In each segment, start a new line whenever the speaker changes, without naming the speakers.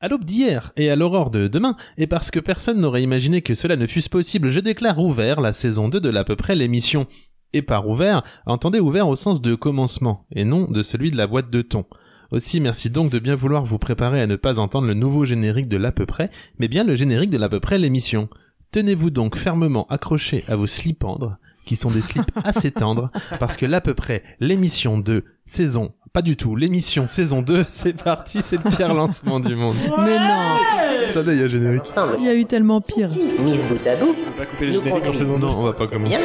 À l'aube d'hier et à l'aurore de demain, et parce que personne n'aurait imaginé que cela ne fût possible, je déclare ouvert la saison 2 de l'à peu près l'émission. Et par ouvert, entendez ouvert au sens de commencement, et non de celui de la boîte de thon. Aussi, merci donc de bien vouloir vous préparer à ne pas entendre le nouveau générique de l'à peu près, mais bien le générique de l'à peu près l'émission. Tenez-vous donc fermement accrochés à vos slipandres, qui sont des slips assez tendres, parce que l'à peu près l'émission 2, saison, pas du tout, l'émission saison 2, c'est parti, c'est le pire lancement du monde.
Mais non,
Attendez, il y a générique.
il y a eu tellement pire.
Mise bout à bout,
On va couper les
Nous
génériques en
prenons-
saison 2.
Non, on va pas commencer.
bien,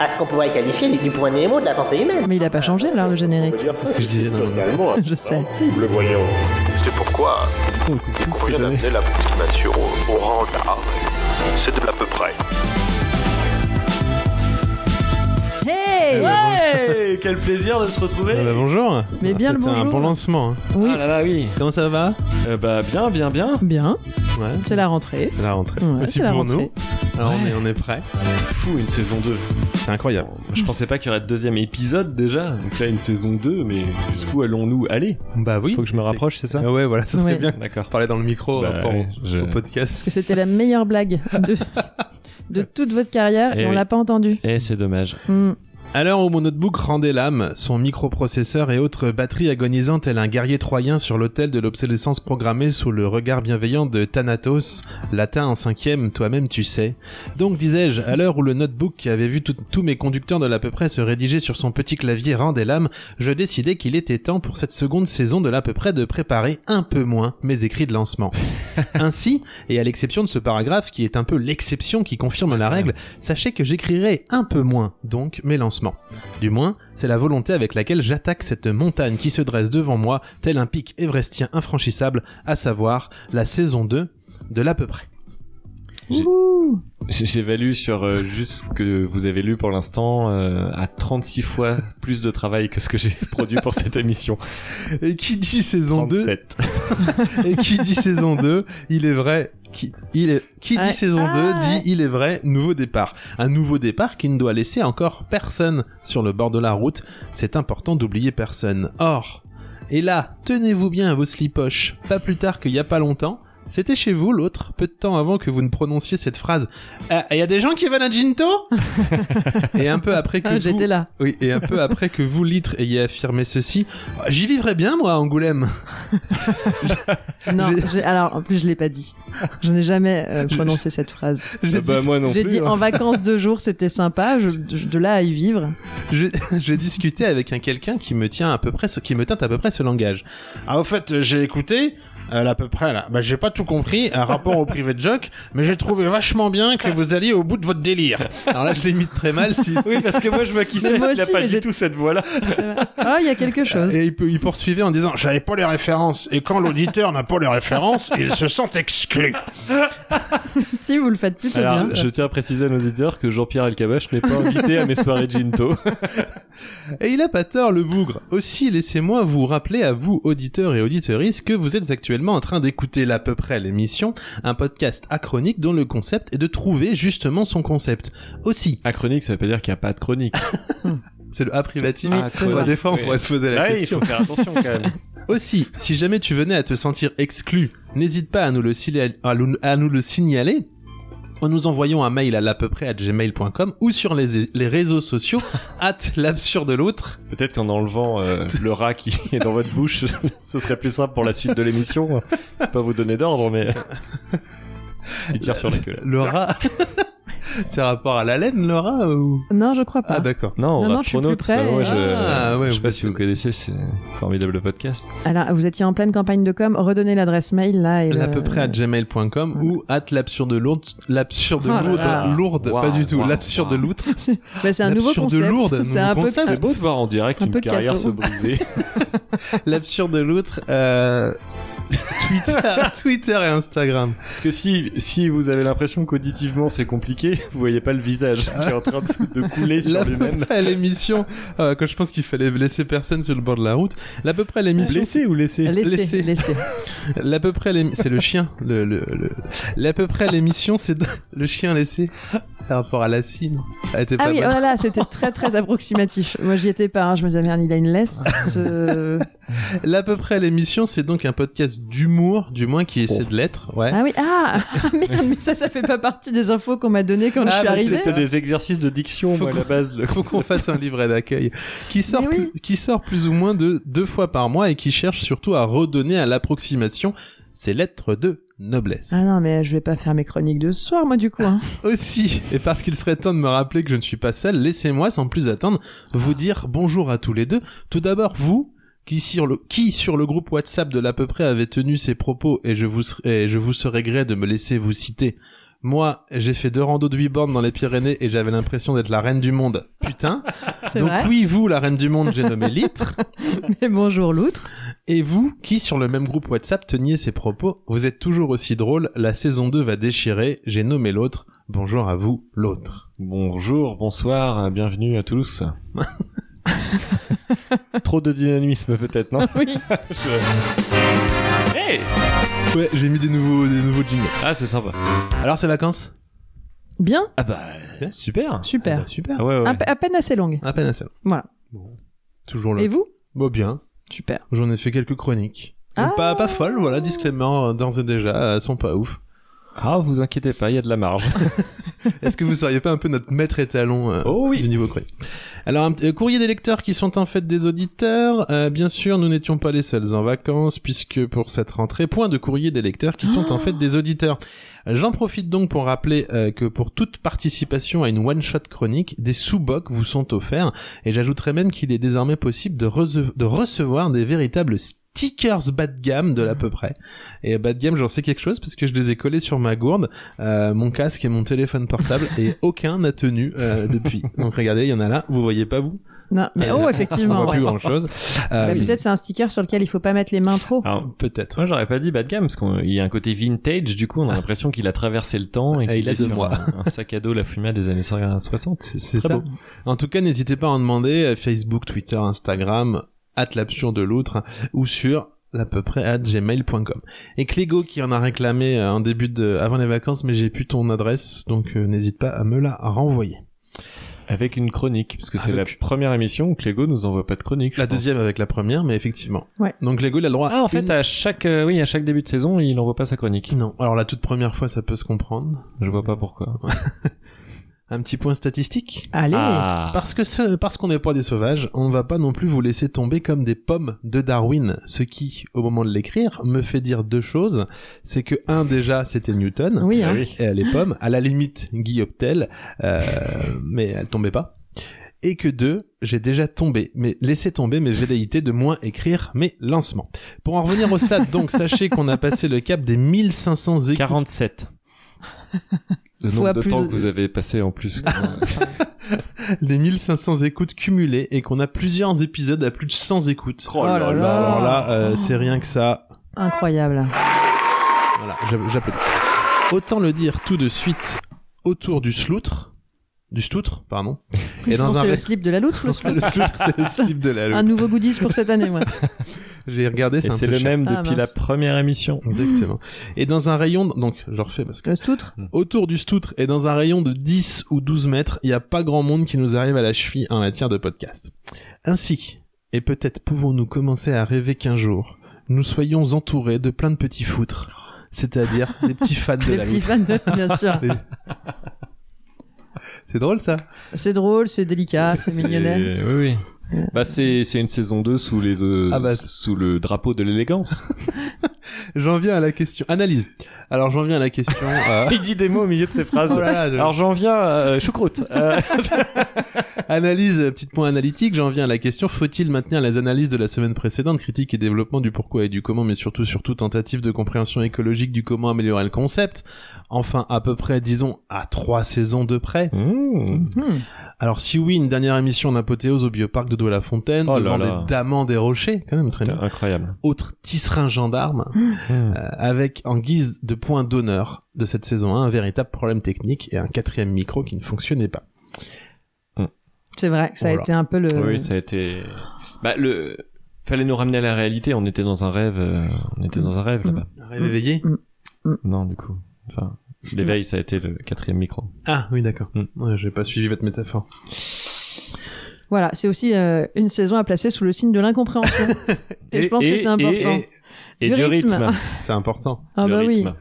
à ce qu'on pourrait qualifier du point élément de la pensée humaine.
Mais il a pas changé là le générique.
C'est ce que je disais dans le
Je sais.
Le voyant.
C'est pourquoi vous pourriez amener l'approximation au, au rang d'art. C'est de l'à peu près.
Hey
Eh Ouais Quel plaisir de se retrouver
Ah bah bonjour.
Mais bien le
c'était un
bonjour.
bon lancement. hein.
Oui,
Ah là là, oui
Comment ça va
Euh, Bah bien, bien, bien
bien,
Ouais.
c'est la rentrée.
C'est la rentrée.
Bah,
Ouais,
Aussi
c'est la
pour
rentrée.
nous. Alors on
Ouais.
est, on est prêt.
Fou, une saison 2
C'est incroyable.
Je pensais pas qu'il y aurait de deuxième épisode déjà, donc là une saison 2, mais jusqu'où allons-nous aller
Bah oui.
Faut que je me rapproche, c'est ça
Ah ouais, voilà, ça serait
Ouais.
bien de
D'accord.
parler dans le micro
Bah,
par rapport au-
ouais, je-
au podcast.
Parce que c'était la meilleure blague de, de toute votre carrière et,
Eh
on
oui.
l'a pas entendue.
Eh, c'est dommage.
Hmm.
À l'heure où mon notebook rendait l'âme, son microprocesseur et autres batteries agonisantes tel un guerrier troyen sur l'autel de l'obsolescence programmée sous le regard bienveillant de Thanatos, latin en cinquième, toi-même tu sais. Donc disais-je, à l'heure où le notebook qui avait vu tout- tous mes conducteurs de l'à peu près se rédiger sur son petit clavier rendait l'âme, je décidai qu'il était temps pour cette seconde saison de l'à peu près de préparer un peu moins mes écrits de lancement. Ainsi, et à l'exception de ce paragraphe qui est un peu l'exception qui confirme la règle, sachez que j'écrirai un peu moins, donc, mes lancements. Du moins, c'est la volonté avec laquelle j'attaque cette montagne qui se dresse devant moi, tel un pic évrestien infranchissable, à savoir la saison 2 de l'à peu près.
J'ai-
Ouh.
J- J'évalue sur euh, juste ce que vous avez lu pour l'instant euh, à 36 fois plus de travail que ce que j'ai produit pour cette émission.
Et qui dit saison 2
37.
Et qui dit saison 2 Il est vrai. Qui, il est, qui dit
Ouais.
saison
Ah
2 dit il est vrai nouveau départ. Un nouveau départ qui ne doit laisser encore personne sur le bord de la route. C'est important d'oublier personne. Or, et là, tenez-vous bien à vos slipoches. Pas plus tard qu'il y a pas longtemps, c'était chez vous l'autre, peu de temps avant que vous ne prononciez cette phrase. Euh, Il y a des gens qui veulent un ginto Et un peu après que
Ah,
vous-
J'étais là.
oui, et un peu après que vous, Litre, ayez affirmé ceci, j'y vivrais bien, moi, à Angoulême.
Non,
J'ai-
j'ai- alors en plus je l'ai pas dit. Je n'ai jamais euh, prononcé cette phrase.
J'ai
bah
dis-
moi non
J'ai
plus.
dit en vacances deux jours c'était sympa. je- je- de là à y vivre.
Je- J'ai discuté avec un quelqu'un qui me tient à peu près ce qui me tient à peu près ce langage. Ah au fait, j'ai écouté euh, à peu près là. Bah j'ai pas tout compris un rapport au privé de joke, mais j'ai trouvé vachement bien que vous alliez au bout de votre délire. Alors là je l'ai mis très mal si
Oui, parce que moi je vois qui
Mais
c'est,
moi
il a
aussi,
pas
mais
du
j'ai-
tout cette voix-là.
C'est vrai. Oh, il y a quelque chose.
Euh,
et il, peut- il poursuivait en disant
J'avais pas les références, et quand l'auditeur n'a pas les références, il se sent exclu.
Si vous le faites plutôt
Alors,
bien.
je tiens à préciser à nos auditeurs que Jean-Pierre Elkabach n'est pas invité à mes soirées Ginto.
Et il a pas tort, le bougre. Aussi, laissez-moi vous rappeler à vous, auditeurs et auditrices, que vous êtes actuellement en train d'écouter l'à peu près l'émission, un podcast achronique dont le concept est de trouver justement son concept. Aussi,
À chronique, ça veut pas dire qu'il n'y a pas de chronique.
c'est le A privatif.
Ah,
Tu vois,
chronique,
des fois, on pourrait se poser la
Ouais, il
question.
faut faire attention quand même.
Aussi, si jamais tu venais à te sentir exclu, n'hésite pas à nous le, sila- à nous- à nous le signaler en nous envoyant un mail à l'à peu près à gmail.com ou sur les, les réseaux sociaux, hâte l'absurde l'autre.
Peut-être qu'en enlevant euh, le rat qui est dans votre bouche, ce serait plus simple pour la suite de l'émission. Je vais pas vous donner d'ordre, mais. Il tire sur la queue. là.
Le rat. C'est rapport à la laine, le rat ou...
Non, je crois pas.
Ah, d'accord.
Non,
Non, non, je suis plus
astronaute.
prêt.
moi, je...
Ah, ouais,
je sais pas
vous
si vous
êtes-
connaissez, c'est un formidable podcast.
Alors, vous étiez en pleine campagne de com, redonnez l'adresse mail là. Et
À
le-
peu près à gmail.com ou at l'absurde lourde, l'absurde
Oh là
lourde,
là.
lourde,
Waouh,
pas du tout,
waouh,
l'absurde
waouh.
loutre.
Bah, c'est un nouveau
L'absurde
concept.
lourde,
c'est
nouveau
un peu
concept.
comme-
C'est beau de voir en direct
Un
une
peu
carrière
gâteau.
se briser.
L'absurde loutre, euh, Twitter, Twitter et Instagram.
Parce que si, si vous avez l'impression qu'auditivement c'est compliqué, vous voyez pas le visage qui est en train de, se- de couler sur
L'à peu
lui-même.
près à l'émission, euh, quand je pense qu'il fallait laisser personne sur le bord de la route, l'à peu près à l'émission,
Blessé ou laissé
Laissez,
Laissez.
laissez.
l'à peu près à l'émi- c'est le chien, le, le, le- l'à peu près à l'émission, c'est le chien laissé par rapport à la cime. Elle était
Ah
pas
oui,
bonne.
oh là là, c'était très très approximatif. Moi j'y étais pas, hein. je me disais merde, il a une laisse. ce-
L'à peu près l'émission, c'est donc un podcast d'humour, du moins qui
Oh.
essaie de l'être. Ouais.
Ah oui, ah, ah, merde, mais ça, ça fait pas partie des infos qu'on m'a données
Ah,
quand
bah,
je suis arrivée.
C'était des exercices de diction,
Faut
moi, à la base. le-
Faut qu'on fasse un livret d'accueil qui sort,
Mais oui.
plus- qui sort plus ou moins de deux fois par mois et qui cherche surtout à redonner à l'approximation ses lettres de noblesse.
Ah non, mais je vais pas faire mes chroniques de ce soir, moi, du coup. hein.
Aussi, et parce qu'il serait temps de me rappeler que je ne suis pas seul, laissez-moi sans plus attendre vous dire bonjour à tous les deux. Tout d'abord, vous, qui sur le, qui sur le groupe WhatsApp de l'à peu près avait tenu ces propos et je vous, ser- et je vous serais gré de me laisser vous citer. Moi, j'ai fait deux randos de huit bornes dans les Pyrénées et j'avais l'impression d'être la reine du monde. Putain.
C'est
Donc
vrai.
oui, vous, la reine du monde, j'ai nommé Litre.
Mais bonjour, l'outre.
Et vous, qui sur le même groupe WhatsApp teniez ces propos, vous êtes toujours aussi drôle, la saison 2 va déchirer, j'ai nommé l'autre, bonjour à vous, l'autre.
Bonjour, bonsoir, bienvenue à tous. Trop de dynamisme, peut-être, non
Oui.
Ouais, j'ai mis des nouveaux, des nouveaux jingles.
Ah, c'est sympa.
Alors, ces vacances Bah,
Bien,
Ah bah, super.
super.
Super.
Ah ouais, ouais.
À, pe- à peine assez longue.
À peine à celle.
Voilà.
Toujours là.
Et vous
Bon, bien.
Super.
J'en ai fait quelques chroniques. Donc,
Ah.
Pas, pas folle, voilà, disclaimer, euh, d'ores et déjà, elles sont pas ouf.
Ah, vous inquiétez pas, il y a de la marge.
Est-ce que vous seriez pas un peu notre maître étalon euh,
Oh oui.
du niveau chronique Alors, un petit- euh, courrier des lecteurs qui sont en fait des auditeurs. Euh, bien sûr, nous n'étions pas les seuls en vacances, puisque pour cette rentrée, point de courrier des lecteurs qui sont en fait des auditeurs. J'en profite donc pour rappeler euh, que pour toute participation à une one-shot chronique, des sous-bocs vous sont offerts, et j'ajouterai même qu'il est désormais possible de, rece- de recevoir des véritables stickers bas de gamme de l'à peu près. Et bas de gamme, j'en sais quelque chose, parce que je les ai collés sur ma gourde, euh, mon casque et mon téléphone portable, et aucun n'a tenu euh, depuis. Donc regardez, il y en a là, vous voyez pas vous
Non, mais oh,
on
effectivement.
voit plus
ouais.
grand chose.
Bah, Peut-être c'est un sticker sur lequel il faut pas mettre les mains
Ah.
trop.
Alors,
Peut-être.
moi, j'aurais pas dit bas de gamme, parce qu'il y a un côté vintage, du coup, on a l'impression qu'il a traversé le temps et,
Ah,
qu'il
il a
est
deux
sur
mois.
Un, un sac à dos la fumée des années 60.
C'est- C'est
Très
ça.
beau.
En tout cas, n'hésitez pas à en demander euh, Facebook, Twitter, Instagram, at l'absurde de l'autre, ou sur à peu près at gmail.com. Et Clégo qui en a réclamé euh, en début de, avant les vacances, mais j'ai plus ton adresse, donc euh, n'hésite pas à me la renvoyer.
Avec une chronique, parce que c'est
Avec-
la première émission où Clégo nous envoie pas de chronique. je
La
pense.
deuxième avec la première, mais effectivement.
Ouais.
Donc Clégo, il a le droit. à
Ah, en fait,
une-
à chaque, euh, oui, à chaque début de saison, il envoie pas sa chronique.
Non. Alors la toute première fois, ça peut se comprendre.
Je vois pas pourquoi.
Un petit point statistique.
Allez.
Ah.
Parce que ce- parce qu'on n'est pas des sauvages, on ne va pas non plus vous laisser tomber comme des pommes de Darwin. Ce qui, au moment de l'écrire, me fait dire deux choses. C'est que, un, déjà, c'était Newton.
Oui, hein.
Et euh, les pommes, à la limite, Guillaume Tell, euh, mais elle tombait pas. Et que deux, j'ai déjà tombé, mais laissé tomber mes velléités de moins écrire mes lancements. Pour en revenir au stade, donc, sachez qu'on a passé le cap des 1500 écoutes.
47. Le
Fois
nombre de
plus
temps
de-
que vous avez passé en plus.
les 1500 écoutes cumulées et qu'on a plusieurs épisodes à plus de 100 écoutes.
Oh là là. là.
Alors là,
Oh.
euh, c'est rien que ça.
Incroyable.
Voilà, j'app- j'applaudis. Autant le dire tout de suite autour du sloutre, du stoutre, pardon. Et
Non,
dans un
c'est le
rest-
slip de la loutre, le
le sloutre, c'est le slip de la
Un
loutre.
nouveau goodies pour cette année, moi.
J'ai regardé,
Et
c'est un
c'est
peu
le
cher.
même
Ah,
depuis la
mince.
première émission.
Exactement. Et dans un rayon, de- donc je refais parce que
Le stoutre
autour du stoutre et dans un rayon de 10 ou 12 mètres, il n'y a pas grand monde qui nous arrive à la cheville en matière de podcast. Ainsi, et peut-être pouvons-nous commencer à rêver qu'un jour, nous soyons entourés de plein de petits foutres, c'est-à-dire des petits fans de
Les
la
petits
loutre.
fans, de- bien sûr.
C'est drôle ça
C'est drôle, c'est délicat, c'est mignonnet.
Et- Oui, oui. Bah, c'est, c'est une saison 2 sous les, euh,
Ah bah,
s- sous le drapeau de l'élégance.
J'en viens à la question. Analyse. Alors j'en viens à la question. euh,
Il dit des mots au milieu de ses phrases.
oh là là, je-
Alors j'en viens à choucroute. Euh,
Analyse, euh, petit point analytique, j'en viens à la question, faut-il maintenir les analyses de la semaine précédente, critique et développement du pourquoi et du comment, mais surtout, surtout tentative de compréhension écologique du comment améliorer le concept, enfin à peu près, disons, à trois saisons de près.
Mmh.
Hmm.
Alors si oui, une dernière émission en apothéose au Bioparc de Douai-la-Fontaine,
Oh là
devant
là.
des damans des rochers, quand même très bien.
Incroyable.
Autre tisserin gendarme,
Mmh.
euh, avec en guise de point d'honneur de cette saison 1 un véritable problème technique et un quatrième micro qui ne fonctionnait pas.
C'est vrai que ça a
Voilà.
été un peu le.
Oui, ça a été. Bah, le. Fallait nous ramener à la réalité. On était dans un rêve. euh, On était dans un rêve
Mm.
là-bas.
Un rêve éveillé
Non, du coup. Enfin,
Mm.
l'éveil, ça a été le quatrième micro.
Ah oui d'accord.
Mm.
Ouais, J'ai pas suivi votre métaphore.
Voilà, c'est aussi euh, une saison à placer sous le signe de l'incompréhension. et, je pense que c'est important.
Et du rythme.
C'est important.
ah
Le
bah oui.
rythme.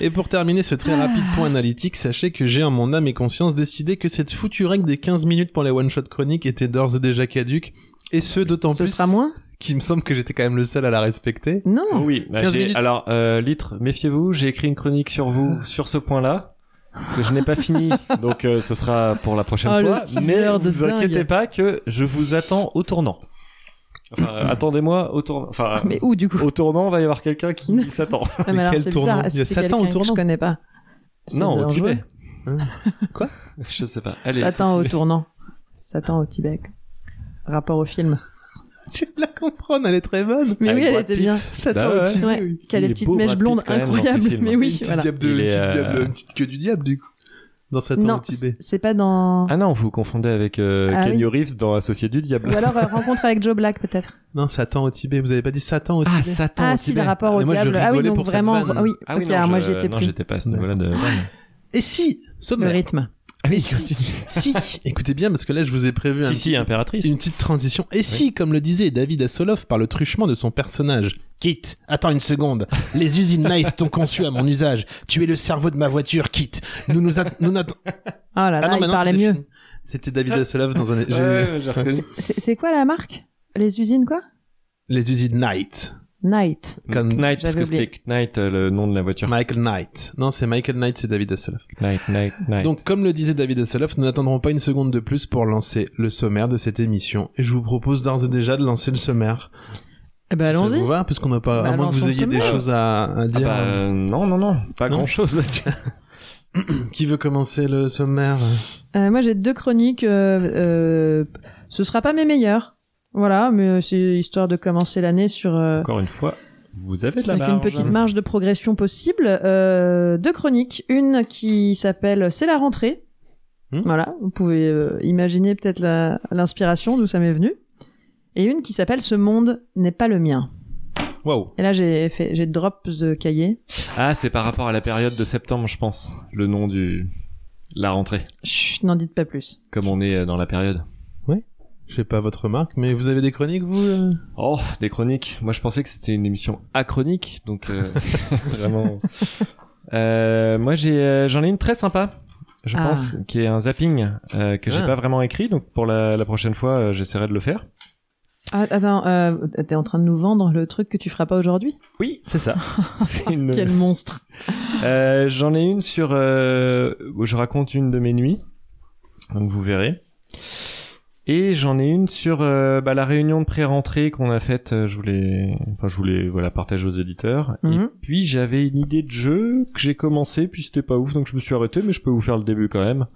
Et pour terminer ce très rapide point analytique, sachez que j'ai en mon âme et conscience décidé que cette foutue règle des 15 minutes pour les one-shot chroniques était d'ores et déjà caduque. Et ce, d'autant
Ce
plus
sera moins
qu'il me semble que j'étais quand même le seul à la respecter.
Non.
Oui, bah,
15
j'ai-
minutes.
alors euh, Litre, méfiez-vous, j'ai écrit une chronique sur
Ah.
vous sur ce point-là que je n'ai pas fini. Donc euh, ce sera pour la prochaine
Oh, le
fois,
teaser
mais
de
vous
dingue.
inquiétez pas que je vous attends au tournant. Enfin, euh, attendez-moi au tournant. Enfin,
Mais où du coup
au tournant, va y avoir quelqu'in qui s'attend.
Ah, mais
Mais
alors,
quel
c'est
tournant
bizarre.
Il y a
si c'est
Satan au
quelqu'un que
tournant.
je connais pas. C'est
Non, au
dangereux.
Tibet.
Hein Quoi
Je sais pas. Allez.
Satan au
continuez.
tournant. Satan au Tibet. Rapport au film.
Tu la comprends, elle est très bonne.
Mais
Avec
oui, elle
Brad
était
Pitt.
bien.
Ça
Bah
t'en
ouais.
au-dessus.
Ouais, qui a
Il
des
est
petites
beau,
mèches
Brad Pitt,
blondes
quand même, dans ce
incroyables.
film.
Mais
une
oui,
petite,
voilà.
diable de-
Il
une
est,
petite
euh,
diable- une petite queue du diable, du coup. Dans Satan au
Non,
Tibet.
c'est pas dans.
Ah non, vous vous confondez avec euh,
Ah
Keanu Reeves dans Associé du Diable.
Ou alors euh, rencontre avec Joe Black peut-être.
Non, Satan au Tibet. Vous avez pas dit Satan au
Ah,
Tibet
Satan
Ah
au
si, le
Tibet.
rapport au
Mais moi, je
diable. Ah oui,
rigolais
donc
pour cette
vraiment.
vanne.
ah Oui,
Ah oui,
ok,
non,
alors
je-
moi j'étais
non,
plus.
j'étais pas à ce niveau-là de.
Et si,
Le
sommaire.
rythme. Oh
Ah oui,
Si, écoutez bien, parce que là, je vous ai prévu un
si, si,
petit-
impératrice.
Une petite transition. Et si, comme le disait David Asoloff par le truchement de son personnage, Kit, attends une seconde. Les usines Knight t'ont conçu à mon usage. Tu es le cerveau de ma voiture, Kit. Nous nous, att- nous n'att-
Oh
Ah
là là, il parlait
c'était
mieux.
fini. C'était
Ah.
David Asoloff dans un. j'ai-
C'est c'est quoi la marque Les usines quoi
Les usines Knight.
Night.
Comme
Knight, parce
J'avais
que
oublié.
c'était Knight, euh, le nom de la voiture.
Michael Knight. Non, c'est Michael Knight, c'est David Asoloff.
Knight, Knight, Knight.
Donc, comme le disait David Asoloff, nous n'attendrons pas une seconde de plus pour lancer le sommaire de cette émission. Et je vous propose d'ores et déjà de lancer le sommaire.
Eh ben
Ça
allons-y.
vous va Parce qu'on n'a pas.
Bah,
à moins que vous
lançons le
ayez des
sommaire.
choses à, à
Ah
dire.
bah, euh, non, non, non, pas
Non.
grand chose.
Qui veut commencer le sommaire
Euh, moi j'ai deux chroniques. euh, euh, ce sera pas mes meilleures. Voilà, mais c'est histoire de commencer l'année sur. euh,
Encore une fois, vous avez de la
Avec une
marge.
petite marge de progression possible. Euh, deux chroniques. Une qui s'appelle C'est la rentrée.
Hmm.
Voilà, vous pouvez euh, imaginer peut-être la- l'inspiration d'où ça m'est venu. Et une qui s'appelle Ce monde n'est pas le mien.
Waouh
Et là, j'ai fait, j'ai drop the cahier.
Ah, c'est par rapport à la période de septembre, je pense, le nom du... La rentrée,
Chut, n'en dites pas plus.
comme on est euh, dans la période.
Je sais pas votre remarque, mais vous avez des chroniques, vous euh
Oh, des chroniques. Moi, je pensais que c'était une émission achronique, donc euh, vraiment. Euh, moi, j'ai, euh, j'en ai une très sympa, je
Ah.
pense, qui est un zapping euh, que j'ai
Ah.
pas vraiment écrit, donc pour la, la prochaine fois, euh, j'essaierai de le faire.
Ah, attends, euh, t'es en train de nous vendre le truc que tu feras pas aujourd'hui
Oui, c'est ça. C'est une-
Quel monstre
Euh, J'en ai une sur. euh, où je raconte une de mes nuits. Donc vous verrez. Et j'en ai une sur euh, bah, la réunion de pré-rentrée qu'on a faite. euh, je voulais, enfin, je voulais voilà partager aux éditeurs.
Mhm.
Et puis j'avais une idée de jeu que j'ai commencé, puis c'était pas ouf, donc je me suis arrêté. Mais je peux vous faire le début quand même.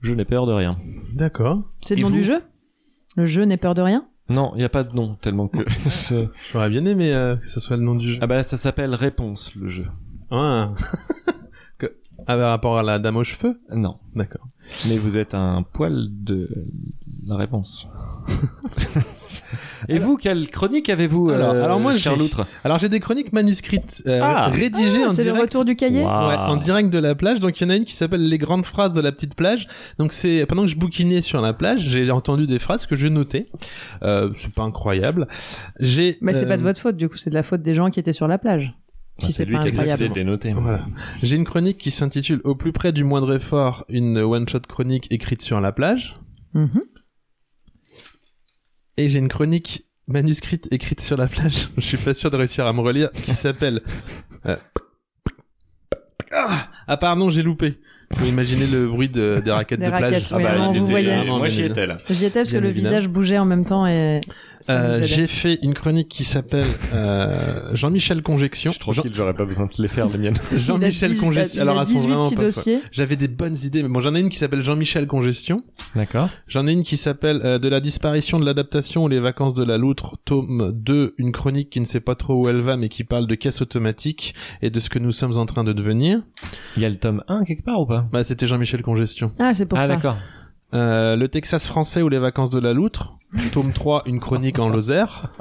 Je n'ai peur de rien.
D'accord.
C'est le
Et
nom du
vous
jeu Le jeu n'est peur de rien
Non, il y a pas de nom tellement que. c'est-
J'aurais bien aimé euh, que ce soit le nom du jeu.
ah bah ça s'appelle Réponse le jeu.
Ah, Que- Ah, par rapport à la dame aux cheveux
Non,
D'accord.
mais vous êtes un poil de la réponse. Et vous, quelle chronique avez-vous
Alors-
euh,
alors moi,
cher
j'ai-
Loutre
Alors j'ai des chroniques manuscrites euh,
Ah.
rédigées en
C'est le
direct.
retour du cahier
Waouh.
Ouais, en direct de la plage. Donc il y en a une qui s'appelle Les grandes phrases de la petite plage. Donc c'est pendant que je bouquinais sur la plage, j'ai entendu des phrases que je notais. Euh, c'est pas incroyable. J'ai.
Mais c'est
euh,
pas de votre faute, du coup, c'est de la faute des gens qui étaient sur la plage.
Ah,
Si c'est
lui
pas
qui a décidé
incroyable.
de les noter.
Voilà. J'ai une chronique qui s'intitule Au plus près du moindre effort, une one-shot chronique écrite sur la plage.
Mhm.
Et j'ai une chronique manuscrite écrite sur la plage. Je suis pas sûr de réussir à me relire, qui s'appelle. euh, Ah, Ah, pardon, j'ai loupé. Vous imaginez le bruit de- des raquettes
Des
de plage.
raquettes, oui, Ah bah, on il vous était- voyait.
euh, Vraiment
Moi j'y
débile.
étais là.
J'y étais parce que
Bien
le
évidemment.
visage bougeait en même temps et. ça
Euh,
nous aidait.
j'ai fait une chronique qui s'appelle euh, Jean-Michel
Je
Conjection.
suis tranquille, j'aurais pas besoin de les faire les miennes.
Il a
Jean-Michel
10
Conjection.
il a
Alors, elles sont
18
vraiment
petits
pas
dossiers.
folles. J'avais des bonnes idées, mais bon, j'en ai une qui s'appelle Jean-Michel Congestion.
D'accord.
J'en ai une qui s'appelle euh, De la disparition de l'adaptation ou les vacances de la loutre, tome 2, une chronique qui ne sait pas trop où elle va mais qui parle de caisse automatique et de ce que nous sommes en train de devenir.
Il y a le tome 1 quelque part ou pas
Bah, c'était Jean-Michel Congestion.
Ah, c'est pour
Ah
ça.
d'accord.
Euh, le Texas français ou les vacances de la loutre, tome 3, une chronique en Lozère.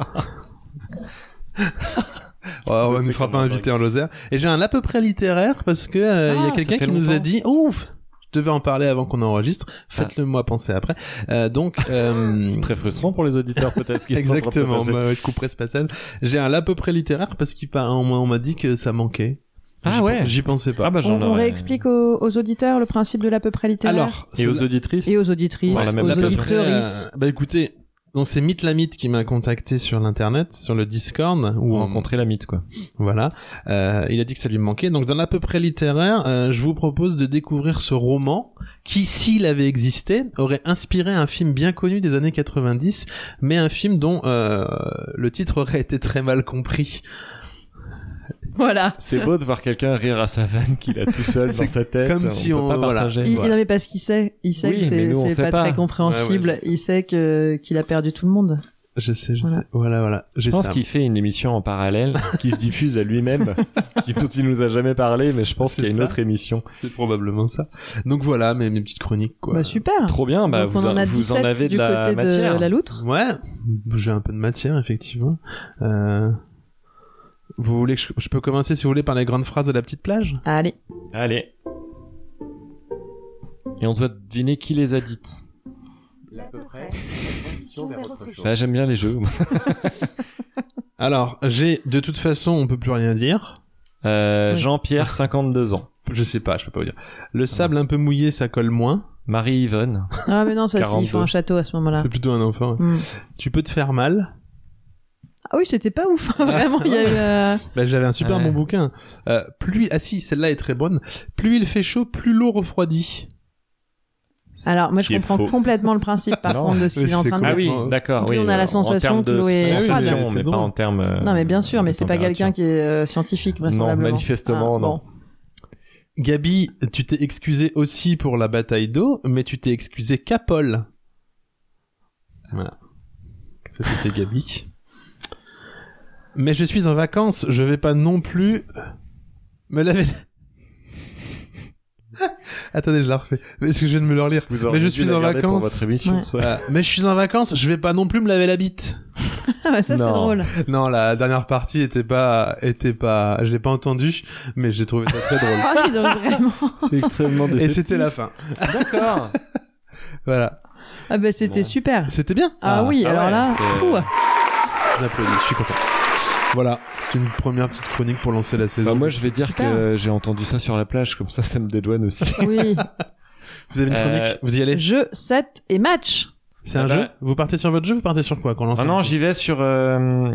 Oh, on
C'est
ne sera
quand
pas
même
invité en Lozère. Et j'ai un à peu près littéraire parce que euh, il y
Ah,
a
ça
quelqu'un
fait
qui nous a
longtemps.
dit, ouf, je devais en parler avant qu'on enregistre. Faites-le moi penser après. Euh, donc, euh,
C'est très frustrant pour les auditeurs, peut-être. ce qui est en train de se
exactement.
passer.
bah ouais, je couperai ce passage. J'ai un à peu près littéraire parce qu'on m'a dit que ça manquait.
Ah
J'y-
ouais.
J'y pensais pas.
Ah bah,
On,
j'en
on
aurais-
réexplique aux, aux auditeurs le principe de l'à peu près bah, littéraire.
Alors,
Et
cela-
aux auditrices.
et aux auditrices,
Voilà, même
aux
l'à peu près,
auditeurs.
euh, bah écoutez, donc c'est Mythe qui m'a contacté sur l'internet, sur le Discord,
Ou
où on,
rencontrer la mythe, quoi.
Voilà. Euh, il a dit que ça lui manquait. Donc, dans à peu près littéraire, euh, je vous propose de découvrir ce roman qui, s'il avait existé, aurait inspiré un film bien connu des années 90, mais un film dont euh, le titre aurait été très mal compris.
Voilà.
C'est beau de voir quelqu'un rire à sa vanne qu'il a tout seul dans
C'est
sa tête.
comme si
peut
on-
pas
voilà.
partager.
Il,
Voilà.
Non mais parce qu'il sait, il sait
Oui,
que
mais nous, on
c'est-
sait
c'est pas,
pas.
très compréhensible.
Ouais, ouais, je sais.
il sait que qu'il a perdu tout le monde.
Je sais, je
Voilà.
sais. Voilà, voilà.
Je
J'ai
pense
ça.
qu'il fait une émission en parallèle qui se diffuse à lui-même, qui dont il nous a jamais parlé, mais je pense
C'est
qu'il y a une
ça.
autre émission.
C'est probablement ça. Donc voilà, mes, mes petites chroniques, quoi.
Bah super.
Trop bien, bah
Donc,
vous,
on en a
vous
17
en avez
du
de la
côté
matière.
de la loutre.
Ouais, j'ai un peu de matière, effectivement. Euh... Vous voulez que je, je peux commencer, si vous voulez, par les grandes phrases de la petite plage
Allez.
Allez. Et on doit deviner qui les a dites. Bah, j'aime bien les jeux.
Alors, j'ai de toute façon, on peut plus rien dire.
Euh,
Oui.
Jean-Pierre, 52 ans.
Je sais pas, je peux pas vous dire. Le sable
Ah, mince.
un peu mouillé, ça colle moins.
Marie-Yvonne.
Ah mais non, ça c'est- il
42.
faut un château à ce moment-là.
C'est plutôt un enfant. ouais.
Hmm.
Tu peux te faire mal.
Ah oui, c'était pas ouf. Vraiment, il y a eu. euh,
Bah, j'avais un super
Ouais.
bon bouquin. Euh, plus ah si, celle-là est très bonne. Plus il fait chaud, plus l'eau refroidit.
Alors moi, je
Qui est
comprends
faux.
complètement le principe par
Non,
contre de ce qu'il
mais
est en
c'est
train de
Ah
dire.
oui,
Complètement.
d'accord.
Puis
oui,
on a la
en
sensation
termes
que
de
l'eau est
Ah oui, froide.
sensation,
c'est-
mais
c'est
pas
drôle.
en termes. euh,
Non mais bien sûr, mais
de
c'est pas
température.
quelqu'un qui est euh, scientifique vraisemblablement.
manifestement,
Ah,
non.
bon.
Gabi, tu t'es excusé aussi pour la bataille d'eau, mais tu t'es excusé qu'à Paul. Voilà. Ça c'était Gabi. Mais je suis en vacances, je vais pas non plus me laver. Attendez, je la refais. Parce que je viens de me le relire.
Vous auriez
Mais je
dû
suis
la
en
garder pour
vacances.
votre émission,
Ouais.
ça.
Euh, mais je suis en vacances, je vais pas non plus me laver la bite.
Ah, bah, ça c'est
Non.
drôle.
Non, la dernière partie était pas, était pas, je l'ai pas entendu, mais j'ai trouvé ça très drôle.
Ah oui, donc vraiment.
C'est extrêmement
Et
déceptif.
c'était la fin.
D'accord.
Voilà.
Ah bah c'était
Bon.
super.
C'était bien.
Ah, oui,
ah
alors
ouais,
là,
c'est-
fou.
J'applaudis, je suis content. Voilà. C'est une première petite chronique pour lancer la saison.
Bah, moi, je vais dire
Super.
que j'ai entendu ça sur la plage, comme ça, ça me dédouane aussi.
Oui,
Vous avez une chronique?
Euh,
Vous y allez?
jeu, set et match.
C'est un
bah-
jeu? Vous partez sur votre jeu? Vous partez sur quoi? Qu'on lance
Ah
un
non,
petit-
j'y vais sur, euh,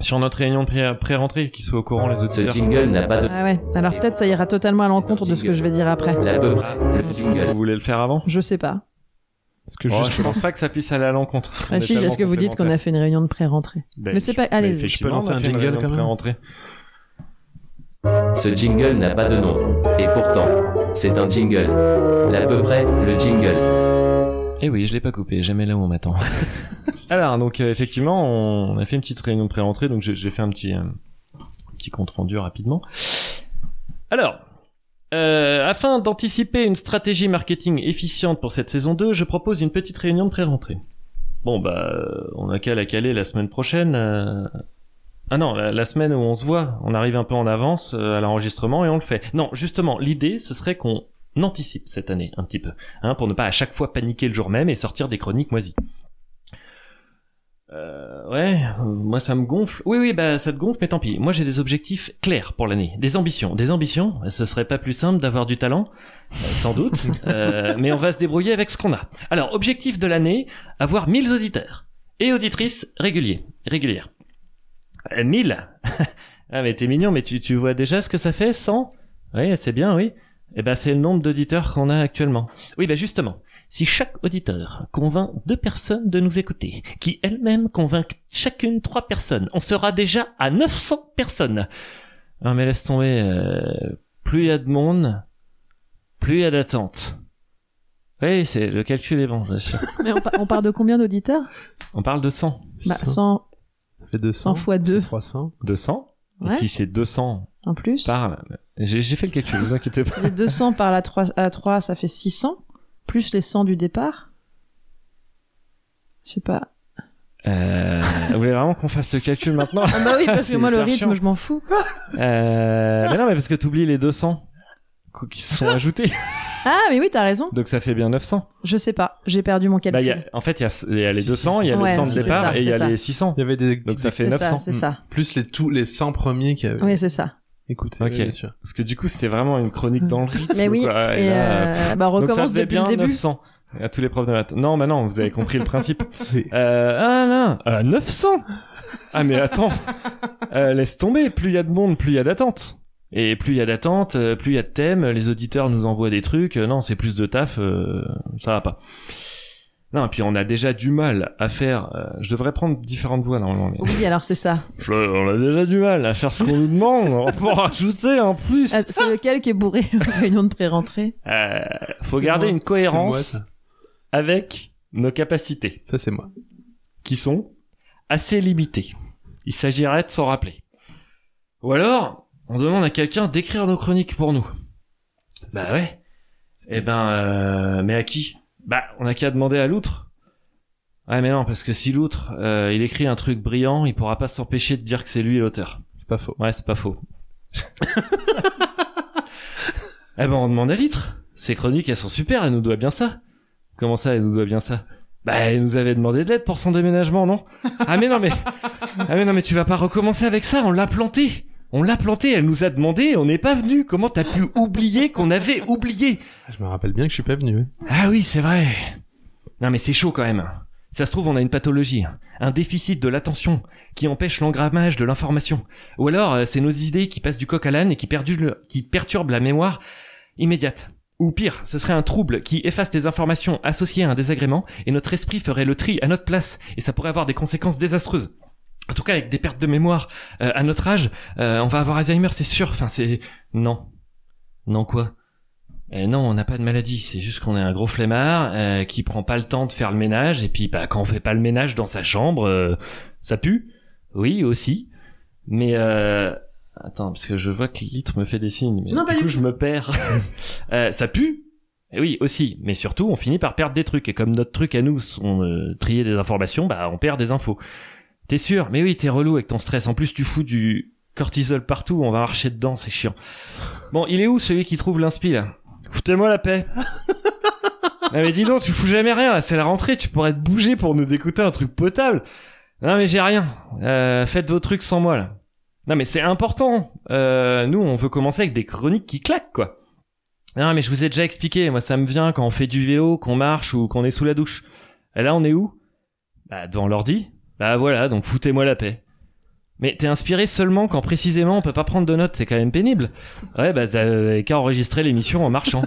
sur notre réunion pré- pré-rentrée, qu'ils soient au courant, les
Ce
auditeurs.
jingle n'a pas de...
Ah ouais, alors peut-être ça ira totalement à l'encontre de ce que je vais dire après.
La peu près, le
Vous
jingle.
voulez le faire avant
Je sais pas.
Parce que
Oh,
juste,
Je pense pas que ça puisse aller à l'encontre.
Ah si, parce que vous dites qu'on a fait une réunion de pré-rentrée. Mais c'est pas- allez-y.
allez
Je peux lancer un jingle, quand même
pré-rentrée.
Ce jingle n'a pas de nom. Et pourtant, c'est un jingle. La peu près, le jingle.
Eh oui, je l'ai pas coupé, jamais là où on m'attend. Alors, donc euh, effectivement, on a fait une petite réunion de pré-rentrée, donc j'ai j'ai fait un petit, euh, petit compte-rendu rapidement. Alors, euh, afin d'anticiper une stratégie marketing efficiente pour cette saison 2, je propose une petite réunion de pré-rentrée. Bon, bah, euh, on a qu'à la caler la semaine prochaine. euh, Ah non, la, la semaine où on se voit, on arrive un peu en avance euh, à l'enregistrement et on le fait. Non, justement, l'idée, ce serait qu'on anticipe cette année un petit peu hein, pour ne pas à chaque fois paniquer le jour même et sortir des chroniques moisies. Euh, ouais, euh, moi ça me gonfle. Oui, oui, bah ça te gonfle, mais tant pis. Moi j'ai des objectifs clairs pour l'année, des ambitions, des ambitions. Ce serait pas plus simple d'avoir du talent, Euh, sans doute, Euh, mais on va se débrouiller avec ce qu'on a. Alors, objectif de l'année, avoir 1000 auditeurs et auditrices réguliers, régulières. Euh, 1000 Ah mais t'es mignon, mais tu, tu vois déjà ce que ça fait, 100 Oui, c'est bien, oui. Eh ben c'est le nombre d'auditeurs qu'on a actuellement. Oui, ben justement, si chaque auditeur convainc deux personnes de nous écouter, qui elles-mêmes convainquent chacune trois personnes, on sera déjà à 900 personnes. Non mais laisse tomber, euh, plus il y a de monde, plus il y a d'attente. Oui, c'est le calcul est bon, bien sûr.
Mais on, pa- on part de combien d'auditeurs
On parle de 100.
Bah 100,
ça fait 200.
100 fois 2
300.
200
Ouais.
Et Ah, si c'est 200
en plus.
par... J'ai j'ai fait le calcul, vous inquiétez pas.
Les 200 par la 3, à 3, ça fait 600. Plus les 100 du départ. Je sais pas.
Euh, vous voulez vraiment qu'on fasse le calcul maintenant
Ah bah oui, parce que
C'est
moi le
hyper
rythme,
chiant.
je m'en fous.
Euh, mais non, mais parce que t'oublies les 200 qui se sont ajoutés.
Ah, mais oui, t'as raison.
Donc ça fait bien 900.
Je sais pas. J'ai perdu mon
Bah, il y
calcul.
a- en fait, il y a, il y a les
Si,
200,
si,
il y a
si.
les
Ouais,
100 de
si, c'est
départ
ça,
et il y a
c'est ça.
les 600.
Il y avait des
Donc ça fait Hmm.
c'est ça,
900.
c'est ça.
plus les tous les 100 premiers qui avaient
Oui, c'est ça.
écouté.
Ok.
bien sûr.
Parce que du coup, c'était vraiment une chronique dans le rythme.
Mais oui,
quoi. Et
et
là,
euh, bah, on
Donc ça
recommence
faisait
depuis le
bien
début.
900 à tous les profs de maths. Non, mais non, vous avez compris le principe.
Oui.
Euh, ah là, euh, 900 Ah mais attends, Euh, laisse tomber, plus il y a de monde, plus il y a d'attente. Et plus il y a d'attente, euh, plus il y a de thèmes, les auditeurs nous envoient des trucs, euh, non, c'est plus de taf, euh, ça va pas. Non, et puis on a déjà du mal à faire, euh, je devrais prendre différentes voix normalement, mais
Oui, alors c'est ça.
je- on a déjà du mal à faire ce qu'on nous demande, on peut en rajouter en plus.
Ah, C'est lequel qui est bourré aux réunions de pré-rentrée
Euh, faut
C'est
garder
moi.
une
C'est moi,
cohérence
ça.
avec nos capacités,
Ça, c'est moi.
qui sont assez limitées. Il s'agirait de s'en rappeler. Ou alors, on demande à quelqu'un d'écrire nos chroniques pour nous. Bah ouais. Eh ben, euh, mais à qui Bah, on a qu'à demander à l'outre. Ouais, mais non, parce que si l'outre, euh, il écrit un truc brillant, il pourra pas s'empêcher de dire que c'est lui l'auteur.
C'est pas faux.
Ouais, c'est pas faux. eh ben, on demande à Litre. Ces chroniques, elles sont super, elle nous doit bien ça. Comment ça, elle nous doit bien ça Bah, elle nous avait demandé de l'aide pour son déménagement, non Ah mais non, mais... Ah mais non, mais tu vas pas recommencer avec ça, on l'a planté on l'a planté, elle nous a demandé, on n'est pas venu. Comment t'as pu oublier qu'on avait oublié
Je me rappelle bien que je suis pas venu. hein.
Ah oui, c'est vrai. Non mais c'est chaud quand même. Ça se trouve, on a une pathologie, un déficit de l'attention qui empêche l'engrammage de l'information. Ou alors, euh, c'est nos idées qui passent du coq à l'âne et qui, perdu- le- qui perturbent la mémoire immédiate. Ou pire, ce serait un trouble qui efface les informations associées à un désagrément et notre esprit ferait le tri à notre place et ça pourrait avoir des conséquences désastreuses. En tout cas, avec des pertes de mémoire euh, à notre âge, euh, on va avoir Alzheimer, c'est sûr. Enfin, c'est... Non. Non quoi euh, non, on n'a pas de maladie, c'est juste qu'on est un gros flemmard euh, qui prend pas le temps de faire le ménage, et puis bah, quand on fait pas le ménage dans sa chambre, euh, ça pue. Oui, aussi. Mais... Euh... Attends, parce que je vois que Litre me fait des signes, mais
Non,
du
pas
coup
du
je me perds. Euh, ça pue Eh Oui, aussi. Mais surtout, on finit par perdre des trucs, et comme notre truc à nous, on euh, trier des informations, bah on perd des infos. T'es sûr Mais oui, t'es relou avec ton stress, en plus tu fous du cortisol partout, on va marcher dedans, c'est chiant. Bon, il est où celui qui trouve l'inspi là Foutez-moi la paix. non mais dis donc, tu fous jamais rien là, c'est la rentrée, tu pourrais te bouger pour nous écouter un truc potable. Non mais j'ai rien. Euh, faites vos trucs sans moi là. Non mais c'est important. Euh, nous on veut commencer avec des chroniques qui claquent quoi. Non mais je vous ai déjà expliqué, moi ça me vient quand on fait du vélo, qu'on marche ou qu'on est sous la douche. Et là on est où Bah devant l'ordi. Bah voilà, donc foutez-moi la paix. Mais t'es inspiré seulement quand précisément on peut pas prendre de notes, c'est quand même pénible. Ouais, bah, t'avais qu'à enregistrer l'émission en marchant.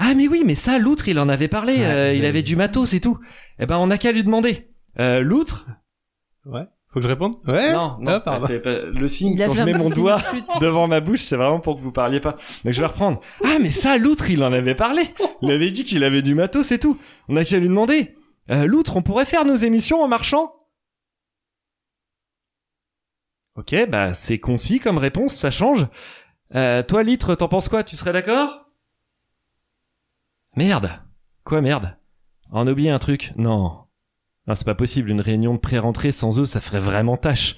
ah, mais oui, mais ça, l'outre, il en avait parlé. euh,
Ouais,
il
mais-
avait du matos et tout. Eh ben, on n'a qu'à lui demander. Euh, l'outre
Ouais. Faut que je réponde Ouais.
Non, non,
Ah, pardon.
c'est pas- le signe,
Il a
quand
fait
je
un
mets mon
petit
doigt
chute.
devant ma bouche, c'est vraiment pour que vous parliez pas. Donc je vais reprendre. Ah, mais ça, l'outre, il en avait parlé. Il avait dit qu'il avait du matos et tout. On n'a qu'à lui demander. Euh, l'outre, on pourrait faire nos émissions en marchant Ok, bah c'est concis comme réponse, ça change. Euh, toi, Litre, t'en penses quoi Tu serais d'accord Merde. Quoi, merde On a oublié un truc. Non. Non, c'est pas possible, une réunion de pré-rentrée sans eux, ça ferait vraiment tâche.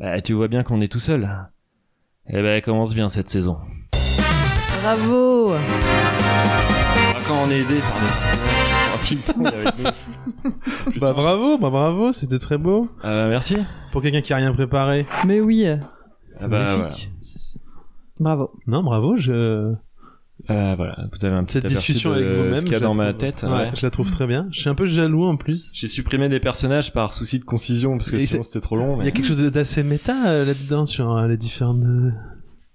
Bah, tu vois bien qu'on est tout seul. Eh ben, elle commence bien cette saison.
Bravo
Ah, quand on est aidé par des... Oh, putain, il y avait deux. Plus hein.
Bah
simple.
bravo, bah bravo, c'était très beau.
Euh, merci.
Pour quelqu'un qui a rien préparé.
Mais oui
C'est
Ah bah,
magnifique.
Bravo.
Non, bravo, je.
Euh, voilà, vous avez un petit
Cette
aperçu
discussion
de
avec vous-même.
Ce qu'il y a
je la
dans ma
trouve-
tête.
Ouais,
ouais.
Je la trouve très bien. Je suis un peu jaloux en plus.
J'ai supprimé des personnages par souci de concision parce que
Et
sinon
c'est-
c'était trop long.
Il
mais-
y a quelque chose d'assez méta euh, là-dedans sur euh, les différentes euh,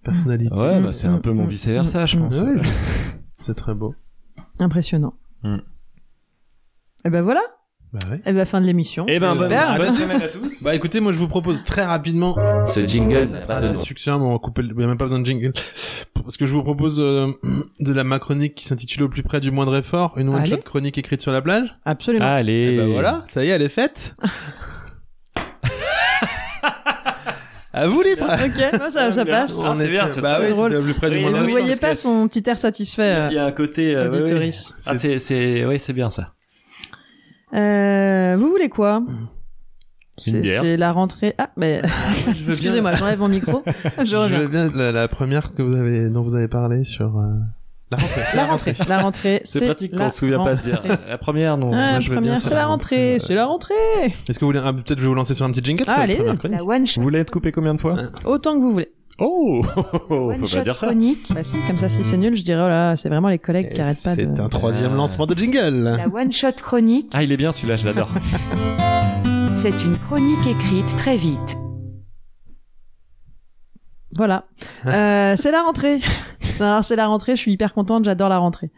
personnalités.
Ouais, bah,
Mm,
c'est un
mm,
peu mon
mm,
vice versa, je
mm,
pense.
Ah ouais, je- C'est très beau.
Impressionnant.
Hmm.
Et ben voilà
Bah ouais.
Et ben fin de l'émission.
Eh ben, bonne,
Super.
bonne semaine à tous.
Bah écoutez, moi je vous propose très rapidement,
Ah,
Ce jingle
ça
n'a
sera
pas de
assez
nom.
succinct, mais on va couper, le- il n'y a même pas besoin de jingle, parce que je vous propose euh, de la ma chronique qui s'intitule Au plus près du moindre effort, une one-shot
Allez.
chronique écrite sur la plage.
Absolument.
Allez.
Et bah voilà, ça y est, elle est faite. à vous litre
Ok, moi, ça, ça passe.
Ah, c'est bien, c'est
Bah
très
oui,
drôle.
c'était au plus près du
Oui,
moindre
oui,
Vous
effort.
oui.
voyez
parce
pas
que-
son petit air satisfait,
Il y
euh,
a un côté. euh, ouais, ouais.
auditoris.
Ah, c'est, c'est, ouais, c'est bien ça.
Euh, vous voulez quoi C'est
bière.
c'est la rentrée. Ah, mais
Je veux bien-
excusez-moi, j'enlève mon micro. Je
Je
reviens.
veux bien la, la première que vous avez, dont vous avez parlé sur euh, La rentrée. c'est
La rentrée. La rentrée, c'est
C'est pratique qu'on
la
se souvient pas de dire.
rentrée.
La première, non.
Ah,
moi, je veux bien
première,
ça,
c'est la rentrée, c'est la rentrée.
Est-ce que vous voulez. ah, Peut-être je vais vous lancer sur un petit jingle.
Ah,
pour la
allez.
première chronique.
La one shot,
Vous voulez être coupé combien de fois
Autant que vous voulez.
Oh Faut
one
pas
shot
dire ça.
chronique.
Bah si, comme ça, si c'est nul, je dirais, oh là, là, c'est vraiment les collègues qui
Et
arrêtent pas de...
C'est un troisième
Ah.
lancement de jingle.
La one shot chronique,
Ah, il est bien celui-là, je l'adore.
c'est une chronique écrite très vite.
Voilà. Euh, c'est la rentrée. Non, alors c'est la rentrée, je suis hyper contente, j'adore la rentrée.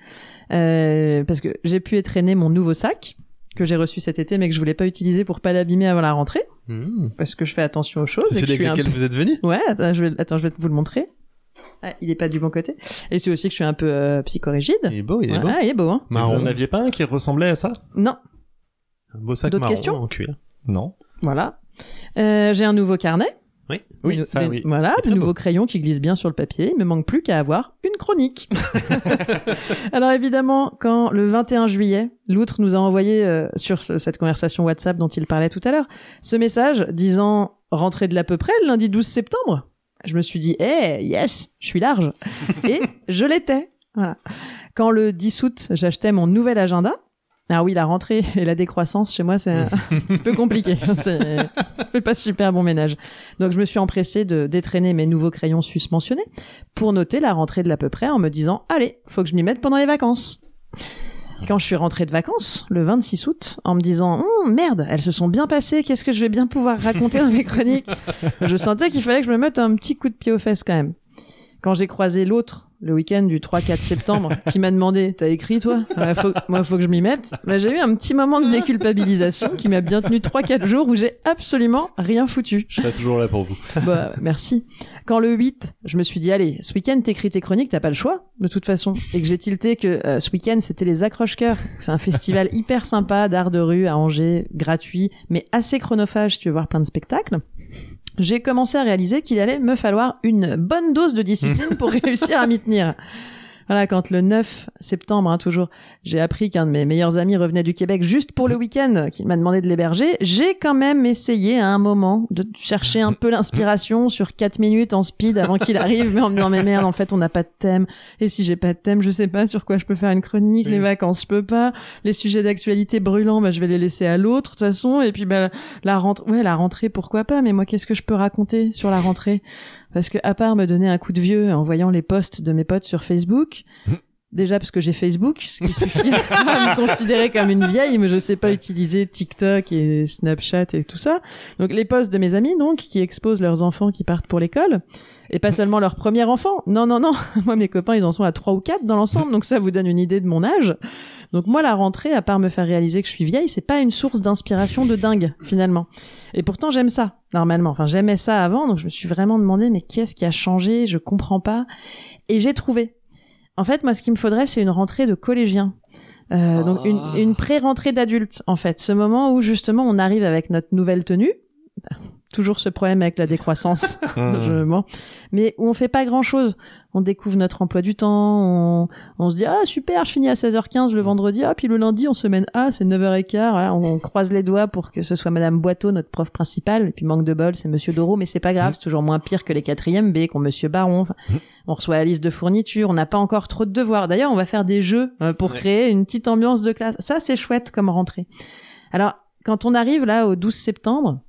Euh, parce que j'ai pu étraîner mon nouveau sac que j'ai reçu cet été mais que je voulais pas utiliser pour pas l'abîmer avant la rentrée
Mmh.
parce que je fais attention aux choses
C'est
et Oh, que je
celui avec
suis un
lequel vous êtes venu
Ouais, attends, je vais, attends, je vais vous le montrer. Ah, il est pas du bon côté. Et c'est aussi que je suis un peu euh, psychorigide.
Il est beau, il est
Ouais,
beau.
ah, il est beau, hein.
Vous
Marron.
en aviez pas un qui ressemblait à ça
Non,
Un beau sac
D'autres
marron
questions
en cuir.
Non.
voilà. Euh, j'ai un nouveau carnet.
Oui.
Oui,
Des-
ça,
des-
oui.
Voilà,
C'est
des
très
nouveaux
beau.
crayons qui glissent bien sur le papier. Il me manque plus qu'à avoir une chronique. Alors évidemment, quand le 21 juillet, l'outre nous a envoyé euh, sur ce- cette conversation WhatsApp dont il parlait tout à l'heure, ce message disant rentrée de l'à peu près le lundi 12 septembre. Je me suis dit, eh yes, je suis large. Et je l'étais. Voilà. Quand le 10 août, j'achetais mon nouvel agenda. Ah oui, la rentrée et la décroissance chez moi, c'est un petit peu compliqué. C'est je fais pas super bon ménage. Donc je me suis empressée de détraîner mes nouveaux crayons susmentionnés pour noter la rentrée de l'à peu près en me disant allez, faut que je m'y mette pendant les vacances. Quand je suis rentrée de vacances, le 26 août, en me disant Hum, merde, elles se sont bien passées, qu'est-ce que je vais bien pouvoir raconter dans mes chroniques Je sentais qu'il fallait que je me mette un petit coup de pied aux fesses quand même. Quand j'ai croisé l'autre le week-end du 3-4 septembre, qui m'a demandé T'as écrit toi Ouais, faut- Moi, faut que je m'y mette. Bah, j'ai eu un petit moment de déculpabilisation qui m'a bien tenu 3-4 jours où j'ai absolument rien foutu.
Je serai toujours là pour vous.
Bah, merci. Quand le 8, je me suis dit, allez, ce week-end, t'écris tes chroniques, t'as pas le choix, de toute façon. Et que j'ai tilté que euh, ce week-end, c'était les Accroche-Cœurs. C'est un festival hyper sympa d'art de rue à Angers, gratuit, mais assez chronophage si tu veux voir plein de spectacles. J'ai commencé à réaliser qu'il allait me falloir une bonne dose de discipline pour réussir à m'y tenir. Voilà, quand le 9 septembre, hein, toujours, j'ai appris qu'un de mes meilleurs amis revenait du Québec juste pour le week-end, qu'il m'a demandé de l'héberger. J'ai quand même essayé à un moment de chercher un peu l'inspiration sur 4 minutes en speed avant qu'il arrive, mais en me disant, mais merde, en fait, on n'a pas de thème. Et si j'ai pas de thème, je sais pas sur quoi je peux faire une chronique. Les vacances, je peux pas. Les sujets d'actualité brûlants, bah, je vais les laisser à l'autre, de toute façon. Et puis, bah, la rentrée, ouais, la rentrée, pourquoi pas. Mais moi, qu'est-ce que je peux raconter sur la rentrée? Parce que, à part me donner un coup de vieux en voyant les posts de mes potes sur Facebook, Déjà parce que j'ai Facebook, ce qui suffit à me considérer comme une vieille, mais je sais pas utiliser TikTok et Snapchat et tout ça. Donc les posts de mes amis, donc, qui exposent leurs enfants qui partent pour l'école, et pas seulement leur premier enfant. Non, non, non. Moi, mes copains, ils en sont à trois ou quatre dans l'ensemble, donc ça vous donne une idée de mon âge. Donc moi, la rentrée, à part me faire réaliser que je suis vieille, c'est pas une source d'inspiration de dingue finalement. Et pourtant, j'aime ça normalement. Enfin, j'aimais ça avant, donc je me suis vraiment demandé, mais qu'est-ce qui a changé Je comprends pas. Et j'ai trouvé. En fait, moi, ce qu'il me faudrait, c'est une rentrée de collégien. Euh, Donc, une, une pré-rentrée d'adulte, en fait. Ce moment où, justement, on arrive avec notre nouvelle tenue. Toujours ce problème avec la décroissance,
Hein. Hum.
je mens. Mais où on fait pas grand-chose. On découvre notre emploi du temps, on, on se dit « Ah, super, je finis à 16h15 le vendredi. Ah, puis le lundi, on se mène à, c'est 9h15. Voilà, on, on croise les doigts pour que ce soit Madame Boiteau, notre prof principale. Et puis, manque de bol, c'est Monsieur Doro, mais c'est pas grave. C'est toujours moins pire que les quatrièmes B, qu'on Monsieur Baron. Enfin, on reçoit la liste de fournitures, on n'a pas encore trop de devoirs. D'ailleurs, on va faire des jeux euh, pour créer une petite ambiance de classe. Ça, c'est chouette comme rentrée. Alors, quand on arrive là au 12 septembre,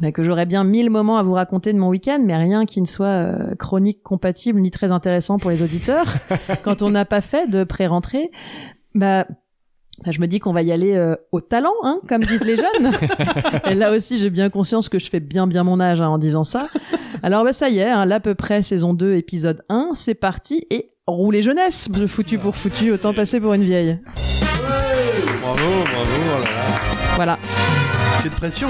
bah, que j'aurais bien mille moments à vous raconter de mon week-end, mais rien qui ne soit euh, chronique compatible ni très intéressant pour les auditeurs, quand on n'a pas fait de pré-rentrée, bah, bah, je me dis qu'on va y aller euh, au talent, hein, comme disent les jeunes. Et là aussi, j'ai bien conscience que je fais bien bien mon âge hein, en disant ça. Alors bah ça y est, hein, là à peu près saison 2, épisode 1, c'est parti et roulez jeunesse, bleu foutu pour foutu, autant passer pour une vieille.
Bravo, bravo, oh là là.
Voilà.
Que de pression.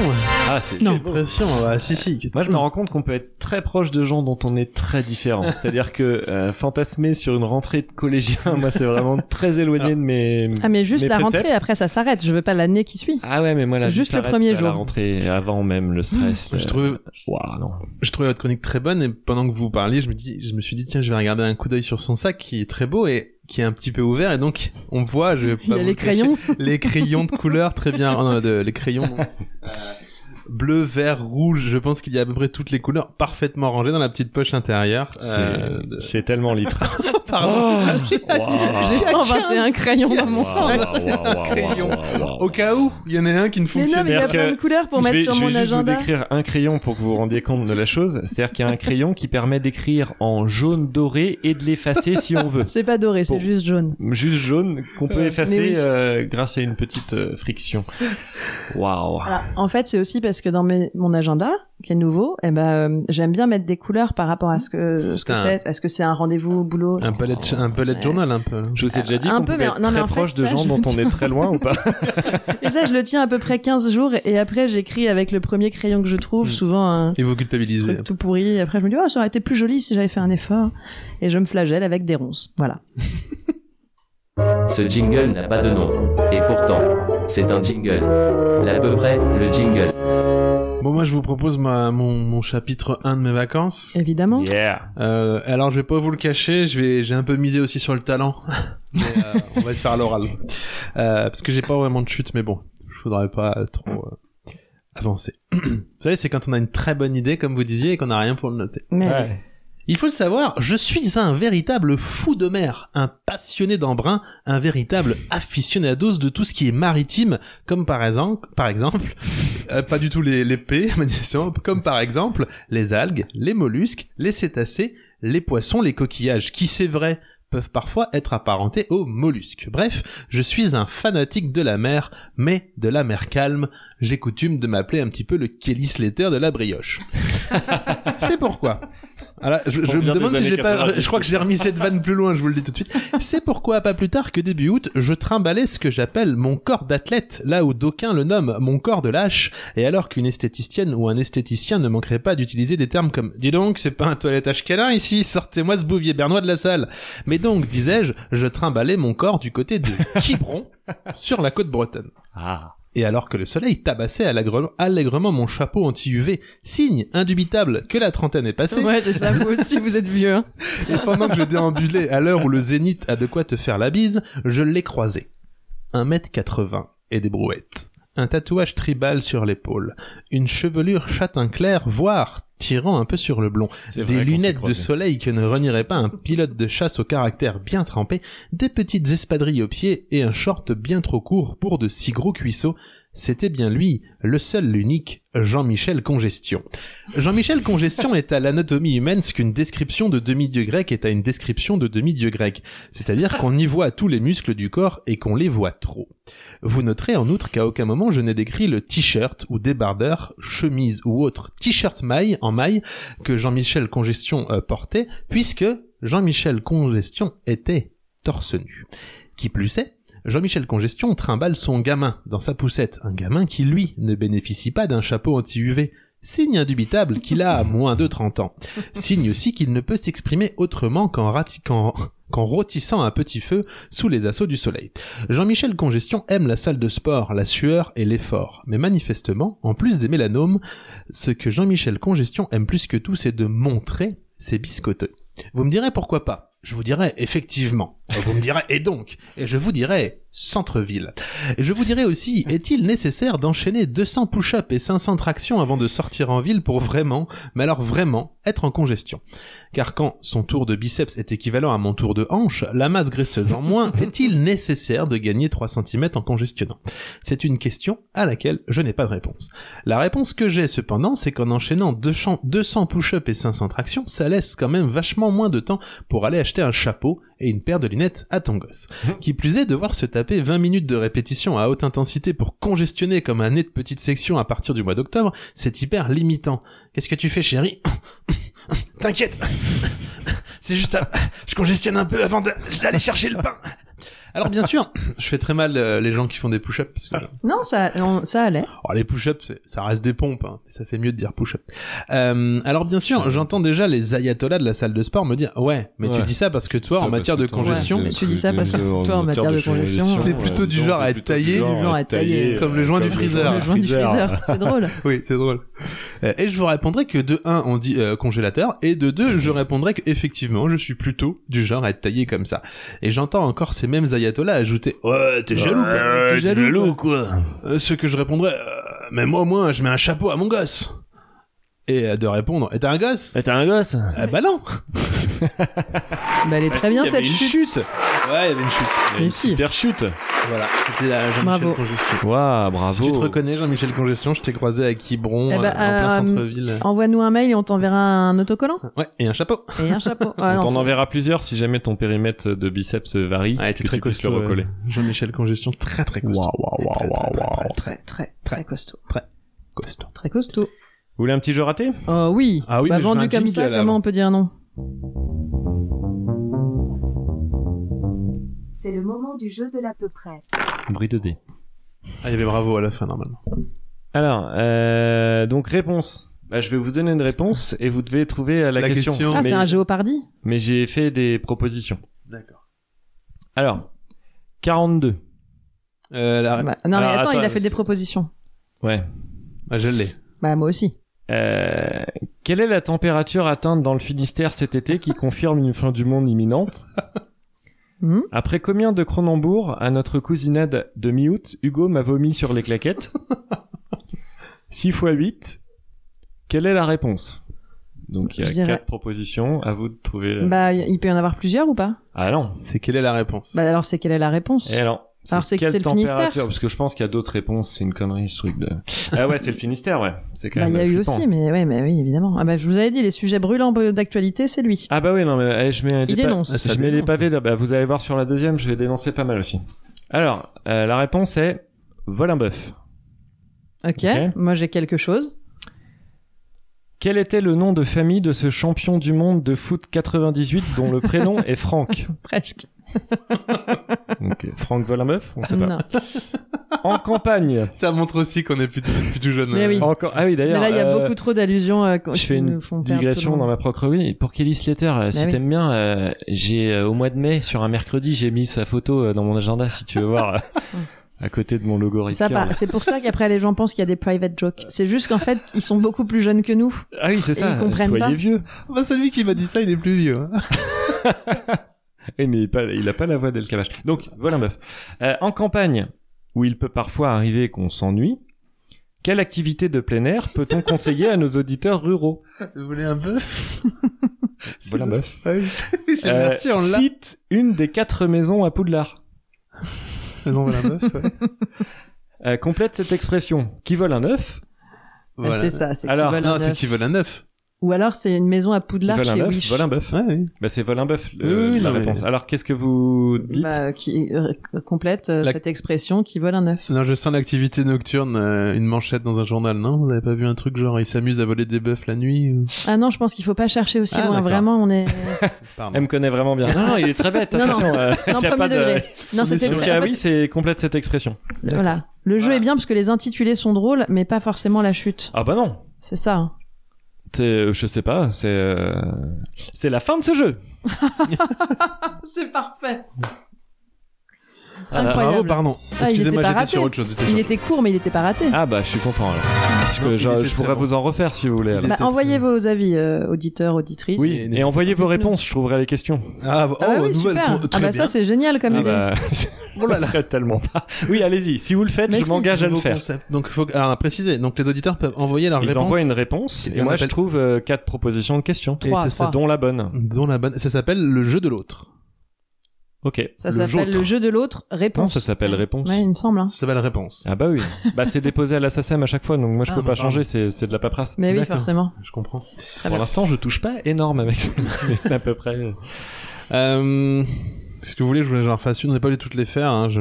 Ah, c'est
Non. Que de pression. Ah, si, si. que de
Moi, je me rends compte qu'on peut être très proche de gens dont on est très différent. C'est-à-dire que euh, fantasmer sur une rentrée de collégien, moi, c'est vraiment très éloigné de mes.
Ah mais juste
mes
la
préceptes.
rentrée, après ça s'arrête, je veux pas l'année qui suit.
Ah ouais, mais moi, la vie
Juste le
s'arrête
premier
à
jour.
La rentrée, avant même le stress.
Je
le-
trouve,
Ouah, non.
je trouvais votre chronique très bonne et pendant que vous parliez, je me dis, je me suis dit tiens, je vais regarder un coup d'œil sur son sac qui est très beau et qui est un petit peu ouvert et donc on voit, je vais pas
Il y a
vous
les
le cacher,
crayons.
les crayons de couleur très bien, oh, non, de- les crayons. bleu, vert, rouge. Je pense qu'il y a à peu près toutes les couleurs parfaitement rangées dans la petite poche intérieure. Euh,
C'est- C'est tellement Oh, litre.
pardon.
Ah,
J'ai 121 crayons dans mon
Wow.
sac.
crayon. Oh Au cas où, il y en a un qui ne
Mais non,
fonctionne
mais il y a
C'est-à-dire
plein
que
de couleurs pour
je
mettre
vais,
sur
je vais
mon
juste
agenda.
vous décrire un crayon pour que vous vous rendiez compte de la chose. C'est-à-dire qu'il y a un crayon qui permet d'écrire en jaune doré et de l'effacer si on veut.
C'est pas doré, c'est
Bon.
juste jaune.
Juste jaune qu'on peut
Euh,
effacer
mais oui.
euh, grâce à une petite euh, friction. Waouh.
Voilà. En fait, c'est aussi parce que dans mes- mon agenda, qui est nouveau, eh ben, euh, j'aime bien mettre des couleurs par rapport à ce que ce que
C'est un-
c'est. Est-ce que c'est un rendez-vous au boulot
Un bullet, un bullet
Ouais.
journal un peu.
Je vous ai déjà dit
un
qu'on
peu,
pouvait
mais-
être
non, mais
très
en fait,
proche de
ça,
gens
je-
dont on est très loin ou pas.
Et ça, je le tiens à peu près 15 jours et après, j'écris avec le premier crayon que je trouve,
Mm.
souvent un
Et vous culpabilisez.
truc tout pourri. Et après, je me dis, oh, ça aurait été plus joli si j'avais fait un effort. Et je me flagelle avec des ronces. Voilà.
Ce jingle n'a pas de nom. Et pourtant, c'est un jingle. L'à peu près, le jingle.
Bon, moi, je vous propose ma, mon, mon chapitre 1 de mes vacances.
Évidemment.
Yeah.
Euh, alors, je vais pas vous le cacher, je vais, j'ai un peu misé aussi sur le talent. Mais, euh, on va se faire à l'oral. Euh, parce que j'ai pas vraiment de chute, mais bon, je voudrais pas trop euh, avancer. vous savez, c'est quand on a une très bonne idée, comme vous disiez, et qu'on a rien pour le noter.
Mais
Il faut le savoir, je suis un véritable fou de mer, un passionné d'embrun, un véritable aficionados de tout ce qui est maritime, comme par exemple, par exemple, euh, pas du tout les, les pets, manifestement, comme par exemple les algues, les mollusques, les cétacés, les poissons, les coquillages, qui c'est vrai peuvent parfois être apparentés aux mollusques. Bref, je suis un fanatique de la mer, mais de la mer calme. J'ai coutume de m'appeler un petit peu le Kelly Slater de la brioche. c'est pourquoi. Alors, je, je
On vient
me demande
des
si
années
j'ai pas.
90.
Je crois que j'ai remis cette vanne plus loin. Je vous le dis tout de suite. C'est pourquoi, pas plus tard que début août, je trimballais ce que j'appelle mon corps d'athlète, là où d'aucuns le nomment mon corps de lâche. Et alors qu'une esthéticienne ou un esthéticien ne manquerait pas d'utiliser des termes comme Dis donc, c'est pas un toilettage câlin ici, sortez-moi ce bouvier bernois de la salle. Mais donc, disais-je, je trimballais mon corps du côté de Quiberon, sur la côte bretonne.
Ah.
Et alors que le soleil tabassait allègre- allègrement mon chapeau anti-UV, signe indubitable que la trentaine est passée,
Ouais, c'est ça. Vous aussi, vous êtes vieux. hein.
et pendant que je déambulais à l'heure où le zénith a de quoi te faire la bise, je l'ai croisé. 1m80 et des brouettes. Un tatouage tribal sur l'épaule. Une chevelure châtain clair, voire tirant un peu sur le blond.
C'est vrai
Des
qu'on s'est
lunettes de
croisés.
soleil que ne renierait pas un pilote de chasse au caractère bien trempé. Des petites espadrilles aux pieds et un short bien trop court pour de si gros cuisseaux. C'était bien lui, le seul, l'unique, Jean-Michel Congestion. Jean-Michel Congestion est à l'anatomie humaine ce qu'une description de demi-dieu grec est à une description de demi-dieu grec. C'est-à-dire qu'on y voit tous les muscles du corps et qu'on les voit trop. Vous noterez en outre qu'à aucun moment je n'ai décrit le t-shirt ou débardeur, chemise ou autre t-shirt maille en maille que Jean-Michel Congestion euh, portait, puisque Jean-Michel Congestion était torse nu. Qui plus est, Jean-Michel Congestion trimballe son gamin dans sa poussette, un gamin qui, lui, ne bénéficie pas d'un chapeau anti-UV. Signe indubitable qu'il a moins de 30 ans. Signe aussi qu'il ne peut s'exprimer autrement qu'en rati- qu'en- qu'en rôtissant à petit feu sous les assauts du soleil. Jean-Michel Congestion aime la salle de sport, la sueur et l'effort. Mais manifestement, en plus des mélanomes, ce que Jean-Michel Congestion aime plus que tout, c'est de montrer ses biscoteux. Vous me direz pourquoi pas Je vous dirai effectivement. Vous me direz et donc Et je vous dirai centre-ville. Et Je vous dirai aussi, est-il nécessaire d'enchaîner 200 push-ups et 500 tractions avant de sortir en ville pour vraiment, mais alors vraiment, être en congestion Car quand son tour de biceps est équivalent à mon tour de hanche, la masse graisseuse en moins, est-il nécessaire de gagner 3 cm en congestionnant C'est une question à laquelle je n'ai pas de réponse. La réponse que j'ai cependant, c'est qu'en enchaînant 200 200 push-ups et 500 tractions, ça laisse quand même vachement moins de temps pour aller acheter un chapeau et une paire de lunettes à ton gosse. Qui plus est, devoir se taper 20 minutes de répétition à haute intensité pour congestionner comme un nez de petite section à partir du mois d'octobre, c'est hyper limitant. Qu'est-ce que tu fais chérie T'inquiète C'est juste... à- Je congestionne un peu avant de- d'aller chercher le pain Alors bien sûr, je fais très mal euh, les gens qui font des push-ups parce que
Non, ça, on- ça allait.
alors les push-ups, c'est- ça reste des pompes, hein, mais ça fait mieux de dire push-up. Euh, alors bien sûr, j'entends déjà les ayatollahs de la salle de sport me dire ouais, mais tu
Ouais.
dis ça parce que toi,
Ça,
en
parce
matière
que
de
toi,
congestion,
Ouais, mais tu dis ça parce que toi, en matière de congestion,
t'es plutôt du genre à être taillé, du
genre à tailler,
comme le joint du freezer.
Le joint du freezer, c'est drôle.
oui, c'est drôle. Euh, et je vous répondrai que de 1, on dit euh, congélateur, et de 2, je répondrai que effectivement, je suis plutôt du genre à être taillé comme ça. Et j'entends encore ces mêmes ayatollahs ajouter ouais, t'es jaloux, quoi.
T'es jaloux, quoi.
Euh, ce que je répondrais, euh, mais moi, au moins, je mets un chapeau à mon gosse. Et euh, de répondre, et t'as un gosse
Ah, T'es un gosse
Ah bah non
Bah, elle est
Ah
Bah
très
si,
bien
il y avait
cette
une
chute.
Ouais, il y avait une chute.
Mais si.
Super chute
Voilà, c'était la Jean-Michel
Bravo.
Congestion.
Waouh, bravo
Si tu te reconnais, Jean-Michel Congestion, je t'ai croisé à Quiberon,
Eh
euh,
ben,
en plein
euh,
centre-ville.
Envoie-nous un mail et on t'enverra un autocollant
Ouais, et un chapeau.
et un chapeau. Ouais, non,
On t'en
c'est-
enverra plusieurs si jamais ton périmètre de biceps varie.
Ouais, t'es
que
très
tu puisses le
costaud. euh,
recoller.
Jean-Michel Congestion, très très costaud. Très, très, très, très,
Très, très, très costaud.
costaud.
Très costaud.
Vous voulez un petit jeu raté
Oh oui.
Ah oui,
bah,
mais je veux
vendu
un
comme
jingle
ça,
avant.
comment on peut dire non
C'est le moment du jeu de l'à peu près.
Bris de dés.
Ah, il y avait bravo à la fin, normalement.
Alors, euh, donc réponse. Bah, je vais vous donner une réponse et vous devez trouver euh, la,
La
question.
question.
Ah,
mais
c'est un Géopardi
mais j'ai fait des propositions.
D'accord.
Alors, 42.
Euh, la...
Bah, Non, mais
Alors,
attends, il a
attends,
fait des
c'est-
propositions.
Ouais.
Ah, je l'ai.
Bah, moi aussi.
Euh, quelle est la température atteinte dans le Finistère cet été qui confirme une fin du monde imminente
Hmm
Après combien de Cronenbourg à notre cousinade de mi-août, Hugo m'a vomi sur les claquettes 6 x 8. Quelle est la réponse Donc il y a
Je dirais-
quatre propositions, à vous de trouver. la-
Bah, il peut y en avoir plusieurs ou pas
Ah non.
C'est quelle est la réponse
Bah, alors, c'est quelle est la réponse
Et alors
Alors, c'est que
quelle
c'est le Finistère
température Parce que je pense qu'il y a d'autres réponses, c'est une connerie ce truc de. Ah ouais, c'est le Finistère, ouais. C'est quand
Bah,
même.
il y a eu
flippant.
aussi, mais ouais, mais oui, évidemment. Ah, bah, je vous avais dit, les sujets brûlants d'actualité, c'est lui.
Ah bah oui, non, mais eh, je mets,
Il
des pa-
dénonce.
Ah, ça
je mets les
dénonce.
pavés là, bah, vous allez voir sur la deuxième, je vais dénoncer pas mal aussi. Alors, euh, la réponse est vole un bœuf.
ok.
Ok.
Moi, j'ai quelque chose.
Quel était le nom de famille de ce champion du monde de foot 98 dont le prénom est Franck
Presque.
Donc, euh, Franck vole un bœuf On
Ah bah.
sait pas.
Non.
En campagne
Ça montre aussi qu'on est plus tout, plus tout jeune. euh.
Mais oui.
Encore... Ah oui,
Mais
d'ailleurs.
là, il y a
euh,
beaucoup trop d'allusions euh,
Je
qui
fais une
nous font perdre tout
digression
le
dans
monde. Bah
ma propre oui. Pour Kelly Slater, euh, si
oui.
t'aimes bien, euh, j'ai euh, au mois de mai sur un mercredi, j'ai mis sa photo euh, dans mon agenda si tu veux voir euh, à côté de mon logo
Ça
Ricard.
part- C'est pour ça qu'après, les gens pensent qu'il y a des private jokes. C'est juste qu'en fait, ils sont beaucoup plus jeunes que nous.
Ah oui, c'est
Et
ça.
ils comprennent
Soyez
pas.
vieux.
Bah, celui qui m'a dit ça, il est plus vieux. hein.
Oui, Eh, mais il, est pas- il a pas la voix d'El Kavache. Donc, voilà un bœuf. Euh, en campagne, où il peut parfois arriver qu'on s'ennuie, quelle activité de plein air peut-on conseiller à nos auditeurs ruraux
Vous voulez un bœuf
Voilà un bœuf.
Ouais, je- je-
Euh,
Merci, on l'a.
cite une des quatre maisons à Poudlard.
Non, voilà un bœuf,
Ah,
ouais.
Euh, complète cette expression. Qui vole un œuf
Ah,
Voilà.
C'est ça, c'est qu'ils
Alors,
veulent un
Non, c'est
œuf.
qu'ils veulent un œuf.
Ou alors, c'est une maison à
Qui
Poudlard
vole un
chez
œuf
Wish.
Vole un bœuf.
Ouais, oui.
Bah, c'est vole un bœuf, le-
Oui, oui,
la
non, mais-
réponse. Alors, qu'est-ce que vous dites
Bah, qui euh, complète euh,
La-
cette expression qui vole un œuf.
Non, je sens l'activité nocturne, euh, une manchette dans un journal, non Vous avez pas vu un truc genre ils s'amusent à voler des bœufs la nuit ou...
Ah non, je pense qu'il faut pas chercher aussi
Ah,
loin.
d'accord.
Vraiment, on est.
Pardon.
Elle me connaît vraiment bien. Non, non, il est très bête,
Non, non.
attention. euh,
Non,
il y a
premier
pas de-
degré. Non,
On est
c'était
sur-
Donc,
très-
ah
en fait,
oui, c'est complète cette expression.
Voilà. Le jeu
Voilà.
est bien parce que les intitulés sont drôles, mais pas forcément la chute.
Ah bah non.
C'est ça. hein.
C'est- euh, je sais pas, c'est euh, c'est la fin de ce jeu.
C'est parfait.
Ah,
Bravo,
Incroyable.
pardon.
Ah, il était
Excusez-moi,
pas
j'étais
raté.
sur autre chose. j'étais sur-
Il était court, mais il n'était pas raté.
Ah bah je suis content alors. Je,
Non,
peux-
il
je-
était
je
très
pourrais
bon.
vous en refaire si vous voulez. alors.
Il
Bah,
était très-
envoyez vos avis, euh, auditeurs, auditrices.
Oui,
Et envoyez vos
Dites-nous.
réponses, je trouverai les questions.
Ah, oh,
Ah bah oui,
nouvelle
super.
con-
Ah
très
bah
bien.
ça, c'est génial comme
Ah
idée.
bah,
Oh là là.
je tellement pas. Oui, allez-y, si vous le faites,
Mais
je
si,
m'engage à le
nouveau
faire.
concept. Donc faut alors à préciser. Donc les auditeurs peuvent envoyer leurs
Ils
réponses.
envoient une réponse
Et
et,
on
moi je
appelle-
trouve euh, quatre propositions de questions,
Et c'est ça.
dont la bonne.
Dont la bonne. Ça s'appelle le jeu de l'autre.
Ok.
Ça
le
s'appelle
jautre.
le jeu de l'autre, réponse.
Non, ça s'appelle réponse.
Ouais, il me semble. hein.
Ça s'appelle réponse.
Ah bah oui. bah c'est déposé à la SACEM à chaque fois, donc moi je
Ah,
peux
bah,
pas
pardon.
changer, c'est c'est de la paperasse.
Mais oui,
D'accord. Ah
forcément.
Je comprends.
Pour l'instant, je touche pas énorme avec ça, mais à peu près.
Euh, ce que vous voulez, je voulais que j'en fasse une. On n'est pas obligé de toutes les faire. Hein. Je...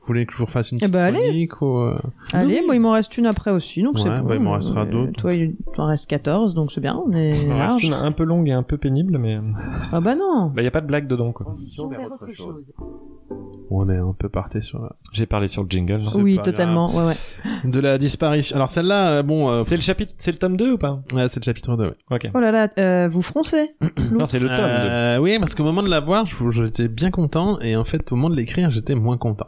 Vous voulez que je vous refasse une
Eh
petite
bah, allez.
chronique ou, euh,
Allez, moi, il m'en reste une après aussi, donc
Ouais,
c'est bon.
bah, il m'en restera
Euh,
d'autres.
Toi, il t'en reste 14, donc c'est bien, on est large.
Un peu longue et un peu pénible, mais euh,
Ah bah non
bah y a pas de blague dedans quoi.
Transition vers autre chose.
On est un peu parté sur la...
J'ai parlé sur le jingle.
C'est
Oui,
pas
totalement, ouais, ouais.
de la disparition. Alors celle-là, euh, bon, euh,
C'est le chapitre, c'est le tome 2 ou pas
ouais, c'est le chapitre 2. ouais.
Ok.
Oh là là, euh, vous froncez
Non, c'est le tome 2.
Euh, oui, parce qu'au moment de la voir, je- j'étais bien content, et en fait, au moment de l'écrire, j'étais moins content.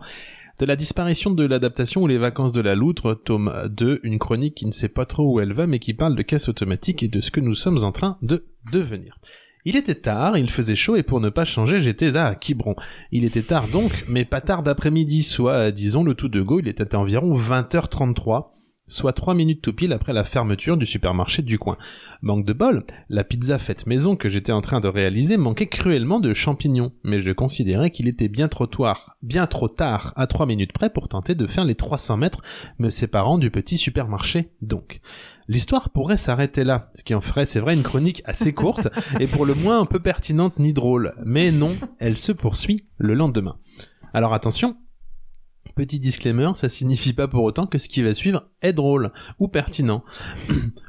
De la disparition de l'adaptation ou les vacances de la loutre, tome 2, une chronique qui ne sait pas trop où elle va, mais qui parle de caisse automatique et de ce que nous sommes en train de devenir. Il était tard, il faisait chaud et pour ne pas changer, j'étais à Quiberon. Il était tard donc, mais pas tard d'après-midi, soit, euh, disons, le tout de go, il était environ 20h33. soit 3 minutes tout pile après la fermeture du supermarché du coin. Manque de bol, la pizza faite maison que j'étais en train de réaliser manquait cruellement de champignons, mais je considérais qu'il était bien trop tard, bien trop tard, à 3 minutes près pour tenter de faire les 300 mètres me séparant du petit supermarché, donc. L'histoire pourrait s'arrêter là, ce qui en ferait, c'est vrai, une chronique assez courte et pour le moins un peu pertinente ni drôle. Mais non, elle se poursuit le lendemain. Alors attention, petit disclaimer, ça signifie pas pour autant que ce qui va suivre est drôle ou pertinent.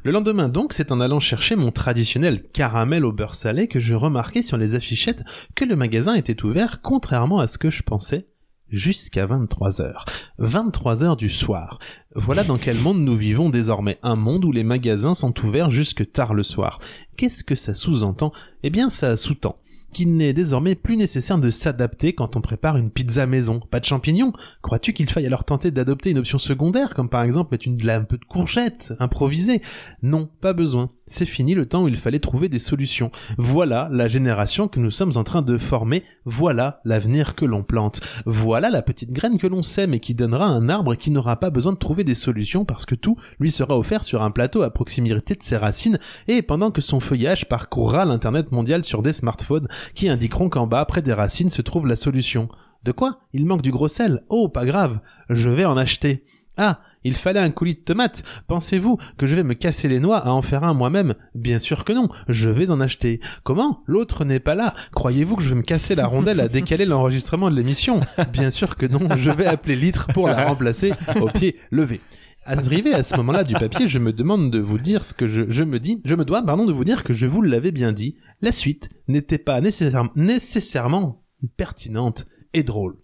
le lendemain donc, c'est en allant chercher mon traditionnel caramel au beurre salé que je remarquais sur les affichettes que le magasin était ouvert contrairement à ce que je pensais jusqu'à 23h. 23h du soir. Voilà dans quel monde nous vivons désormais, un monde où les magasins sont ouverts jusque tard le soir. Qu'est-ce que ça sous-entend Eh bien ça sous-tend qu'il n'est désormais plus nécessaire de s'adapter quand on prépare une pizza maison. Pas de champignons Crois-tu qu'il faille alors tenter d'adopter une option secondaire, comme par exemple mettre une, de la- un peu de courgette, improvisée Non, pas besoin. C'est fini le temps où il fallait trouver des solutions. Voilà la génération que nous sommes en train de former, voilà l'avenir que l'on plante, voilà la petite graine que l'on sème et qui donnera un arbre qui n'aura pas besoin de trouver des solutions parce que tout lui sera offert sur un plateau à proximité de ses racines et pendant que son feuillage parcourra l'internet mondial sur des smartphones qui indiqueront qu'en bas, près des racines, se trouve la solution. De quoi Il manque du gros sel. Oh, pas grave, je vais en acheter. Ah, il fallait un coulis de tomates. Pensez-vous que je vais me casser les noix à en faire un moi-même Bien sûr que non, je vais en acheter. Comment L'autre n'est pas là. Croyez-vous que je vais me casser la rondelle à décaler l'enregistrement de l'émission Bien sûr que non, je vais appeler Litre pour la remplacer au pied levé. Arrivé à ce moment-là du papier, je me demande de vous dire ce que je, je me dis, je me dois, pardon, de vous dire que je vous l'avais bien dit, la suite n'était pas nécessaire- nécessairement pertinente et drôle.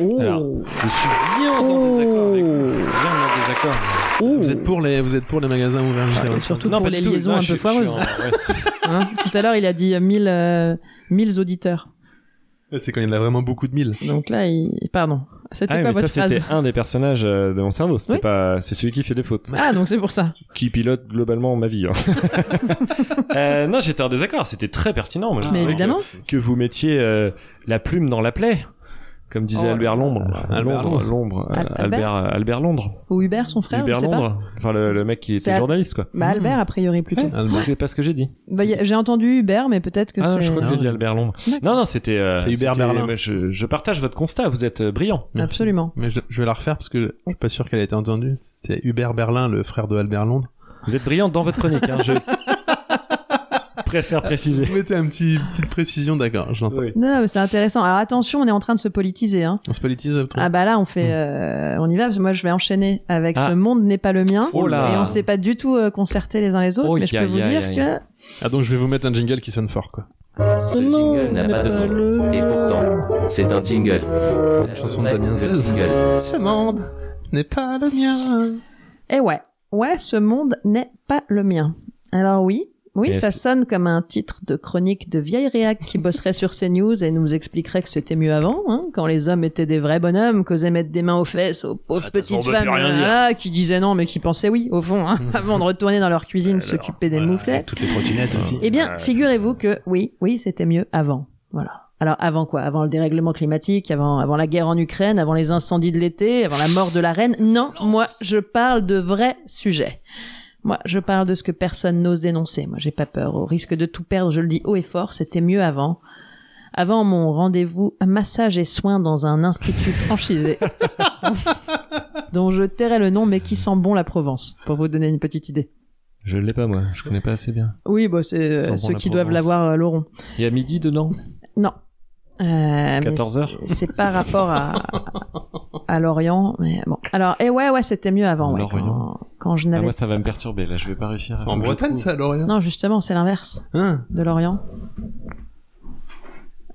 Oh,
Alors, Je suis bien en désaccord avec vous. Bien en désaccord.
Vous êtes pour les, vous êtes pour les magasins ouverts jusqu'à
et
20.
surtout
Non,
pour
pas
les
du tout.
liaisons
Non,
un
je
peu
suis- je suis
foireuses.
en- ouais.
hein. Tout à l'heure, il a dit 1000 euh, 1000 auditeurs. Ah,
Eh, C'est quand il y en a vraiment beaucoup de mille.
Donc là, il... pardon. C'était
Ah,
quoi
mais ça,
votre phrase
c'était un des personnages euh, de mon cerveau. C'était
Oui.
pas, c'est celui qui fait des fautes,
Ah, donc c'est pour ça.
qui pilote globalement ma vie. hein. Euh, non, j'étais en désaccord. C'était très pertinent. Moi, je
Mais
trouvais
évidemment.
que- que vous mettiez euh, la plume dans la plaie, comme disait
Oh.
Albert Lombre.
Albert
Londres, Lombre, euh,
Al-
Albert, Albert Londres,
Ou Hubert, son frère,
Hubert
je sais pas.
Londres. Enfin, le, le mec qui
C'est
était
Al-
journaliste, quoi.
Bah, Albert, a priori, plutôt.
Ouais,
Albert.
c'est pas ce que j'ai dit.
Bah, y a- J'ai entendu Hubert, mais peut-être que
Ah,
c'est...
je crois que j'ai dit Albert Londres. Non, non, c'était. euh,
C'est Hubert
c'était-
Berlin.
mais Je, je partage votre constat. Vous êtes euh, brillant.
Merci.
Absolument.
Mais je, je vais la refaire parce que je suis pas sûr qu'elle a été entendue. C'est Hubert Berlin, le frère de Albert Londres.
Vous êtes brillant dans votre chronique. Hein, je préfère préciser.
Vous mettez un petit, petite précision, d'accord, je l'entends.
Oui.
Non, mais c'est intéressant. Alors attention, on est en train de se politiser. Hein.
On se politise trop.
Ah bah là, on fait, euh, on y va. Parce que moi, je vais enchaîner avec
Hmm. Ah.
ce monde n'est pas le mien.
Oh là.
Et on s'est pas du tout euh, concerté les uns les autres,
Oh,
mais je
ya,
peux vous
ya,
dire
ya,
que
ya.
Ah, donc je vais vous mettre un jingle qui sonne fort, quoi.
Ce
Oh
jingle n'a pas de nom. Et pourtant, c'est un jingle. La
chanson de
vraie-
Damien
le
Seize.
jingle.
Ce monde n'est pas le mien.
Eh ouais, ouais, ce monde n'est pas le mien. Alors oui, oui,
Mais
ça
est-ce
sonne comme un titre de chronique de vieille réac qui bosserait sur CNews et nous expliquerait que c'était mieux avant, hein, quand les hommes étaient des vrais bonhommes, qu'osaient mettre des mains aux fesses aux pauvres
Ah, de toute
petites
façon, on peut
femmes
plus rien dire.
là, qui disaient non mais qui pensaient oui au fond, hein, avant de retourner dans leur cuisine s'occuper des mouflets.
Toutes les trottinettes aussi.
Eh
Euh,
bien, figurez-vous que oui, oui, c'était mieux avant. Voilà. Alors avant quoi Avant le dérèglement climatique, avant avant la guerre en Ukraine, avant les incendies de l'été, avant la mort de la reine. Non, moi je parle de vrais sujets. Moi, je parle de ce que personne n'ose dénoncer. Moi, j'ai pas peur. Au risque de tout perdre, je le dis haut et fort, c'était mieux avant. Avant mon rendez-vous massage et soins dans un institut franchisé, dont je tairai le nom, mais qui sent bon la Provence, pour vous donner une petite idée.
Je l'ai pas moi. Je connais pas assez bien.
Oui, bah, c'est euh,
Sans bon
ceux
la
qui doivent
Provence.
l'avoir euh, l'auront.
Il y a midi dedans.
Non. Euh, mais
14 heures.
c'est- C'est par rapport à, à Lorient, mais bon. Alors, et ouais, ouais, c'était mieux avant, ouais,
Lorient.
quand, quand je
Ah,
n'avais.
moi, ça va me perturber. Là, je vais pas réussir. à-
en
je
Bretagne,
trouve.
ça, Lorient
non, justement, c'est l'inverse
Ah, Hein
de Lorient.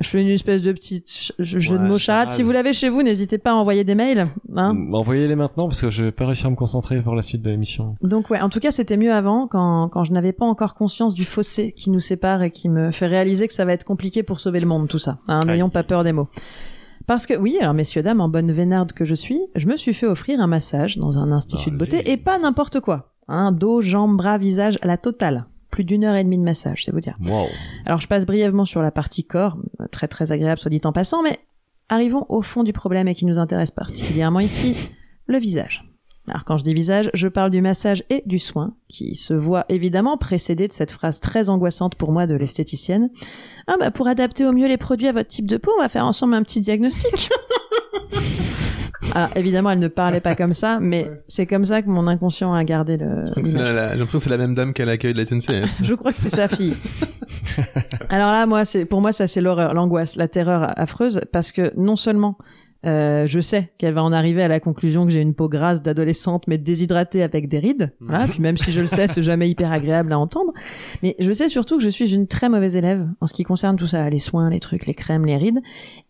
Je fais une espèce de petite ch- jeu de
Ouais,
mots charade.
charade.
Si vous l'avez chez vous, n'hésitez pas à envoyer des mails. Hein
Bah, Envoyez-les maintenant parce que je vais pas réussir à me concentrer pour la suite de l'émission.
Donc ouais, en tout cas, c'était mieux avant, quand, quand je n'avais pas encore conscience du fossé qui nous sépare et qui me fait réaliser que ça va être compliqué pour sauver le monde, tout ça. hein, N'ayons pas peur des mots. Parce que oui, alors messieurs, dames, en bonne vénarde que je suis, je me suis fait offrir un massage dans un institut de beauté
Allez.
et pas n'importe quoi. Hein, dos, jambes, bras, visage, la totale. Plus d'une heure et demie de massage, c'est vous dire.
Wow.
Alors je passe brièvement sur la partie corps, très très agréable soit dit en passant, mais arrivons au fond du problème et qui nous intéresse particulièrement ici, le visage. Alors quand je dis visage, je parle du massage et du soin, qui se voit évidemment précédé de cette phrase très angoissante pour moi de l'esthéticienne. Ah bah pour adapter au mieux les produits à votre type de peau, on va faire ensemble un petit diagnostic. Alors évidemment, elle ne parlait pas comme ça, mais c'est comme ça que mon inconscient a gardé le.
Donc c'est
l'image.
la- la- J'ai l'impression que c'est la même dame qu'à l'accueil de la SNCF.
Je crois que c'est sa fille. Alors là, moi, c'est pour moi, ça c'est l'horreur, l'angoisse, la terreur affreuse, parce que non seulement euh, je sais qu'elle va en arriver à la conclusion que j'ai une peau grasse d'adolescente, mais déshydratée avec des rides. Voilà. Puis même si je le sais, c'est jamais hyper agréable à entendre. Mais je sais surtout que je suis une très mauvaise élève en ce qui concerne tout ça, les soins, les trucs, les crèmes, les rides,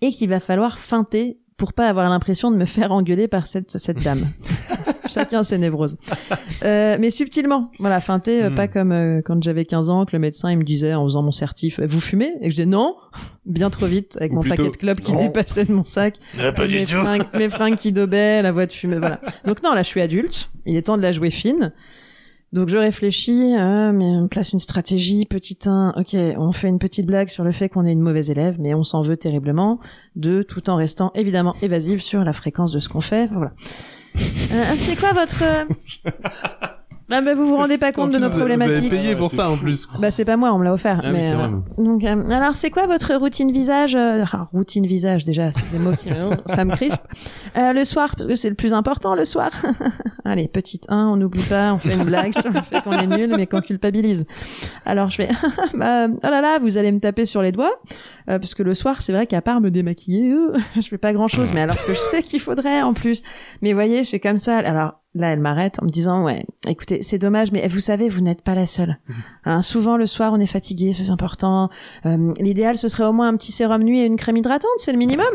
et qu'il va falloir feinter pour pas avoir l'impression de me faire engueuler par cette cette dame. Chacun ses névroses. Euh, mais subtilement. Voilà, feinté, euh,
Hmm.
pas comme euh, quand j'avais 15 ans, que le médecin il me disait en faisant mon certif, vous fumez Et que je disais non, bien trop vite, avec
Ou
mon
plutôt,
paquet de clopes qui
non.
dépassait de mon sac,
Ah, Pas du
mes,
tout.
fringues, mes fringues qui daubaient, la voix de fumée, voilà. Donc non, là je suis adulte, il est temps de la jouer fine. Donc je réfléchis, euh, mais on place une stratégie, petit 1, ok, on fait une petite blague sur le fait qu'on est une mauvaise élève, mais on s'en veut terriblement, deux, tout en restant évidemment évasive sur la fréquence de ce qu'on fait, voilà. Euh, c'est quoi votre... euh, Ah bah, vous vous rendez pas compte de nos
Vous avez- Vous
problématiques.
avez payé pour
C'est
ça en plus.
Bah c'est pas moi, on me l'a offert.
Ah oui,
mais,
c'est
euh,
vrai.
donc euh, alors c'est quoi votre routine visage euh, ah, Routine visage déjà, c'est des mots qui ça me crispe. Euh, le soir parce que c'est le plus important le soir. Allez petite 1, on n'oublie pas, on fait une blague sur le fait qu'on est nul mais qu'on culpabilise. Alors je fais bah, oh là là vous allez me taper sur les doigts euh, parce que le soir c'est vrai qu'à part me démaquiller euh, je fais pas grand chose mais alors que je sais qu'il faudrait en plus. Mais voyez je fais comme ça alors. Là, elle m'arrête en me disant, ouais, écoutez, c'est dommage, mais vous savez, vous n'êtes pas la seule. Hein, souvent, le soir, on est fatigué, c'est important. Euh, L'idéal, ce serait au moins un petit sérum nuit et une crème hydratante, c'est le minimum.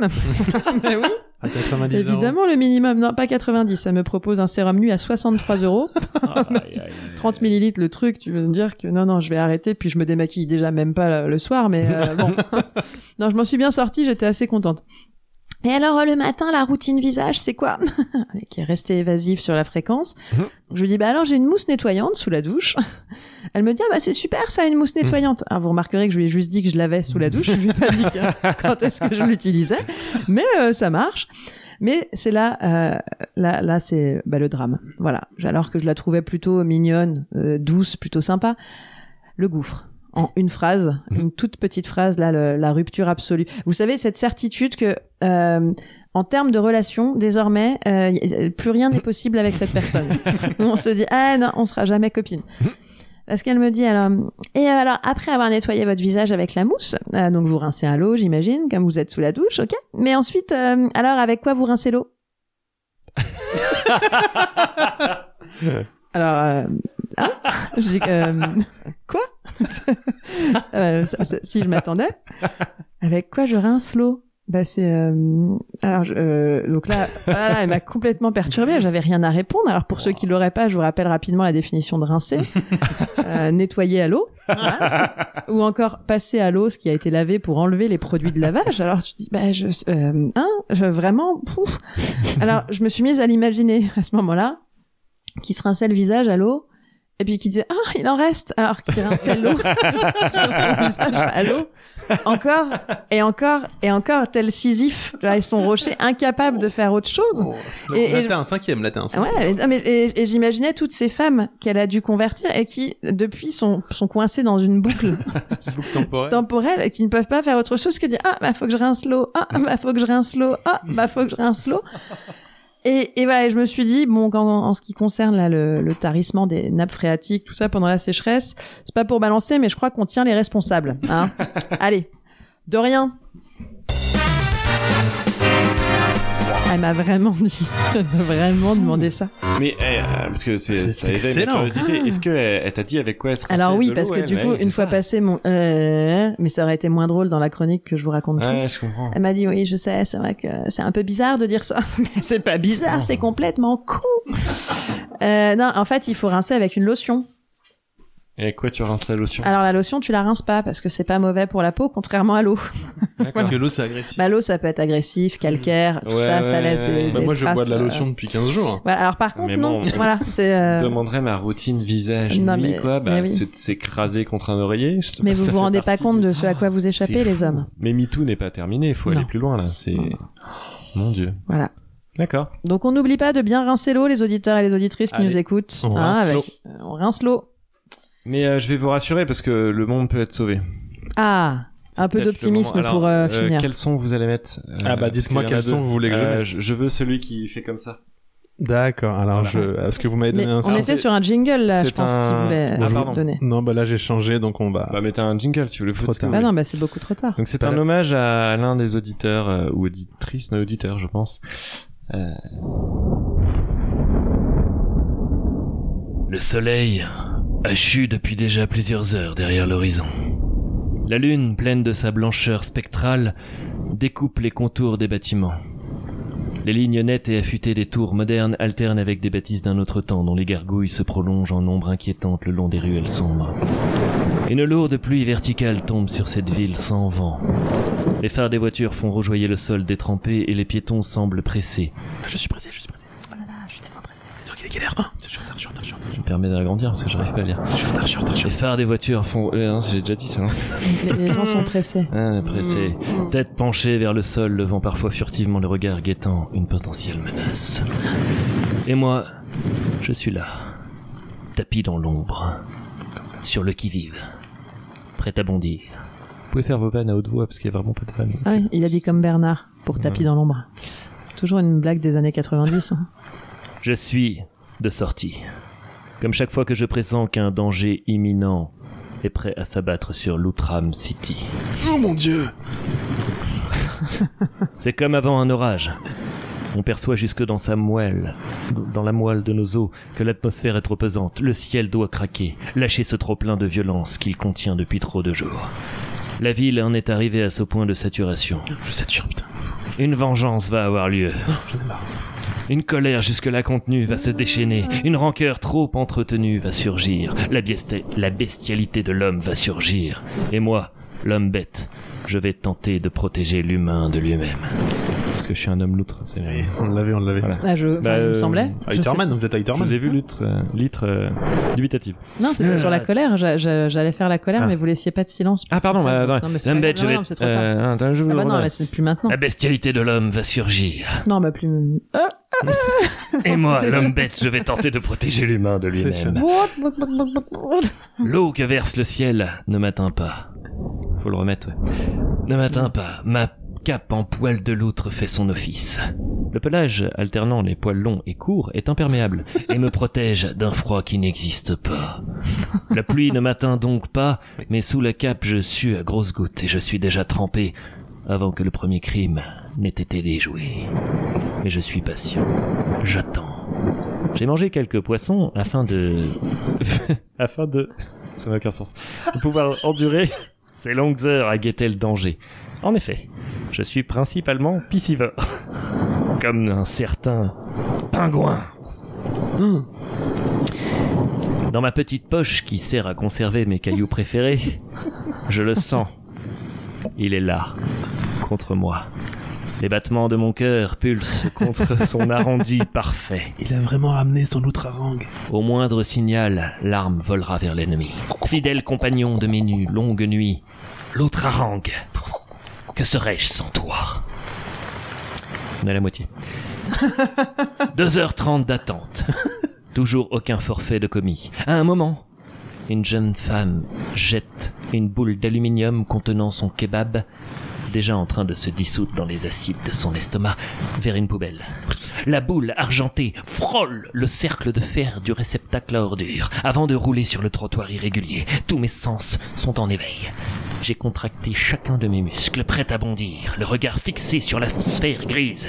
Mais oui,
À 90 euros.
évidemment, le minimum. Non, pas 90. Elle me propose un sérum nuit à 63 euros.
Ah, aïe, aïe, aïe.
30 millilitres, le truc, tu veux me dire que non, non, je vais arrêter, puis je me démaquille déjà même pas le, le soir, mais euh, bon. non, je m'en suis bien sortie, j'étais assez contente. Et alors, euh, le matin, la routine visage, c'est quoi Elle Qui est restée évasive sur la fréquence.
Mhm.
Je lui dis, bah alors, j'ai une mousse nettoyante sous la douche. Elle me dit, ah bah c'est super ça, une mousse
Mhm.
nettoyante. Alors, vous remarquerez que je lui ai juste dit que je l'avais sous la douche, je lui ai pas dit que- quand est-ce que je l'utilisais, mais euh, ça marche. Mais c'est là, euh, là, là, c'est bah, le drame. Voilà. Alors que je la trouvais plutôt mignonne, euh, douce, plutôt sympa, le gouffre. En une phrase, une toute petite phrase, là, le- la rupture absolue. Vous savez, cette certitude que, euh, en termes de relation, désormais, euh, y- euh, plus rien n'est possible avec cette personne. on se dit, ah non, on sera jamais copine. Parce qu'elle me dit alors et euh, alors après avoir nettoyé votre visage avec la mousse euh, donc vous rincez à l'eau j'imagine comme vous êtes sous la douche ok mais ensuite euh, alors avec quoi vous rincez l'eau Alors, euh, hein J'ai, euh, quoi Euh, ça- ça- Si je m'attendais, avec quoi je rince l'eau Bah c'est euh, alors je- euh, donc là, voilà, elle m'a complètement perturbée. J'avais rien à répondre. Alors pour ceux qui l'auraient pas, je vous rappelle rapidement la définition de rincer Euh, nettoyer à l'eau, voilà. ou encore passer à l'eau ce qui a été lavé pour enlever les produits de lavage. Alors tu te dis, bah je, euh, hein, je, vraiment. pouf. Alors je me suis mise à l'imaginer à ce moment-là qui se rinçait le visage à l'eau et puis qui disait ah il en reste alors qu'il rinçait l'eau sur son visage à l'eau encore et encore et encore tel Sisyphe là et son rocher incapable de faire autre chose
Oh,
Et-
là,
et-
t'as un cinquième, là, t'as un cinquième.
Ouais, mais- ah, mais, et, et j'imaginais toutes ces femmes qu'elle a dû convertir et qui, depuis, sont, sont coincées dans une boucle
Boucle temporelle.
temporelle et qui ne peuvent pas faire autre chose que dire Ah, bah, faut que je rince l'eau, ah, bah, faut que je rince l'eau, ah, bah, faut que je rince l'eau. Et, et voilà, et je me suis dit, bon, quand, en ce qui concerne là, le, le tarissement des nappes phréatiques, tout ça pendant la sécheresse, c'est pas pour balancer, mais je crois qu'on tient les responsables. Hein. Allez, de rien. Elle m'a vraiment dit, elle m'a vraiment demandé ça.
Mais euh, parce que
C'est-
c'est ça
c'est
éveille ma
excellent.
curiosité. Est-ce que euh, elle, elle t'a dit avec quoi elle se rinçait
Alors oui,
de
parce
l'eau,
que
elle,
du
ouais,
coup,
c'est
une
ça.
fois passé mon euh, mais ça aurait été moins drôle dans la chronique que je vous raconte tout.
Ouais, je comprends.
Elle m'a dit oui, je sais, c'est vrai que c'est un peu bizarre de dire ça, mais c'est pas bizarre, c'est complètement con. Euh, non, en fait, il faut rincer avec une lotion.
Et avec quoi tu rinces la lotion
Alors la lotion, tu la rinces pas parce que c'est pas mauvais pour la peau, contrairement à l'eau.
D'accord.
Que l'eau, c'est agressif.
Bah, l'eau, ça peut être agressif, calcaire, tout
Mm. Ouais,
ça, ça
ouais,
laisse des,
ouais.
des
Bah, moi, je
traces,
bois de la
euh,
lotion depuis 15 jours.
Voilà. Alors par contre,
Mais
non,
bon.
voilà, c'est. euh,
Je demanderais ma routine visage
Non,
nuit,
mais-
quoi bah,
mais oui.
c'est de s'écraser contre un oreiller je sais
Mais
pas,
vous
ça
vous
fait
rendez pas
partie
compte
du-
de ce à quoi
Ah,
vous échappez,
C'est
les
fou.
hommes.
mais MeToo n'est pas terminé il faut
Non.
aller plus loin là c'est
Non.
mon dieu
Voilà.
D'accord.
Donc on n'oublie pas de bien rincer l'eau, les auditeurs et les auditrices qui
Allez,
nous écoutent.
on rince
euh, on rince l'eau.
Mais euh, je vais vous rassurer parce que le monde peut être sauvé.
Ah,
C'est
un peu
peut-être le
d'optimisme
moment.
pour euh,
Alors, euh,
finir.
Quel son vous allez mettre euh,
Ah bah,
parce
dites-moi
qu'il y en a
quel son
deux.
vous voulez que je
Euh,
mette.
je je veux celui qui fait comme ça.
D'accord, alors
Voilà.
je... est-ce que vous m'avez
Mais
donné un
on
son
était sur un jingle là, je
c'est
pense
un-
qu'il voulait
Ah,
euh,
pardon.
donner.
Non, bah là j'ai changé, donc on va...
Bah mettez un jingle si vous voulez.
Ah. Trop
foutre ce que
tard.
vous
Bah
oui.
non, bah c'est beaucoup trop tard.
Donc c'est
Pas
un
la-
hommage à l'un des auditeurs euh, ou auditrices, non auditeurs je pense. Euh.
Le soleil a chu depuis déjà plusieurs heures derrière l'horizon. La lune, pleine de sa blancheur spectrale, découpe les contours des bâtiments. Les lignes nettes et affûtées des tours modernes alternent avec des bâtisses d'un autre temps dont les gargouilles se prolongent en ombre inquiétante le long des ruelles sombres. Une lourde pluie verticale tombe sur cette ville sans vent. Les phares des voitures font rejoyer le sol détrempé et les piétons semblent pressés.
Je suis pressé, je suis pressé. Oh là là, je suis tellement pressé. Donc il est quelle heure Ah, Je suis en retard, je suis en retard, je suis en retard,
Je me permets d'agrandir parce que j'arrive pas à lire.
je suis en retard, je suis en retard. je suis
Les phares des voitures font... Euh, non, j'ai déjà dit ça, non
Les, les gens sont pressés.
Ah, pressé. Tête penchée vers le sol, levant parfois furtivement le regard guettant une potentielle menace. Et moi, je suis là, tapis dans l'ombre, sur le qui-vive, prêt à bondir.
Vous pouvez faire vos vannes à haute voix parce qu'il y a vraiment pas de vannes.
Ah oui, il a dit comme Bernard, pour
Mm.
tapis dans l'ombre. Toujours une blague des années 90. hein.
Je suis de sortie. Comme chaque fois que je pressens qu'un danger imminent est prêt à s'abattre sur l'Outram City.
en retard. Oh mon dieu
C'est comme avant un orage. On perçoit jusque dans sa moelle, dans la moelle de nos os, que l'atmosphère est trop pesante. Le ciel doit craquer, lâcher ce trop-plein de violence qu'il contient depuis trop de jours. La ville en est arrivée à ce point de saturation.
Je sature, putain.
Une vengeance va avoir lieu. Une colère jusque-là contenue va se déchaîner. Une rancœur trop entretenue va surgir. La, biesti- la bestialité de l'homme va surgir. Et moi, l'homme bête, je vais tenter de protéger l'humain de lui-même.
Parce que je suis un homme loutre. c'est-
On l'avait, on l'avait.
Voilà.
Ah, je, enfin,
Bah,
il me
euh,
semblait. Je sais-
Eiterman, vous êtes
Je
Eiterman
vous ai vu loutre, euh, litre euh, dubitatif.
Non, c'était sur la colère. j'a- j'a- J'allais faire la colère,
Euh, Ah.
mais vous laissiez pas de silence.
Ah pardon, bah, attends.
Non, mais c'est pas
L'homme
grave.
bête, je
Non,
vais...
non, c'est trop tard.
Euh, Eh attends, je vous
Ah
le
bah non,
redonne.
mais c'est plus maintenant.
La bestialité de l'homme va
ben.
surgir.
Non, mais plus. Euh,
Et moi,
C'est-
l'homme bête, je vais tenter de protéger l'humain de lui-même. L'eau que verse le ciel ne m'atteint pas.
Faut le remettre, ouais.
Ne m'atteins pas, ma cape en poil de loutre fait son office. Le pelage, alternant les poils longs et courts, est imperméable et me protège d'un froid qui n'existe pas. La pluie ne m'atteint donc pas, mais sous la cape je sue à grosses gouttes et je suis déjà trempé avant que le premier crime n'ait été déjoué. Mais je suis patient. J'attends. J'ai mangé quelques poissons afin de...
Afin de. Ça n'a aucun sens.
de pouvoir endurer ces longues heures à guetter le danger. En effet, je suis principalement piscivore, comme un certain pingouin. Dans ma petite poche qui sert à conserver mes cailloux préférés, je le sens. Il est là, contre moi. Les battements de mon cœur pulsent contre son arrondi parfait.
Il a vraiment ramené son outre-harangue.
Au moindre signal, l'arme volera vers l'ennemi. Fidèle compagnon de mes nues, longues nuits, l'autre harangue. Que serais-je sans toi On a la moitié. 2h30 d'attente. Toujours aucun forfait de commis. À un moment, une jeune femme jette une boule d'aluminium contenant son kebab, déjà en train de se dissoudre dans les acides de son estomac, vers une poubelle. La boule argentée frôle le cercle de fer du réceptacle à ordures avant de rouler sur le trottoir irrégulier. Tous mes sens sont en éveil. J'ai contracté chacun de mes muscles, prêt à bondir, le regard fixé sur la sphère grise.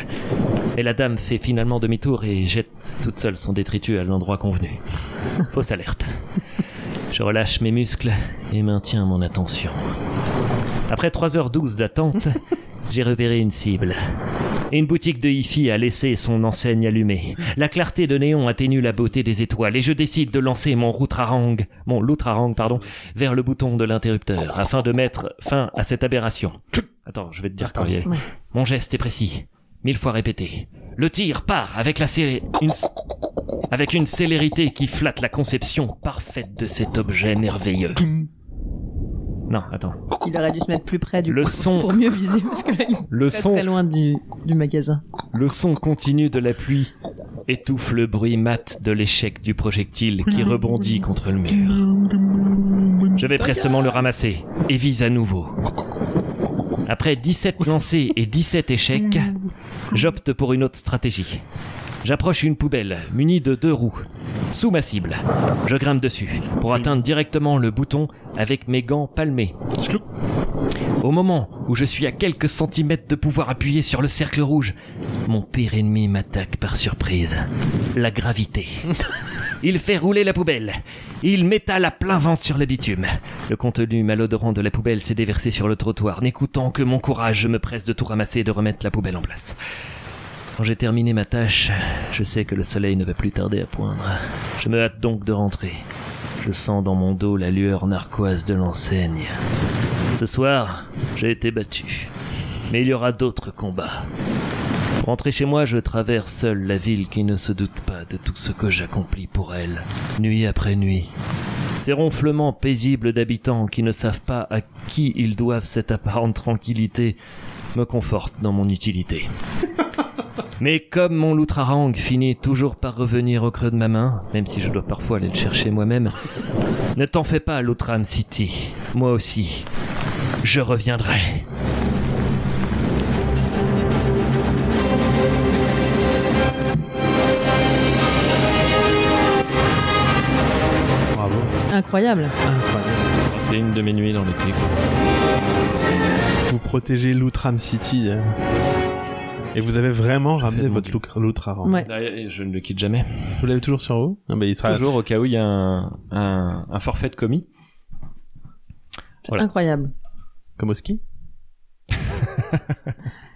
Mais la dame fait finalement demi-tour et jette toute seule son détritus à l'endroit convenu. Fausse alerte. Je relâche mes muscles et maintiens mon attention. Après 3h12 d'attente, j'ai repéré une cible. Une boutique de hi-fi a laissé son enseigne allumée. La clarté de néon atténue la beauté des étoiles et je décide de lancer mon routrarang, mon loutrarang, pardon, vers le bouton de l'interrupteur afin de mettre fin à cette aberration. Attends, je vais te dire quand il y est.
Ouais.
Mon geste est précis, mille fois répété. Le tir part avec la scé- une- avec une célérité qui flatte la conception parfaite de cet objet merveilleux. Non, attends.
Il aurait dû se mettre plus près du
Le
coup,
son.
pour mieux viser parce que là, il est
Le
très,
son.
très loin du, du magasin.
Le son continu de la pluie étouffe le bruit mat de l'échec du projectile qui rebondit contre le mur. Je vais prestement le ramasser et vise à nouveau. Après 17 lancers et 17 échecs, j'opte pour une autre stratégie. J'approche une poubelle munie de deux roues, sous ma cible. Je grimpe dessus pour atteindre directement le bouton avec mes gants palmés. Au moment où je suis à quelques centimètres de pouvoir appuyer sur le cercle rouge, mon pire ennemi m'attaque par surprise. La gravité. Il fait rouler la poubelle. Il m'étale à plein ventre sur le bitume. Le contenu malodorant de la poubelle s'est déversé sur le trottoir. N'écoutant que mon courage, je me presse de tout ramasser et de remettre la poubelle en place. Quand j'ai terminé ma tâche, je sais que le soleil ne va plus tarder à poindre. Je me hâte donc de rentrer. Je sens dans mon dos la lueur narquoise de l'enseigne. Ce soir, j'ai été battu. Mais il y aura d'autres combats. Pour rentrer chez moi, je traverse seul la ville qui ne se doute pas de tout ce que j'accomplis pour elle, nuit après nuit. Ces ronflements paisibles d'habitants qui ne savent pas à qui ils doivent cette apparente tranquillité me confortent dans mon utilité. Mais comme mon loutrarangue finit toujours par revenir au creux de ma main, même si je dois parfois aller le chercher moi-même, ne t'en fais pas, Loutram City. Moi aussi, je reviendrai.
Bravo.
Incroyable.
Incroyable.
C'est une de mes nuits dans l'été. quoi.
Vous protégez Loutram City. euh, Et vous avez vraiment ramené
mon
votre Lou- Loutraran.
Ouais.
Là, Ah, et Je ne le quitte jamais.
Vous l'avez toujours sur vous Ah, bah, il sera...
Toujours au cas où il y a un, un, un forfait de commis. Voilà.
Incroyable.
Comme au ski Il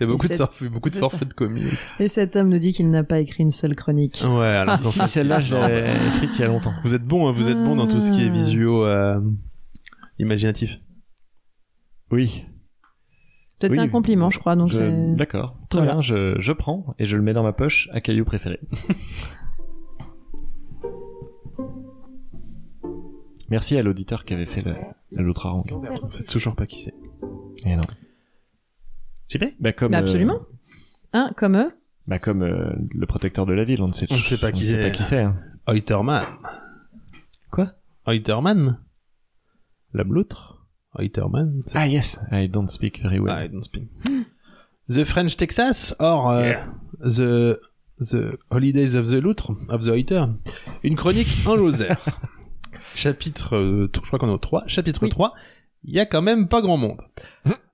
y a beaucoup de
C'est-
surf, beaucoup de
c'est
forfaits de commis. aussi.
Et cet homme nous dit qu'il n'a pas écrit une seule chronique.
Ouais,
Ah,
alors non,
Si, celle-là, je l'ai écrite il y a longtemps.
Vous êtes bon, hein, vous êtes bon dans tout ce qui est
Ah.
visuo euh, imaginatif.
Oui.
Peut-être
Oui,
un compliment, je crois. Donc
je-
c'est-
D'accord. Très
Voilà.
bien, je, je prends et je le mets dans ma poche à caillou préféré. Merci à l'auditeur qui avait fait le- l'autre harangue.
On sait toujours pas qui c'est.
Et non.
J'y vais
Bah comme,
Mais
euh,
absolument. Hein, comme eux.
bah comme euh, le protecteur de la ville, on ne sait,
On ne sait pas qui
sait
c'est.
hein.
Heutermann.
Quoi
Heutermann La bloutre Heutermann c'est-
Ah yes, I don't speak very well.
Ah, I don't speak. The French Texas or euh, the, the Holidays of the Loutre, of the Heuter. Une chronique en Lozère. chapitre, euh, t- je crois qu'on est au 3, chapitre
Oui.
3, il y a quand même pas grand monde.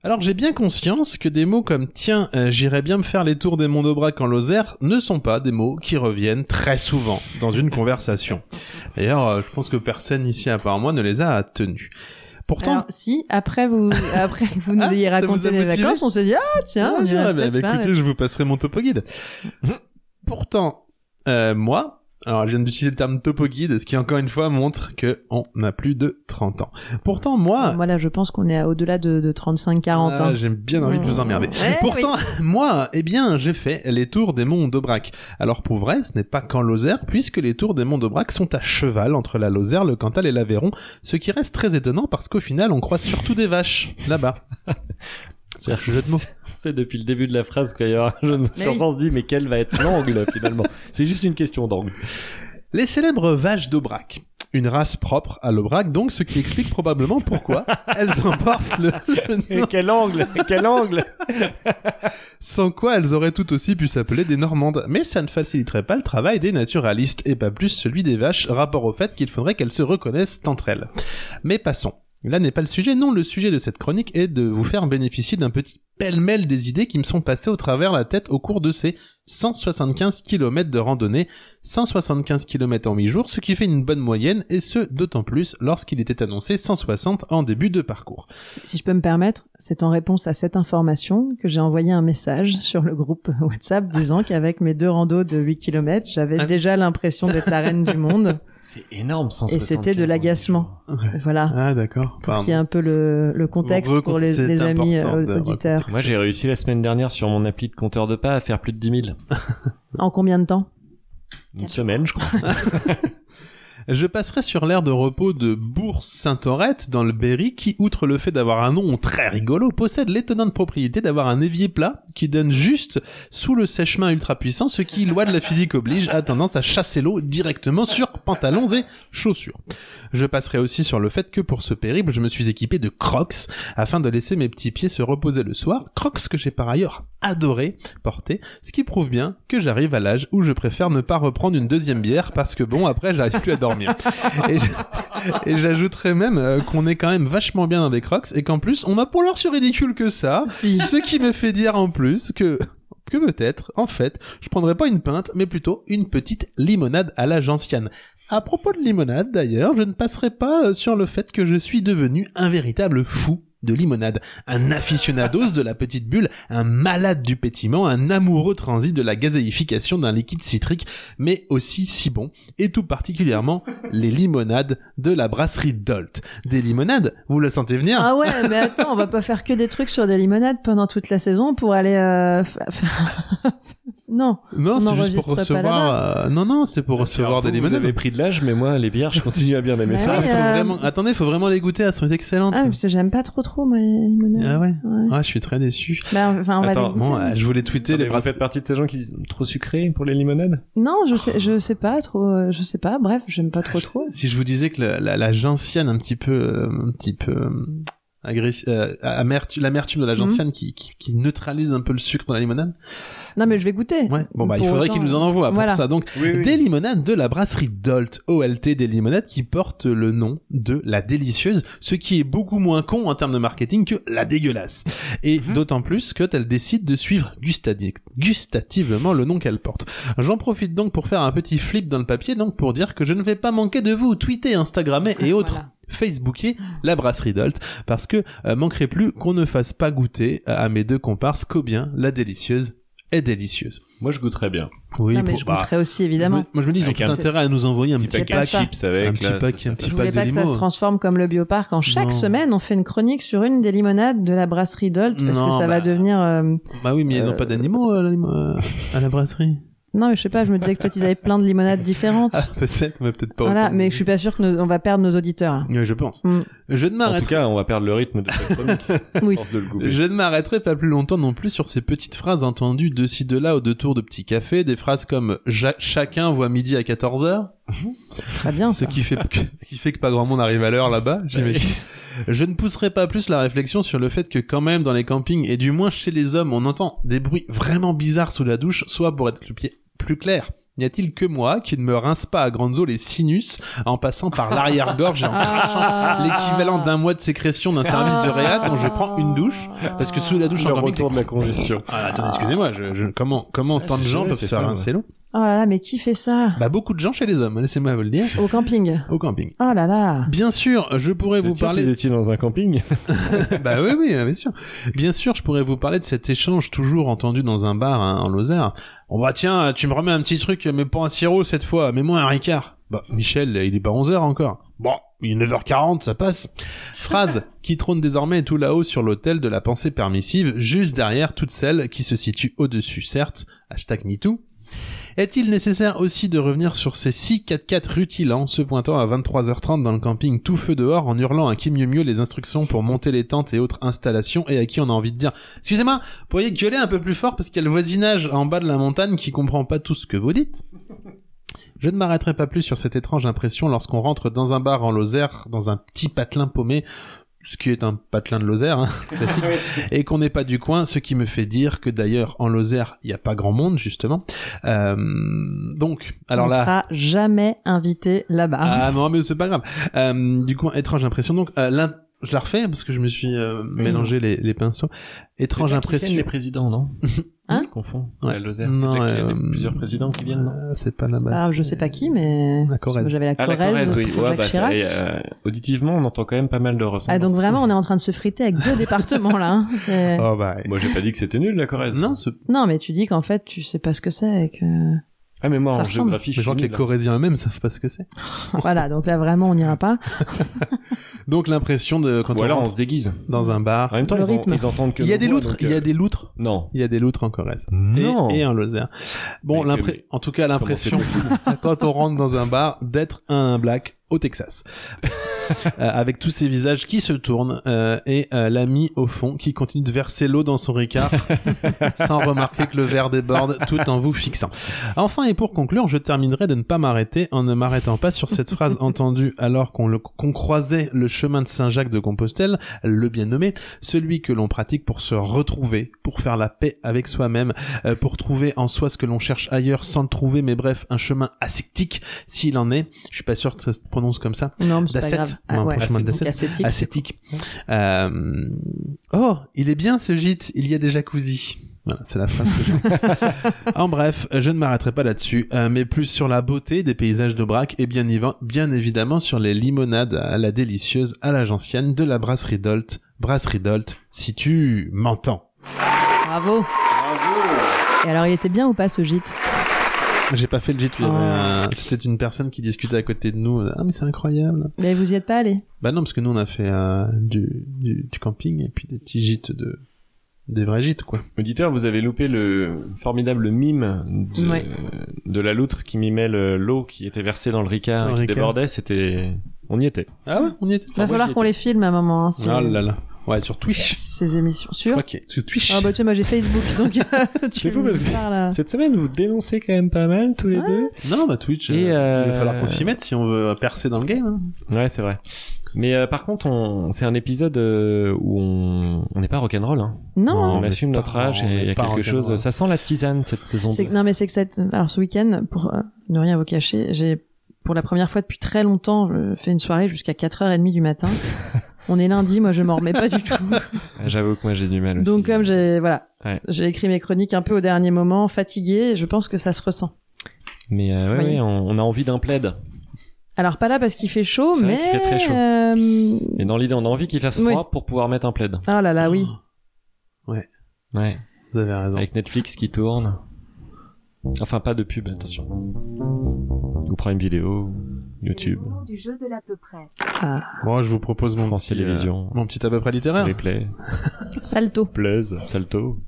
Alors j'ai bien conscience que des mots comme tiens, euh, j'irais bien me faire les tours des monts d'Aubrac en Lozère ne sont pas des mots qui reviennent très souvent dans une conversation. D'ailleurs, euh, je pense que personne ici à part moi ne les a tenus. Pourtant,
Alors, si, après, vous, après que vous nous
Ah,
ayez
ça vous
raconté
a
les
motivé
vacances, on s'est dit, ah, tiens,
Ah,
on irait
ouais, bah,
peut-être
bah,
faire-
écoutez, je vous passerai mon topo guide. Pourtant, euh, moi, alors je viens d'utiliser le terme topo guide, ce qui encore une fois montre que on a plus de 30 ans. Pourtant, moi,
Moi, là, je pense qu'on est à- au-delà de, de hein. 35-40
ah,
ans.
J'aime bien envie de vous emmerder.
Ouais,
Pourtant, moi, eh bien, j'ai fait les tours des monts d'Aubrac. Alors pour vrai, ce n'est pas qu'en Lozère, puisque les tours des monts d'Aubrac sont à cheval entre la Lozère, le Cantal et l'Aveyron, ce qui reste très étonnant parce qu'au final, on croise surtout des vaches là-bas. C'est un jeu de mots.
C'est depuis le début de la phrase qu'il y a un jeune
oui.
on se dit mais quel va être l'angle finalement C'est juste une question d'angle.
Les célèbres vaches d'Aubrac. Une race propre à l'Aubrac, donc ce qui explique probablement pourquoi elles emportent le, le nom,
quel angle Quel angle
sans quoi elles auraient tout aussi pu s'appeler des Normandes. Mais ça ne faciliterait pas le travail des naturalistes, et pas plus celui des vaches, rapport au fait qu'il faudrait qu'elles se reconnaissent entre elles. Mais passons. Là n'est pas le sujet, non, le sujet de cette chronique est de vous faire bénéficier d'un petit pêle-mêle des idées qui me sont passées au travers la tête au cours de ces 175 km de randonnée, 175 km en 8 jours, ce qui fait une bonne moyenne, et ce, d'autant plus lorsqu'il était annoncé 160 en début de parcours.
Si, si je peux me permettre, c'est en réponse à cette information que j'ai envoyé un message sur le groupe WhatsApp disant qu'avec mes deux randos de 8 km, j'avais
Ah.
déjà l'impression d'être la reine du monde.
C'est énorme sans
Et c'était de l'agacement. Voilà.
Ah d'accord.
Qui est un peu le, le contexte
Vous
pour les,
recontextez,
les
c'est
amis
important
euh,
de
auditeurs.
Moi j'ai réussi la semaine dernière sur mon appli de compteur de pas à faire plus de 10 000.
En combien de temps
Une semaine je crois.
Je passerai sur l'aire de repos de Bourg-Saint-Aurette dans le Berry qui, outre le fait d'avoir un nom très rigolo, possède l'étonnante propriété d'avoir un évier plat qui donne juste sous le sèche-main ultra puissant, ce qui, loi de la physique oblige, a tendance à chasser l'eau directement sur pantalons et chaussures. Je passerai aussi sur le fait que pour ce périple, je me suis équipé de crocs afin de laisser mes petits pieds se reposer le soir, crocs que j'ai par ailleurs adoré porter, ce qui prouve bien que j'arrive à l'âge où je préfère ne pas reprendre une deuxième bière parce que bon, après, j'arrive plus à dormir. Et je- Et j'ajouterais même euh, qu'on est quand même vachement bien dans des crocs et qu'en plus, on a pour l'heure sur ridicule que ça, ce qui me fait dire en plus que que peut-être, en fait, je prendrais pas une pinte, mais plutôt une petite limonade à la gentiane. À propos de limonade, d'ailleurs, je ne passerai pas euh, sur le fait que je suis devenu un véritable fou de limonade, un aficionados de la petite bulle, un malade du pétiment, un amoureux transi de la gazéification d'un liquide citrique, mais aussi si bon, et tout particulièrement les limonades de la brasserie Dolt. Des limonades, vous la sentez venir
Ah ouais, mais attends, on va pas faire que des trucs sur des limonades pendant toute la saison pour aller. euh, fa- faire- non.
Non,
On
c'est juste pour
n'enregistre pas
recevoir. euh, non, non, c'est pour recevoir
Alors,
des
vous, vous
limonades.
avez pris de l'âge, mais moi, les bières, je continue à bien aimer
Bah
ça.
oui,
Faut
euh,
vraiment- Attendez, faut vraiment les goûter, elles sont excellentes.
Ah, parce que j'aime pas trop trop moi les limonades.
Ah ouais.
Ouais.
Ah, je suis très déçu.
Bah, enfin, on
Attends,
va les goûter,
Bon,
mais-
euh, je voulais tweeter
Attendez,
les
vous
brasseries.
faites partie de ces gens qui disent trop sucré pour les limonades
Non, je sais, je sais pas trop, euh, je sais pas. Bref, j'aime pas trop trop.
Si je vous disais que le- la, la gentiane un petit peu, euh, un petit peu euh, agressi- euh, amertu- l'amertume de
Mhm.
la gentiane qui, qui, qui neutralise un peu le sucre dans la limonade.
Non, mais je vais goûter.
Ouais. Bon bah, il
Pour
faudrait
autant,
qu'ils nous en envoient pour
voilà.
ça. Donc, des limonades de la brasserie Dolt, OLT, des limonades qui portent le nom de la délicieuse, ce qui est beaucoup moins con en termes de marketing que la dégueulasse. Et
Mhm.
d'autant plus que elle décide de suivre gustadi- gustativement le nom qu'elle porte. J'en profite donc pour faire un petit flip dans le papier, donc pour dire que je ne vais pas manquer de vous tweeter, instagrammer et autres.
euh, Voilà.
Facebooker la brasserie Dolt parce que euh, manquerait plus qu'on ne fasse pas goûter à, à mes deux comparses combien la délicieuse est délicieuse.
Moi, je goûterais bien.
Oui,
non, mais
pour-
je
bah,
goûterai aussi évidemment.
moi, moi, je me dis, ils ont
Avec
tout
un-
intérêt à nous envoyer un
C'est
petit
pas
pack.
ça.
Chips avec.
Un petit
là,
pack, un petit pack
Je voulais
de
pas que ça se
limo.
transforme comme le bioparc. En chaque
Non.
semaine, on fait une chronique sur une des limonades de la brasserie Dolt parce
Non,
que ça
bah.
va devenir. euh,
Bah oui, mais ils ont
Euh,
pas d'animaux à la, limo- euh, à la brasserie.
Non, mais je sais pas. Je me disais que peut-être ils avaient plein de limonades différentes.
Ah, peut-être, mais peut-être pas.
voilà,
autant.
mais je suis pas sûr que nos- on va perdre nos auditeurs. là.
Ouais, je pense.
Mm.
Je ne
En tout
m'arrêterai.
cas, on va perdre le rythme de cette chronique.
Oui.
force de le goûter.
Je ne m'arrêterai pas plus longtemps non plus sur ces petites phrases entendues de ci de là au détour de petits cafés, des phrases comme Ja- chacun voit midi à 14h,
Très bien.
ce
ça.
qui fait que, ce qui fait que pas grand monde arrive à l'heure là-bas, j'imagine. Je ne pousserai pas plus la réflexion sur le fait que quand même dans les campings et du moins chez les hommes, on entend des bruits vraiment bizarres sous la douche, soit pour être le pied plus clair. N'y a-t-il que moi qui ne me rince pas à grandes eaux les sinus en passant par l'arrière-gorge et en crachant
Ah.
l'équivalent d'un mois de sécrétion d'un service de réa dont je prends une douche parce que sous la douche
Le
en camping,
retour de la congestion.
Ah, attends, excusez-moi, je, je- comment comment
C'est vrai,
tant de
j'ai
gens
jamais
peuvent
fait
se
ça, moi.
rincer l'eau
Oh là là, mais qui fait ça
Bah beaucoup de gens chez les hommes, laissez-moi vous le dire,
Au camping.
au camping.
Oh là là.
Bien sûr, je pourrais vous
Vous
parler
Vous étiez dans un camping
bah oui, oui, bien sûr. Bien sûr, je pourrais vous parler de cet échange toujours entendu dans un bar hein, en Lozère. Bon bah tiens, tu me remets un petit truc, mais pas un sirop cette fois, mais moi un Ricard. Bah Michel, il est pas 11h encore. Bon, il est 9h40, ça passe. Phrase qui trône désormais tout là-haut sur l'autel de la pensée permissive, juste derrière toutes celles qui se situent au-dessus, certes. Hashtag MeToo. Est-il nécessaire aussi de revenir sur ces 6 4x4 rutilants hein, se pointant à 23h30 dans le camping tout feu dehors en hurlant à qui mieux mieux les instructions pour monter les tentes et autres installations et à qui on a envie de dire « Excusez-moi, vous pourriez gueuler un peu plus fort parce qu'il y a le voisinage en bas de la montagne qui comprend pas tout ce que vous dites ?» Je ne m'arrêterai pas plus sur cette étrange impression lorsqu'on rentre dans un bar en Lozère, dans un petit patelin paumé, ce qui est un patelin de Lozère, hein, classique, et qu'on n'est pas du coin, ce qui me fait dire que d'ailleurs en Lozère, il n'y a pas grand monde, justement. Euh, donc, alors
on
là...
sera jamais invité là-bas.
Ah non, mais c'est pas grave. Euh, du coup, étrange impression. Donc, euh, l'in- je la refais parce que je me suis euh, mélangé les, les pinceaux. Étrange impression.
les présidents, non
Hein
Je confonds.
Ouais.
La Lozère, c'est
Non,
là qu'il y a
euh,
des- plusieurs présidents qui viennent, non
Euh, c'est pas là-bas.
Ah, je
c'est-
sais pas qui, mais
La Corrèze.
j'avais la
Ah,
Corrèze,
oui.
pour
Ouais,
Jacques
bah, ça,
Chirac.
et, euh, auditivement, on entend quand même pas mal de ressemblances.
Ah, donc vraiment, on est en train de se friter avec deux départements là. hein. C'est-
Oh bah.
Moi, j'ai pas dit que c'était nul, la Corrèze.
Non, c'est-
Non, mais tu dis qu'en fait, tu sais pas ce que c'est et que.
Ah, mais moi,
Ça
en
ressemble.
géographie, je
Je
suis
crois que les
nul.
Corésiens eux-mêmes savent pas ce que c'est.
voilà, donc là vraiment on n'ira pas.
Donc l'impression de quand
Ou
on
alors, on
rentre
se déguise.
dans un bar.
En même temps,
Le
ils, en-
rythme.
ils entendent que.
Il y a
nos
des
voix,
loutres,
donc,
il y
euh,
a des loutres,
Non.
il y a des loutres en Corrèze. Et-
Non.
Et, en Lozère. Bon,
Mais-
l'impre-
mais-
en tout cas,
Comment c'est
l'impression
possible
quand on rentre dans un bar d'être un black au Texas. Euh, avec tous ces visages qui se tournent euh, et euh, l'ami au fond qui continue de verser l'eau dans son ricard sans remarquer que le verre déborde tout en vous fixant. Enfin et pour conclure, je terminerai de ne pas m'arrêter en ne m'arrêtant pas sur cette phrase entendue alors qu'on le- qu'on croisait le chemin de Saint-Jacques de Compostelle, le bien nommé, celui que l'on pratique pour se retrouver, pour faire la paix avec soi-même, euh, pour trouver en soi ce que l'on cherche ailleurs sans le trouver, mais bref, un chemin ascétique s'il en est. Je suis pas sûr que ça se prononce comme ça.
Non, mais c'est pas
D'asset.
grave.
On a un prochain
donc
d'asset.
ascétique.
Ascétique. Euh, Oh, il est bien ce gîte, il y a des jacuzzi. Voilà, c'est la phrase que j'ai. en bref, je ne m'arrêterai pas là-dessus, euh, mais plus sur la beauté des paysages de Braque et bien, évi- bien évidemment sur les limonades à la délicieuse à la gentiane de la brasserie Dolt. Brasserie Dolt, si tu m'entends.
Bravo. Et alors il était bien ou pas ce gîte
J'ai pas fait le gîte, il y avait
Ah.
un- c'était une personne qui discutait à côté de nous. Ah, mais c'est incroyable.
Mais vous y êtes pas allé
Bah non, parce que nous on a fait euh, du, du, du camping et puis des petits gîtes de. des vrais gîtes, quoi.
Auditeur, vous avez loupé le formidable mime de,
Ouais.
de la loutre qui mimait le- l'eau qui était versée dans le
Dans
ricard et
le
qui
Ricard.
débordait. C'était. On y était.
Ah ouais, on y était.
Il va
moi, j'y
falloir qu'on les filme à un moment. hein, ces-
Ah là là. Ouais, sur Twitch.
Ces émissions. Sur
Ok. Sur Twitch.
Ah bah tu sais, moi j'ai Facebook, donc tu
C'est fou parce que-
me parles, euh,
Cette semaine, vous dénoncez quand même pas mal tous les deux.
Non, bah Twitch,
Et,
euh, il
euh,
va falloir qu'on s'y mette si on veut percer dans le game. hein.
Ouais, c'est vrai. Mais euh, par contre, on... c'est un épisode euh, où on on n'est pas rock'n'roll. Hein.
Non,
Non,
on
mais
assume
pas-
notre âge
on
et il y
n'est
a
pas
quelque chose.
rock'n'roll.
Ça sent la tisane cette saison.
C'est-
deux.
non mais c'est que cette... alors ce week-end, pour euh, ne rien vous cacher, j'ai pour la première fois depuis très longtemps euh, fait une soirée jusqu'à 4h30 du matin. On est lundi, moi je m'en remets pas du tout.
Ah, J'avoue que moi j'ai du mal aussi.
Donc comme j'ai voilà,
Ouais.
j'ai écrit mes chroniques un peu au dernier moment, fatiguée, et je pense que ça se ressent.
Mais euh, ouais,
Oui.
ouais, on, on a envie d'un plaid.
Alors pas là parce qu'il fait chaud,
C'est vrai
mais
qu'il fait très chaud.
euh,
Et dans l'idée, on a envie qu'il fasse
Oui.
froid pour pouvoir mettre un plaid.
oh là là oui.
Ouais.
Vous avez raison.
Avec Netflix qui tourne. Enfin, pas de pub, attention. Ou Prime Vidéo,
C'est le
YouTube,
moment du jeu de l'à peu près.
Bon, je vous propose mon
France
petit,
Télévisions,
euh, mon petit à peu près littéraire.
Replay,
Salto.
Plaise, Salto,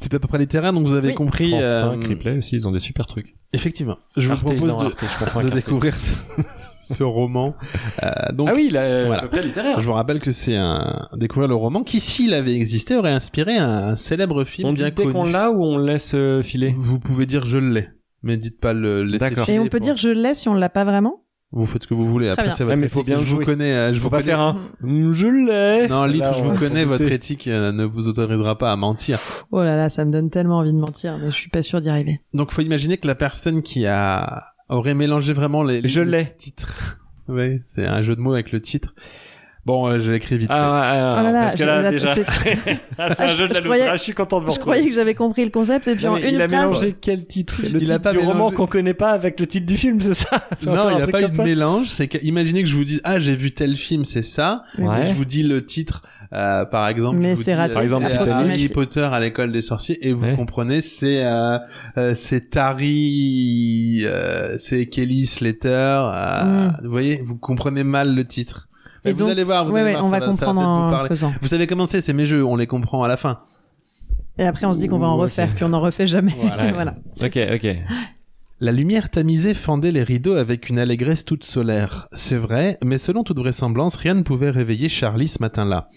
Petit à peu près littéraire, donc vous avez
Oui.
compris.
France
euh,
5, Replay aussi, ils ont des super trucs.
effectivement. Je vous
Arte,
propose
non,
de,
Arte, je confonds
de
avec Arte.
découvrir ce, ce roman. Euh, donc,
Ah oui, la,
Voilà.
le Replay littéraire.
Je vous rappelle que c'est un découvrir le roman qui, s'il avait existé, aurait inspiré un, un célèbre film
On dit
bien
dès qu'on
connu.
l'a ou on le laisse euh, filer
Vous pouvez dire je l'ai, mais dites pas le laisser
D'accord.
filer
Et on peut
pour-
dire je l'ai si on l'a pas vraiment.
Vous faites ce que vous voulez. Après,
bien.
c'est votre
Ouais, mais faut
éthique.
bien
je vous
jouer.
connais. euh, Je
Faut
vous
pas
connais.
faire un Mm, Je l'ai
Non, Litre,
Là,
je
on
vous
va
connais.
s'en
Votre
douter.
éthique euh, ne vous autorisera pas à mentir.
Oh là là, ça me donne tellement envie de mentir, mais je suis pas sûre d'y arriver.
Donc, faut imaginer que la personne qui a aurait mélangé vraiment les,
Je
les
l'ai.
titres. Oui, c'est un jeu de mots avec le titre. Bon, euh, je l'écris vite.
Ah, ouais, ouais, ouais,
Oh là là,
parce que
je-
là,
là,
déjà,
c'est-
Ah, c'est
Ah,
un
je-
jeu de la
je croyais-
loutre. Ah, je suis content de vous
Je croyais
retrouver.
que j'avais compris le concept et puis en
Non, mais
une
il a
phrase.
mélangé quel titre Le
Il
titre
a pas
du roman
mélangé.
qu'on connaît pas avec le titre du film, c'est ça C'est
fait.
un peu
Non,
un
il n'y a
truc
pas eu
comme
de
ça
mélange. C'est qu'imaginez que je vous dise, ah, j'ai vu tel film, c'est ça.
Ouais.
Et je vous dis le titre, euh, par exemple.
Mais
je vous
c'est
dis,
raté,
euh,
Par exemple,
c'est
Titanic.
Harry Potter à l'école des sorciers, et vous
Ouais.
comprenez, c'est euh, euh, c'est Tari, euh, c'est Kelly Slater. euh,
Mm.
Vous voyez, vous comprenez mal le titre.
Et
Mais vous
donc-
allez voir, Ah, vous
Ouais,
allez
ouais,
voir,
on
ça
va
ça
comprendre hein.
peut-être vous
en
parler.
faisant.
Vous savez comment c'est, c'est mes jeux, on les comprend à la fin.
Et après, on se dit qu'on va en
Ouh, ok.
refaire, puis on en refait jamais.
Voilà.
Voilà.
Ok, ok.
La lumière tamisée fendait les rideaux avec une allégresse toute solaire. C'est vrai, mais selon toute vraisemblance, rien ne pouvait réveiller Charlie ce matin-là.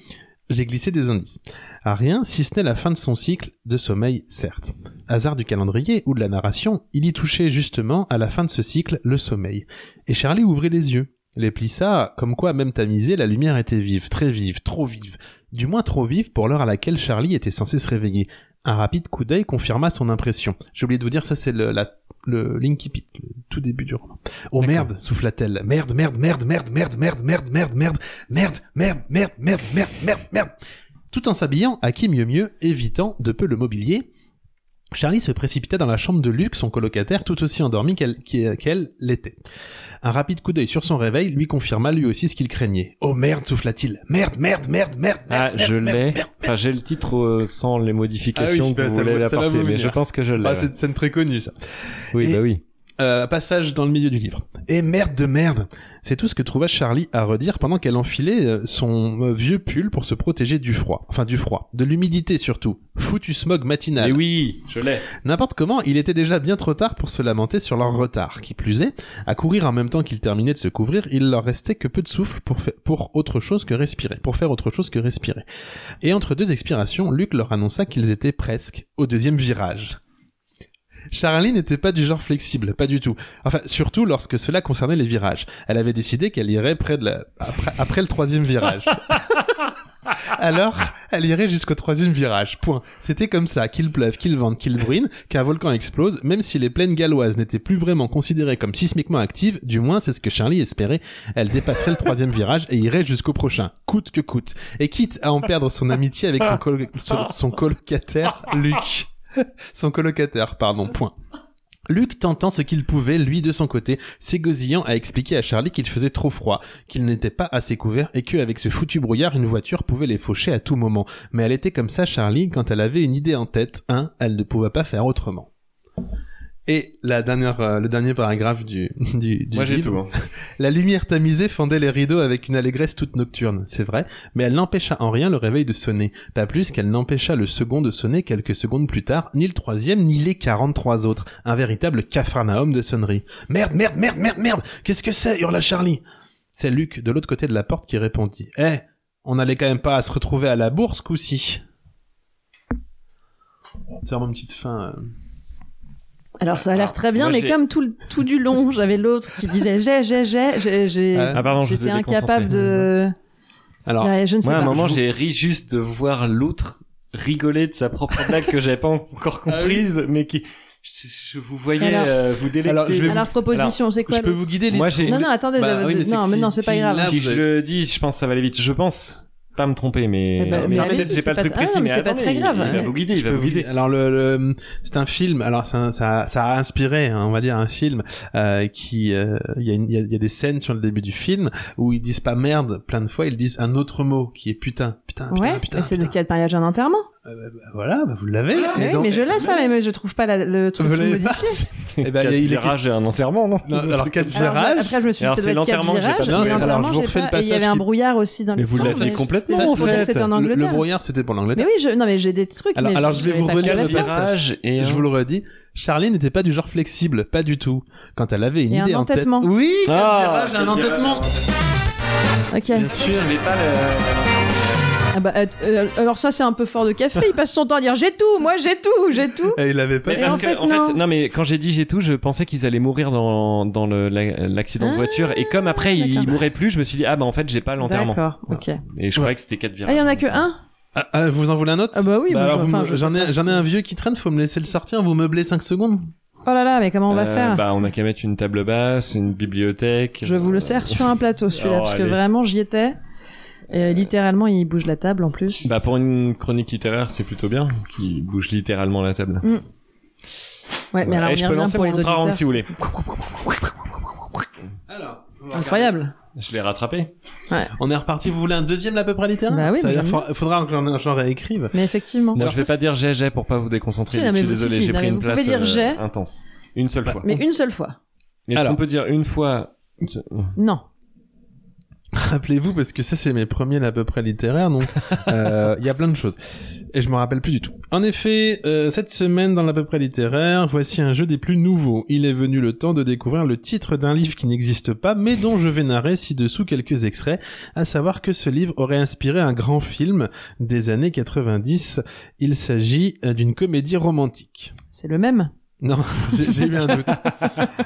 J'ai glissé des indices. À rien, si ce n'est la fin de son cycle de sommeil, certes. Hasard du calendrier ou de la narration, il y touchait justement, à la fin de ce cycle, le sommeil. Et Charlie ouvrit les yeux. Les plissa, comme quoi même tamisée, la lumière était vive, très vive, trop vive. Du moins trop vive pour l'heure à laquelle Charlie était censé se réveiller. Un rapide coup d'œil confirma son impression. J'ai oublié de vous dire, ça c'est le, la le Linky Pit, le tout début du roman. Oh
D'accord.
merde, souffla-t-elle. Merde, merde, merde, merde, merde, merde, merde, merde, merde, merde, merde, merde, merde, merde, merde, merde. Tout en s'habillant, à qui mieux mieux, évitant de peu le mobilier, Charlie se précipita dans la chambre de Luc, son colocataire, tout aussi endormi qu'elle qu'elle- qu'elle l'était. Un rapide coup d'œil sur son réveil lui confirma lui aussi ce qu'il craignait. Oh merde, souffla-t-il. Merde, merde, merde, merde.
Ah, je l'ai. Enfin, j'ai le titre euh, sans les modifications
Ah oui,
que
bah,
vous
ça
voulez
va- ça va
apporter,
vous
mais
venir.
je pense que je l'ai.
Ah,
ouais.
c'est une scène très connue, ça.
oui,
et-
bah oui.
Euh, passage dans le milieu du livre. Et merde de merde C'est tout ce que trouva Charlie à redire pendant qu'elle enfilait euh, son euh, vieux pull pour se protéger du froid. Enfin, du froid. De l'humidité surtout. Foutu smog matinal.
Eh
Mais oui, je l'ai.
N'importe comment, il était déjà bien trop tard pour se lamenter sur leur retard. Qui plus est, à courir en même temps qu'ils terminaient de se couvrir, il leur restait que peu de souffle pour, fa- pour autre chose que respirer, pour faire autre chose que respirer. Et entre deux expirations, Luc leur annonça qu'ils étaient presque au deuxième virage. Charlie n'était pas du genre flexible, pas du tout. Enfin, surtout lorsque cela concernait les virages. Elle avait décidé qu'elle irait près de la... après, après le troisième virage. Alors, elle irait jusqu'au troisième virage. Point. C'était comme ça, qu'il pleuve, qu'il vente, qu'il bruine, qu'un volcan explose, même si les plaines galloises n'étaient plus vraiment considérées comme sismiquement actives, du moins c'est ce que Charlie espérait, elle dépasserait le troisième virage et irait jusqu'au prochain, coûte que coûte. Et quitte à en perdre son amitié avec son, colo- son- son colocataire, Luc. Son colocataire, pardon, point. Luc tentant ce qu'il pouvait, lui de son côté, s'égosillant à expliquer à Charlie qu'il faisait trop froid, qu'il n'était pas assez couvert et que avec ce foutu brouillard, une voiture pouvait les faucher à tout moment. Mais elle était comme ça, Charlie, quand elle avait une idée en tête, hein, elle ne pouvait pas faire autrement. Et la dernière, euh, le dernier paragraphe du, du, du
Moi, j'ai
livre.
tout. hein.
La lumière tamisée fendait les rideaux avec une allégresse toute nocturne, c'est vrai, mais elle n'empêcha en rien le réveil de sonner, pas plus qu'elle n'empêcha le second de sonner quelques secondes plus tard, ni le troisième, ni les 43 autres, un véritable capharnaüm de sonnerie. Merde, merde, merde, merde, merde, qu'est-ce que c'est hurla Charlie. C'est Luc, de l'autre côté de la porte, qui répondit. Eh, on n'allait quand même pas se retrouver à la bourse, coup-ci. C'est vraiment une petite fin. euh.
Alors ça a l'air très bien,
moi,
mais
j'ai-
comme tout, le- tout du long, j'avais l'autre qui disait j'ai, j'ai, j'ai, j'ai, j'ai.
Ah,
Ah, pardon, je vous ai
J'étais incapable de.
Alors,
Je ne sais
Moi, à un
pas.
moment,
Je vous-
j'ai ri juste de voir l'autre rigoler de sa propre blague que j'avais pas encore comprise, mais qui. Je, je vous voyais
Alors-
euh, vous délecter.
Alors, je vais vous-
Alors proposition, c'est quoi
je peux
l'autre
vous guider les
Moi, j'ai-
Non, non, attendez.
Bah
de-
oui,
de-
mais c'est
non,
que
mais
si-
non, c'est pas
si
grave.
là-
Si
vous
je
avez-
le dis, je pense que ça va aller vite. Je pense pas me tromper, mais,
Eh ben,
mais
mais
en
allez-y,
tête, j'ai
c'est
pas le
pas
truc
très-
précis.
ah non,
mais
mais c'est pas
attendez,
très grave.
Il va vous guider, il
Je
va
peux
vous
vous
guider.
dire- Alors le, le- c'est un film. Alors ça, ça, ça a inspiré, hein, on va dire, un film euh, qui euh, il y, a une- il y a- il y a des scènes sur le début du film où ils disent pas merde plein de fois, ils disent un autre mot qui est putain, putain, putain,
Ouais,
putain.
mais c'est le
putain.
cas de mariage d'un enterrement.
Voilà, bah, vous l'avez.
Mais
Et
oui,
donc-
mais je l'ai ça, mais- mais je trouve pas la- le truc
Vous l'avez
modifié.
pas Eh ben,
Quatre
il est
virages et un enterrement, non,
Non, alors quatre
Alors,
virages.
Après, je me suis dit,
Alors,
ça
c'est
doit être quatre
l'enterrement que j'ai
virages.
pas
et
dit. Non, c'est-
l'enterrement,
alors, je vous
j'ai
refais le
pas- et Il y
passage
avait un
qui-
brouillard aussi dans
Mais
le
vous
temps,
l'avez
mais-
complètement,
c'est
en
pour dire que
fait.
C'était en
Le, le
Angleterre.
brouillard, c'était pour l'Angleterre.
Mais oui, je... non, mais j'ai des trucs.
Alors-
mais
alors, je vais
l'ai
vous
pas
relire le
complètement.
passage.
Virage et un-
Je vous le redis, Charlie n'était pas du genre flexible, pas du tout. Quand elle avait une
Et un
idée en tête.
entêtement.
Oui, quatre
Ah,
virages, un entêtement.
Ok.
Bien sûr.
J'avais pas le.
Ah bah, euh, euh, alors ça, c'est un peu fort de café. Il passe son temps à dire j'ai tout, moi j'ai tout, j'ai tout.
Et il avait pas.
Mais
Et
parce
en
que,
fait,
en fait,
non.
non, mais quand j'ai dit j'ai tout, je pensais qu'ils allaient mourir dans, dans le- la- l'accident de
Ah,
voiture. Et comme après, ils
d'accord.
mouraient plus, je me suis dit, ah bah en fait, j'ai pas l'enterrement.
D'accord. Ok.
Et je croyais que c'était 4
Ah,
virages.
il y en a que un.
Ah, ah, vous en voulez un autre
Ah bah oui, moi,
alors,
je-
vous
enfin,
me-
je-
j'en ai, j'en ai un vieux qui traîne. Faut me laisser le sortir. Vous meublez 5 secondes.
Oh là là, mais comment on va
Euh,
faire
Bah, on a qu'à mettre une table basse, une bibliothèque. euh,
Je vous le sers sur un plateau celui-là,
alors,
parce que
allez.
vraiment j'y étais. Et euh, littéralement, il bouge la table en plus.
Bah, pour une chronique littéraire, c'est plutôt bien, qui bouge littéralement la table.
Ouais, mais alors
Et
on
je
y
peux
revient
lancer
pour
mon
les
ultra round,
auditeurs.
si vous voulez.
Alors.
Incroyable.
Je l'ai rattrapé.
On est reparti. Vous voulez un deuxième à peu près littéraire
Bah oui,
Ça
mais
veut dire,
j'aime
fa- faudra que j'en, j'en réécrive.
Mais effectivement.
Non,
Alors
je vais
ça,
pas dire j'ai, j'ai pour pas vous déconcentrer.
Si,
je
non,
suis
mais vous-
désolé,
si, si,
j'ai
non,
pris
mais
une
vous
place
pouvez dire
euh,
j'ai.
intense. Une seule fois.
Mais une seule fois.
Est-ce
Alors.
qu'on peut dire une fois
Non.
Rappelez-vous parce que ça c'est mes premiers à peu près littéraires. Donc euh, il y a plein de choses et je me rappelle plus du tout. En effet, euh, cette semaine dans l'à peu près littéraire, voici un jeu des plus nouveaux. Il est venu le temps de découvrir le titre d'un livre qui n'existe pas, mais dont je vais narrer ci-dessous quelques extraits. À savoir que ce livre aurait inspiré un grand film des années 90. Il s'agit euh, d'une comédie romantique.
C'est le même.
Non, j'ai j'ai eu un doute.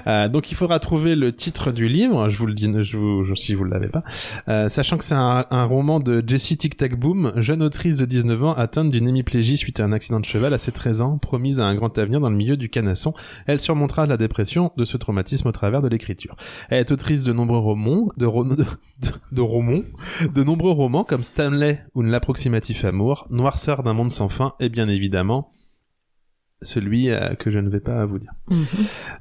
Euh, donc il faudra trouver le titre du livre, je vous le dis je vous, je- si vous ne l'avez pas, Euh, sachant que c'est un, un roman de Jessie Tic Tac Boom, jeune autrice de 19 ans atteinte d'une hémiplégie suite à un accident de cheval à ses 13 ans, promise à un grand avenir dans le milieu du canasson. Elle surmontera la dépression de ce traumatisme au travers de l'écriture. Elle est autrice de nombreux romans, de, ro- de, de, de romans, de nombreux romans comme Stanley ou L'approximatif amour, Noirceur d'un monde sans fin et bien évidemment celui euh, que je ne vais pas vous dire.
Mm-hmm.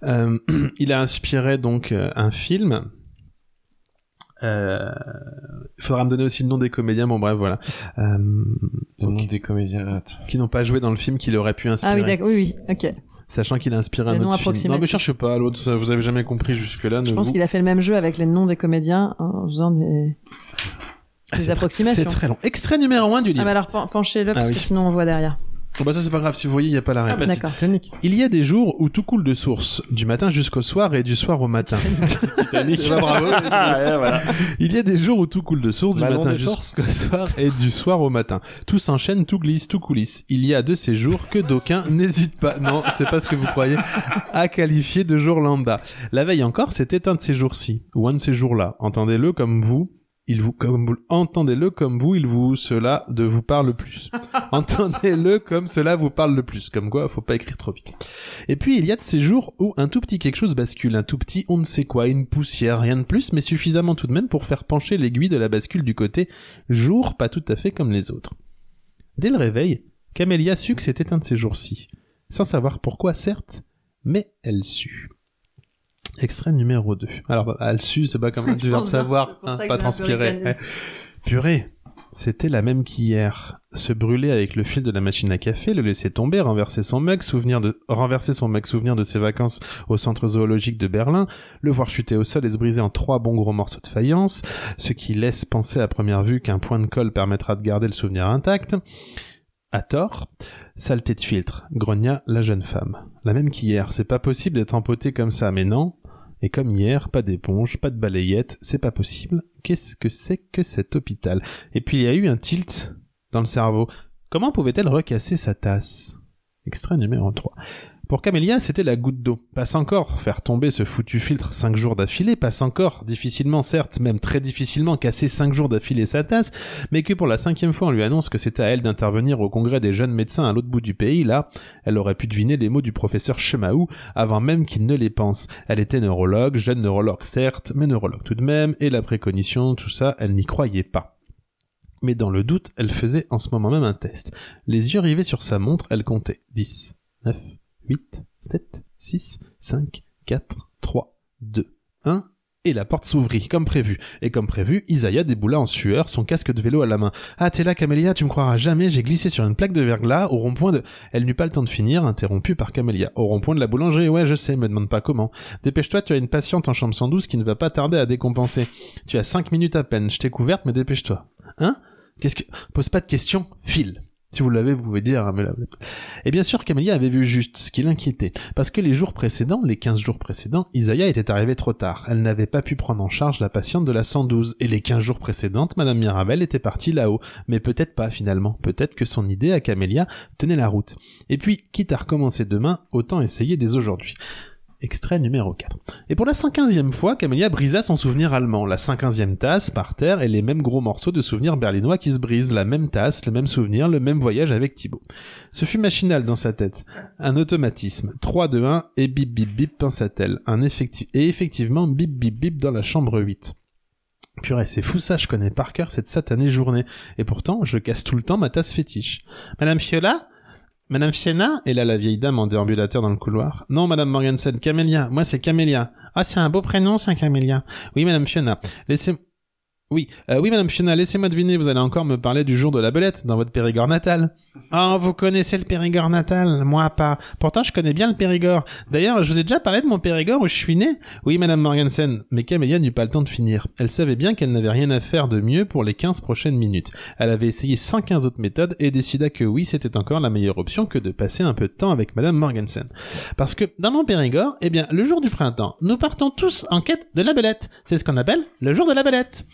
Euh, il a inspiré donc euh, un film. Euh, Il faudra me donner aussi le nom des comédiens, bon bref, voilà. Euh,
Le nom des comédiens.
qui n'ont pas joué dans le film qu'il aurait pu inspirer.
Ah oui, d'accord. Oui, oui. Ok.
Sachant qu'il a inspiré
Des
un autre film.
noms
Non, mais
approximatifs.
cherche pas, l'autre, ça, vous avez jamais compris jusque-là.
Je pense qu'il a fait le même jeu avec les noms des comédiens en faisant des, des approximations.
C'est très long. Extrait numéro 1 du
Ah,
livre.
mais alors pen- penchez-le parce
Ah
que
oui.
sinon on voit derrière.
Bon, bah ça, c'est pas grave. Si vous voyez, il n'y a pas la réponse.
bah, c'est D'accord.
Titanic.
Il y a des jours où tout coule de source, du matin jusqu'au soir et du soir au matin. Eh ben, bravo. Il y a des jours où tout coule de source, du
Ballon
matin
des sources.
jusqu'au soir et du soir au matin. Tout s'enchaîne, tout glisse, tout coulisse. Il y a de ces jours que d'aucuns n'hésitent pas, non, c'est pas ce que vous croyez, à qualifier de jour lambda. La veille encore, c'était un de ces jours-ci, ou un de ces jours-là. Entendez-le comme vous. Il vous, comme vous, entendez-le comme vous, il vous, cela de vous parle le plus. Entendez-le comme cela vous parle le plus. Comme quoi, faut pas écrire trop vite. Et puis il y a de ces jours où un tout petit quelque chose bascule, un tout petit on ne sait quoi, une poussière, rien de plus, mais suffisamment tout de même pour faire pencher l'aiguille de la bascule du côté jour pas tout à fait comme les autres. Dès le réveil, Camélia sut que c'était un de ces jours-ci. Sans savoir pourquoi, certes, mais elle sut. Extrait numéro 2. Alors, elle sut, c'est pas comme un
Je
verbe
pense bien,
savoir,
c'est pour
hein,
ça que
pas
j'ai un peu
transpirer.
ricané.
Purée, c'était la même qu'hier. Se brûler avec le fil de la machine à café, le laisser tomber, renverser son mug, souvenir de, renverser son mug, souvenir de ses vacances au centre zoologique de Berlin, le voir chuter au sol et se briser en trois bons gros morceaux de faïence, ce qui laisse penser à première vue qu'un point de colle permettra de garder le souvenir intact. À tort, saleté de filtre, grogna la jeune femme. La même qu'hier, c'est pas possible d'être empoté comme ça, mais non. Et comme hier, pas d'éponge, pas de balayette, c'est pas possible. Qu'est-ce que c'est que cet hôpital Et puis il y a eu un tilt dans le cerveau. Comment pouvait-elle recasser sa tasse Extrait numéro 3. Pour Camélia, c'était la goutte d'eau. Passe encore, faire tomber ce foutu filtre cinq jours d'affilée, passe encore, difficilement certes, même très difficilement, casser cinq jours d'affilée sa tasse, mais que pour la cinquième fois on lui annonce que c'était à elle d'intervenir au congrès des jeunes médecins à l'autre bout du pays, là, elle aurait pu deviner les mots du professeur Chemaou avant même qu'il ne les pense. Elle était neurologue, jeune neurologue certes, mais neurologue tout de même, et la préconition, tout ça, elle n'y croyait pas. Mais dans le doute, elle faisait en ce moment même un test. Les yeux rivés sur sa montre, elle comptait 10, 9, 8, 7, 6, 5, 4, 3, 2, 1, et la porte s'ouvrit, comme prévu. Et comme prévu, Isaiah déboula en sueur, son casque de vélo à la main. Ah, t'es là, Camélia, tu me croiras jamais, j'ai glissé sur une plaque de verglas au rond-point de... Elle n'eut pas le temps de finir, interrompue par Camélia. Au rond-point de la boulangerie, ouais, je sais, me demande pas comment. Dépêche-toi, tu as une patiente en chambre 112 qui ne va pas tarder à décompenser. Tu as cinq minutes à peine, je t'ai couverte, mais dépêche-toi. Hein? Qu'est-ce que... Pose pas de questions, file. Si vous l'avez, vous pouvez dire, hein, mais là, vous l'avez pas. Et bien sûr, Camélia avait vu juste, ce qui l'inquiétait. Parce que les jours précédents, les 15 jours précédents, Isaiah était arrivée trop tard. Elle n'avait pas pu prendre en charge la patiente de la 112. Et les 15 jours précédentes, Madame Mirabel était partie là-haut. Mais peut-être pas, finalement. Peut-être que son idée à Camélia tenait la route. Et puis, quitte à recommencer demain, autant essayer dès aujourd'hui. Extrait numéro 4. Et pour la 115e fois, Camélia brisa son souvenir allemand, la 115e tasse par terre et les mêmes gros morceaux de souvenirs berlinois qui se brisent, la même tasse, le même souvenir, le même voyage avec Thibaut. Ce fut machinal dans sa tête. Un automatisme. 3, 2, 1 et bip bip bip pensa-t-elle. Un effecti- et effectivement bip bip bip dans la chambre 8. Purée, c'est fou ça, je connais par cœur cette satanée journée. Et pourtant, je casse tout le temps ma tasse fétiche. Madame Fiola Madame Fiena Et là, la vieille dame en déambulateur dans le couloir. Non, Madame Morgansen, Camélia. Moi, c'est Camélia. Ah, c'est un beau prénom, ça, Camélia. Oui, Madame Fiona. Laissez... Oui, euh, oui, Madame Fiona, laissez-moi deviner, vous allez encore me parler du jour de la belette dans votre Périgord natal. Ah, vous connaissez le Périgord natal, moi pas. Pourtant, je connais bien le Périgord. D'ailleurs, je vous ai déjà parlé de mon Périgord où je suis né. Oui, madame Morgansen, mais Camélia n'eut pas le temps de finir. Elle savait bien qu'elle n'avait rien à faire de mieux pour les 15 prochaines minutes. Elle avait essayé 115 autres méthodes et décida que oui, c'était encore la meilleure option que de passer un peu de temps avec madame Morgansen. Parce que dans mon Périgord, eh bien, le jour du printemps, nous partons tous en quête de la belette. C'est ce qu'on appelle le jour de la belette.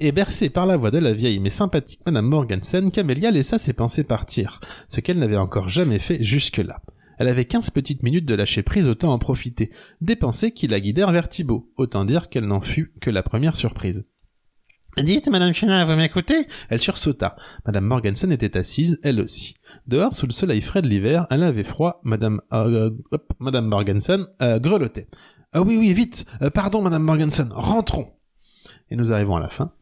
Et bercée par la voix de la vieille mais sympathique Madame Morgansen, Camélia laissa ses pensées partir, ce qu'elle n'avait encore jamais fait jusque-là. Elle avait 15 petites minutes de lâcher prise, autant en profiter. Des pensées qui la guidèrent vers Thibaut, autant dire qu'elle n'en fut que la première surprise. Dites, Madame Fiona, vous m'écoutez Elle sursauta. Madame Morganson était assise, elle aussi. Dehors, sous le soleil frais de l'hiver, elle avait froid. Madame, euh, hop, Madame Morganson euh, grelottait. Ah oui, oui, vite Euh, Pardon, Madame Morganson, rentrons Et nous arrivons à la fin.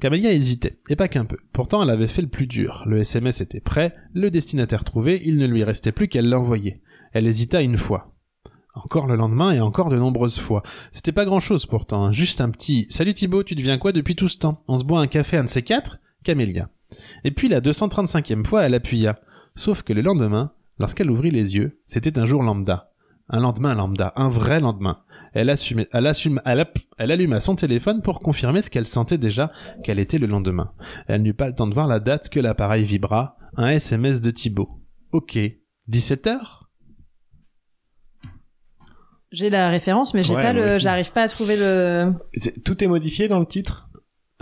Camélia hésitait, et pas qu'un peu. Pourtant, elle avait fait le plus dur. Le SMS était prêt, le destinataire trouvé, il ne lui restait plus qu'à l'envoyer. Elle hésita une fois. Encore le lendemain et encore de nombreuses fois. C'était pas grand chose pourtant, hein, juste un petit Salut Thibaut, tu deviens quoi depuis tout ce temps On se boit un café un de ces quatre Camélia. Et puis la 235e fois, elle appuya. Sauf que le lendemain, lorsqu'elle ouvrit les yeux, c'était un jour lambda. Un lendemain lambda, un vrai lendemain. Elle, assume, elle, assume, elle, app- elle alluma son téléphone pour confirmer ce qu'elle sentait déjà qu'elle était le lendemain. Elle n'eut pas le temps de voir la date que l'appareil vibra. Un SMS de Thibaut. Ok. 17h
J'ai la référence, mais j'ai
Ouais,
pas
moi
le,
aussi.
j'arrive pas à trouver le.
C'est- Tout est modifié dans le titre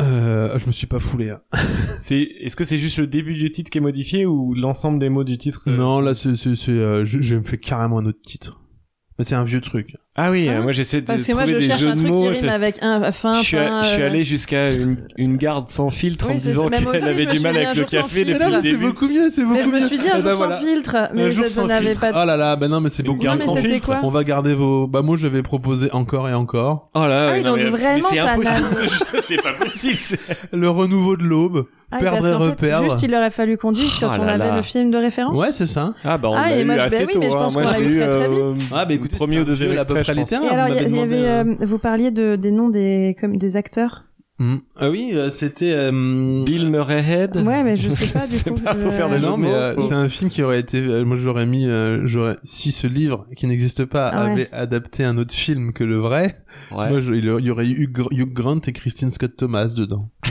Euh, je me suis pas foulé. hein.
C'est Est-ce que c'est juste le début du titre qui est modifié ou l'ensemble des mots du titre euh,
non,
sont-
là, c'est, c'est, c'est, euh, je, je me fais carrément un autre titre. Mais c'est un vieux truc.
Ah oui, euh,
Ah,
moi j'essaie de
Parce que
trouver
moi, je
des
cherche
jeux
un
de
truc
mots.
qui rime
t'sais.
avec un fin.
je, suis,
pain,
je suis
euh,
allé jusqu'à une, une garde sans filtre
Oui,
en me
c'est-
disant
mais
qu'elle
moi aussi,
avait
je me
du
suis
mal
mis
avec
un
le
jour sans
café depuis
filtre.
le
Là,
c'est
début.
beaucoup mieux, c'est beaucoup
Mais je
mieux.
me suis dit
Eh
un jour
ben
sans
voilà.
filtre,
Un
mais
jour
je,
sans
n'avais
filtre.
pas. de-
Oh là là, ben non, mais c'est
Une
beaucoup
Non,
garde
mieux.
mais
sans
c'était
filtre.
quoi
On va garder vos. Bah moi je vais proposer encore et encore.
Oh là,
Ah oui,
non,
donc
mais- mais
vraiment,
c'est
ça n'a-
impossible ce jeu, c'est pas possible. c'est-
Le renouveau de l'aube.
Ah,
Perdre
parce
et
qu'en fait,
reperdre.
Juste, il aurait fallu qu'on dise quand
Oh
on
là
avait
là.
le film de référence.
Ouais, c'est ça.
Ah bah on
Ah,
l'a
et
eu
moi, je-
assez
bah oui,
tôt.
mais je
hein.
pense
Moi,
qu'on l'a
je
eu
l'ai
très, très
euh,
Ah bah écoutez,
premier
c'était
ou
un
deuxième
jeu à peu près
extrait, je pense.
littéraire.
Et
on
alors, il y a-
m'avait
il y
demandé,
avait,
euh,
euh, vous parliez de, des noms des, comme des acteurs.
Hmm. Ah oui, euh, c'était. euh,
Bill Murray Head.
Ouais, mais je sais pas, du
C'est
coup,
pas, faut
Ah bah, je-
faire des jeux
Non
de
mais
mots,
euh,
faut-
c'est un film qui aurait été euh, moi je l'aurais mis euh, j'aurais si ce livre qui n'existe pas
Ah ouais.
avait adapté un autre film que le vrai
Ouais.
moi je- il y aurait eu Hugh Gr- Hugh Grant et Christine Scott Thomas dedans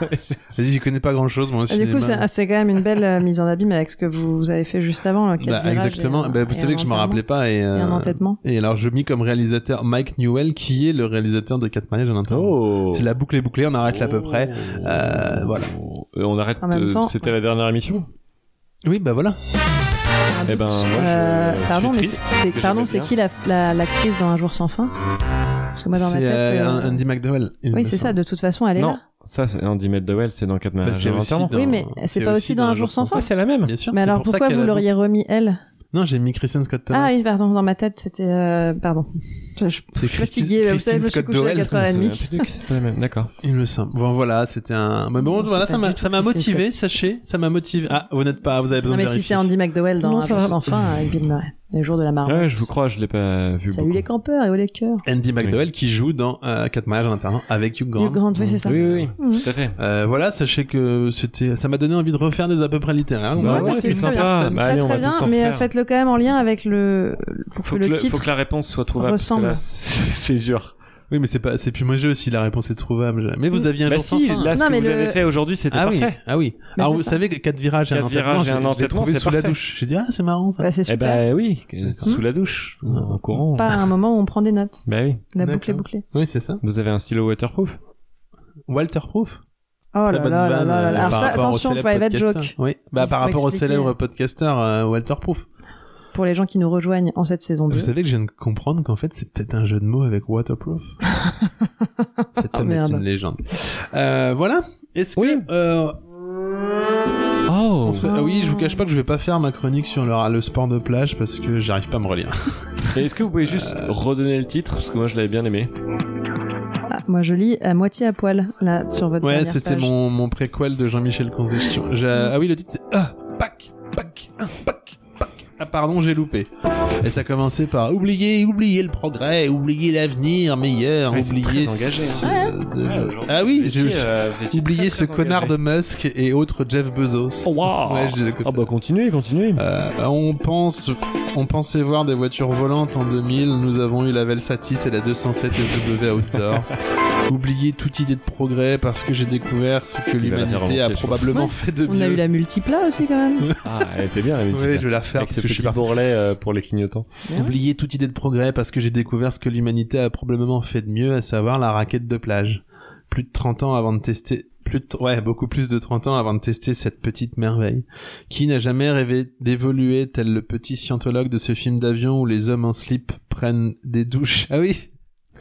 vas-y j'y connais pas grand chose moi au
Et
cinéma.
Ah, du coup, c'est c'est quand même une belle euh, mise en abîme avec ce que vous vous avez fait juste avant. là, quatre
Bah,
virages et
exactement
un-
Bah, vous
euh, et
savez
un
que je m'en
enterrement.
rappelais pas et,
Et un
euh,
entêtement.
et alors je mis comme réalisateur Mike Newell qui est le réalisateur de Quatre mariages à l'intérieur
Oh.
c'est la boucle est bouclée on arrête là à peu
Oh.
près Euh, voilà.
Euh, on arrête.
En même
euh,
temps,
C'était la dernière émission.
oui bah voilà
Eh ben, moi, je-
Euh,
je suis
pardon, mais
triste,
c'est-
parce
c'est-
que
pardon,
j'aimais
c'est
bien.
qui la- la- l'actrice dans Un jour sans fin Parce que moi, dans ma
c'est
tête.
euh,
euh,
Andy McDowell il me
Oui, c'est ça.
semble.
De toute façon, elle est
Non,
là.
ça, c'est Andy Medwell, c'est dans 4
Bah,
mariages
c'est
à
aussi
l'enterrement.
dans-
Oui, mais c'est pas aussi dans Un jour sans fin.
Ah, c'est la même.
Bien sûr,
Mais
c'est
alors,
pour ça
pourquoi
qu'elle
vous
a-
l'auriez remis elle
Non, j'ai mis Christian Scott Thomas.
Ah oui, pardon, dans ma tête, c'était. euh, Pardon. Je je- je
C'est
suis fatiguée, vous savez, je me suis couchée à
Je me
4h30.
souviens plus que c'était la même. D'accord.
Il me semble. Bon, voilà, c'était un. Mais
Non,
bon,
c'est
voilà,
pas
ça
du
m'a,
tout
ça m'a
Christian
motivé. Sachez, ça m'a motivé. Ah, vous n'êtes pas, vous avez
Non,
besoin
mais
de
si
vérifier.
c'est Andy McDowell dans
Non,
Un
ça
jour
va.
sans fin avec Bill Murray, les jours de la marmite.
Ouais, je
tout
vous
ça.
crois, je l'ai pas vu.
Salut
beaucoup.
les campeurs et les cœurs.
Andy McDowell qui joue dans euh, Quatre mariages à l'internat avec Hugh Grant.
Hugh Grant, oui, c'est ça.
Mmh. Oui, oui,
Mhm.
oui. Tout à fait.
Euh, voilà, sachez que c'était, ça m'a donné envie de refaire des à peu près littéraires.
Bah
Ouais,
ouais,
mais
c'est
très bien.
sympa. Bah,
très
allez, on
très
va
bien,
tous en
mais euh,
refaire.
faites-le quand même en lien avec le pour que
Faut que,
le
le- faut
titre.
que la réponse soit trouvable. parce que
ressemble.
là, C'est c'est dur.
Oui, mais c'est pas, c'est plus moi jeu si la réponse est trouvable. Mais vous aviez un
Bah
jour sans
si,
fin.
là, ce
Non, mais
que vous
le-
avez fait aujourd'hui, c'était
Ah oui,
parfait.
ah oui.
Mais
Alors
Bah c'est
vous
ça.
savez que quatre virages et un
Quatre virages
entêtement,
et un
je- je l'ai
entêtement,
trouvé
c'est
sous la
parfait.
douche. J'ai dit ah c'est marrant ça.
Bah, c'est
Eh
super.
bah oui, que-
D'accord.
sous la douche, en courant.
Pas à un moment où on prend des notes.
Bah oui.
La
D'accord.
boucle est bouclée.
Oui c'est ça.
Vous avez un stylo waterproof
Walter Proof.
Oh là
Très
là
bonne
là là
vanne,
là
euh,
là. Alors
par
ça,
rapport au
attention,
célèbre
private
podcasteur.
joke.
Oui, bah,
Il
par
faut
rapport au
expliquer.
célèbre podcaster euh, Walter Proof.
Pour les gens qui nous rejoignent en cette saison 2.
Vous savez que je viens de comprendre qu'en fait, c'est peut-être un jeu de mots avec waterproof. Cet
Oh,
homme est
merde.
une légende. Euh, voilà. Est-ce
Oui.
que... euh,
Oh
on se- ah oui, je vous cache pas que je vais pas faire ma chronique sur le, le sport de plage parce que j'arrive pas à me relire.
Et Est-ce que vous pouvez juste redonner le titre Parce que moi, je l'avais bien aimé.
Ah, moi je lis à moitié à poil là sur votre
Ouais,
dernière
c'était
page.
mon, mon préquel de Jean-Michel Conception. J'ai- Ah oui, le titre c'est Ah, Pâques, Pâques, ah, Pâques, Pâques. Ah pardon, j'ai loupé. Et ça commençait par oublier, oublier le progrès, oublier l'avenir meilleur,
Ouais, c'est
oublier
très engagé, hein.
ce- de- ah oui, j'ai
euh,
oublié ce connard de Musk et autre Jeff Bezos.
Oh, waouh.
Ouais, je disais que
Ah bah
ça.
continuez, continuez.
Euh, on pense, on pensait voir des voitures volantes en 2000. Nous avons eu la Velsatis et la 207 SW Outdoor. Oubliez toute idée de progrès parce que j'ai découvert ce que
Il va la faire
l'humanité a
entier, je
probablement
pense.
fait de
On a
mieux.
eu la multipla aussi quand même.
Ah, elle était bien la
Oui,
musique.
je vais la hein. refaire
Avec
parce
ce
que je suis
petit
parti.
bourrelet euh, pour les clignotants.
Ah
Oubliez toute idée de progrès parce que j'ai découvert ce que l'humanité a probablement fait de mieux, à savoir la raquette de plage. Plus de 30 ans avant de tester, plus de, ouais, beaucoup plus de 30 ans avant de tester cette petite merveille. Qui n'a jamais rêvé d'évoluer tel le petit scientologue de ce film d'avion où les hommes en slip prennent des douches? Ah oui?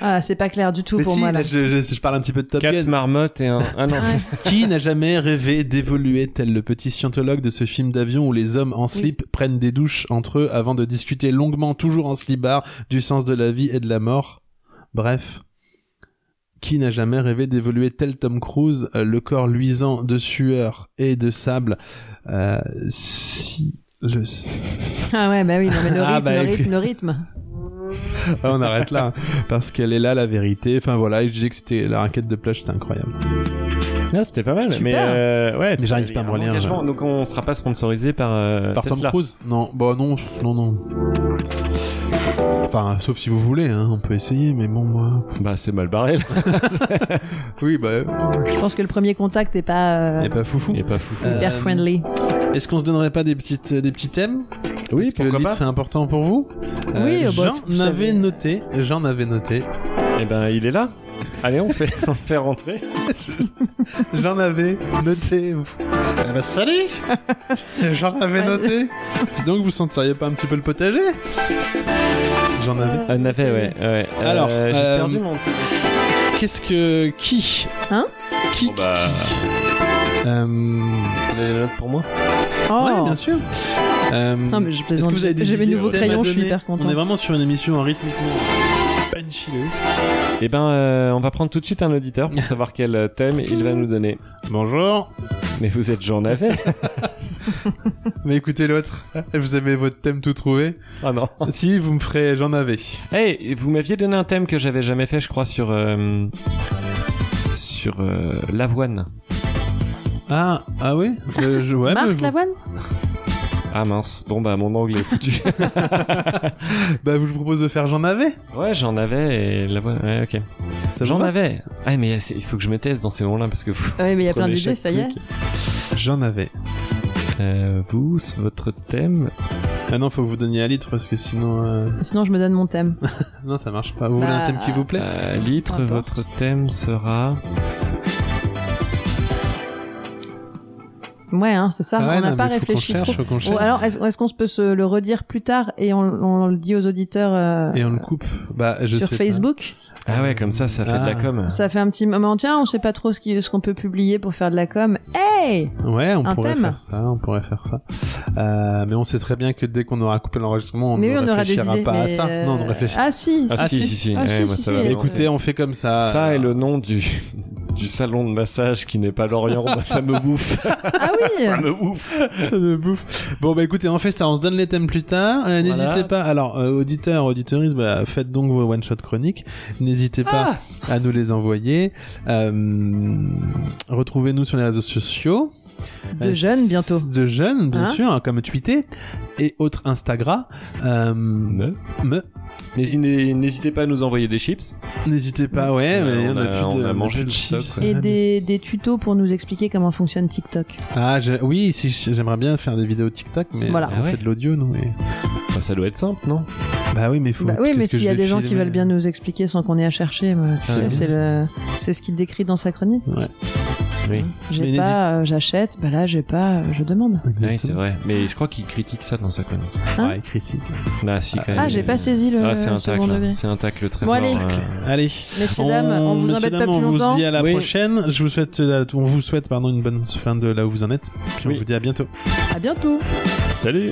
Ah, c'est pas clair du tout
Mais
pour
si,
moi
là,
là.
je, je- je parle un petit peu de Top
Quatre
Gun.
marmottes et un. Ah non.
Ouais.
Qui n'a jamais rêvé d'évoluer tel le petit scientologue de ce film d'avion où les hommes en slip prennent des douches entre eux avant de discuter longuement, toujours en slibard, du sens de la vie et de la mort Bref. Qui n'a jamais rêvé d'évoluer tel Tom Cruise, euh, le corps luisant de sueur et de sable, euh, si Le...
Ah ouais, bah oui, non, mais le rythme,
Ah, bah,
le
et
rythme,
puis-
le rythme.
Ah, on arrête là, hein, parce qu'elle est là la vérité. Enfin voilà, et je disais que c'était la raquette de plage, c'était incroyable.
Non, c'était pas mal.
Super.
Mais, euh, ouais,
Mais j'arrive
il y
pas à
a
me
un
relire,
engagement,
je-
Donc on sera pas sponsorisé par, euh,
hein. Par Tom
Tesla.
Cruise Non, bah non, non, non. Enfin, sauf si vous voulez, hein, on peut essayer, mais bon, moi.
Bah c'est mal barré. là.
Oui, bah,
Je pense que le premier contact est pas
il
euh,
est pas foufou.
Il est pas fou.
Euh,
hyper friendly.
Est-ce qu'on se donnerait pas des petites, euh, des petits thèmes
Oui,
Parce que
pourquoi
Lyd,
pas.
c'est important pour vous Euh,
Oui, bah,
j'en
tu- vous
avais
savez.
noté, j'en avais noté,
Et ben il est là. Allez, on fait, on fait rentrer.
j'en avais noté.
Eh ben, salut
J'en avais
Ouais.
noté. Dis donc, vous sentiriez pas un petit peu le potager J'en avais.
Ah, On a fait, ouais. ouais.
Alors,
Euh, j'ai
euh,
perdu mon.
Qu'est-ce que. Qui
Hein
Qui
Bon, bah.
Euh,
Vous avez des notes pour moi.
Oh.
Ouais, bien sûr. Euh,
Non, mais je
Est-ce
plaisante.
que vous avez des
J'ai mes
idées
nouveaux
de thèmes à
crayons, je suis
donner
hyper contente.
On est vraiment sur une émission rythmiquement punchy. de ouf.
Et ben euh, on va prendre tout de suite un auditeur pour savoir quel euh, thème il va nous donner.
Bonjour
Mais vous êtes Jean Navet
Mais écoutez l'autre, vous avez votre thème tout trouvé.
Ah non.
Oh.
si, vous me ferez, j'en avais.
Hey, vous m'aviez donné un thème que j'avais jamais fait, je crois, sur euh, sur euh, l'avoine.
Ah, ah oui Euh, je, ouais, mais
Marc
vous-
Lavoine
Ah mince. Bon bah mon anglais est foutu.
Bah, vous, je vous propose de faire j'en avais.
Ouais, j'en avais et la voix. Ouais, ok.
Ça
J'en
vous va
avais. Ah, mais c'est- il faut que je me teste dans ces noms-là parce que vous.
Ouais, mais il y a plein
prenez
d'idées,
chaque
ça y est.
truc.
J'en avais.
Euh, vous, c'est votre thème.
Ah non, faut que vous donniez à litre parce que sinon. euh,
Sinon, je me donne mon thème.
Non, ça marche pas. Vous voulez un
Bah,
thème qui vous plaît
Euh, litre,
Peu importe.
votre thème sera.
Ouais, hein, c'est ça.
Ah ouais,
on n'a
non,
pas
mais faut
réfléchi
qu'on
trop.
cherche, faut qu'on
Bon,
cherche.
alors, est-ce est-ce qu'on se peut se le redire plus tard et on, on le dit aux auditeurs euh,
Et on le coupe. Bah, je
sur
sais pas.
Facebook
Ah ouais, comme ça, ça fait de la
Ah.
com.
Ça fait un petit moment. Tiens, on sait pas trop ce qui- ce qu'on peut publier pour faire de la com. Hey
Ouais, on
Un
pourrait
thème.
faire ça, on pourrait faire ça. Euh, mais on sait très bien que dès qu'on aura coupé l'enregistrement, on
Mais
ne
oui, on aura des
réfléchira
idées.
pas à
mais,
ça.
euh,
Non, on ne réfléchira.
Ah si.
Ah,
Ah,
si,
si.
si, si.
Ah,
Eh,
si,
moi,
si,
ça
si.
va.
Écoutez, on fait comme ça.
Ça est le nom du du salon de massage qui n'est pas l'Orient. Moi, ça me bouffe.
Ah oui.
ça me bouffe.
Ça de bouffe. Bon, bah écoutez, on fait ça, on se donne les thèmes plus tard. Euh,
Voilà.
N'hésitez pas, alors, euh, auditeurs, auditeuristes, bah, faites donc vos one-shot chroniques. N'hésitez pas
Ah
à nous les envoyer. Euh, Retrouvez-nous sur les réseaux sociaux.
De
Euh,
jeunes, bientôt.
De jeunes, bien
Hein
sûr, hein, comme Twitter et autres Instagram. Euh,
Me.
me.
N'hési- N'hésitez pas à nous envoyer des chips.
N'hésitez pas, ouais,
Ouais,
mais
euh,
on,
on a-
a, plus de,
on a mangé
plus
le
de
stock,
chips.
ouais.
Et des, des tutos pour nous expliquer comment fonctionne TikTok.
Ah, je- oui, si, j'aimerais bien faire des vidéos TikTok, mais
Voilà.
on
Ah ouais.
fait de l'audio, nous. et-
Bah, ça doit être simple, non
Bah oui, mais faut.
Bah oui,
qu'est-ce
mais
que
s'il
je
y a
vais
des gens
filmer
qui veulent bien nous expliquer sans qu'on ait à chercher, moi, tu
Ah,
sais,
oui.
c'est le, c'est ce qu'il décrit dans sa chronique. Hein.
Ouais.
Oui.
Mais
J'ai
n'hésite-
pas, euh, j'achète. Bah là, j'ai pas, euh, je demande.
Oui, c'est vrai. Mais je crois qu'il critique ça dans sa chronique.
Hein
Ouais, critique.
Ah, si,
Eh,
quand
Ah,
même,
j'ai
il-
pas saisi le
Ah, c'est un tacle.
second
hein.
degré.
C'est un tacle très
Bon,
fort.
allez.
euh.
Allez.
Messieurs, dames, on vous
messieurs,
embête pas
dames,
plus
on
longtemps.
vous dit à la
Oui.
prochaine. Je vous souhaite, euh, on vous souhaite, pardon, une bonne fin de là où vous en êtes. Puis
Oui.
on vous dit à bientôt.
À bientôt.
Salut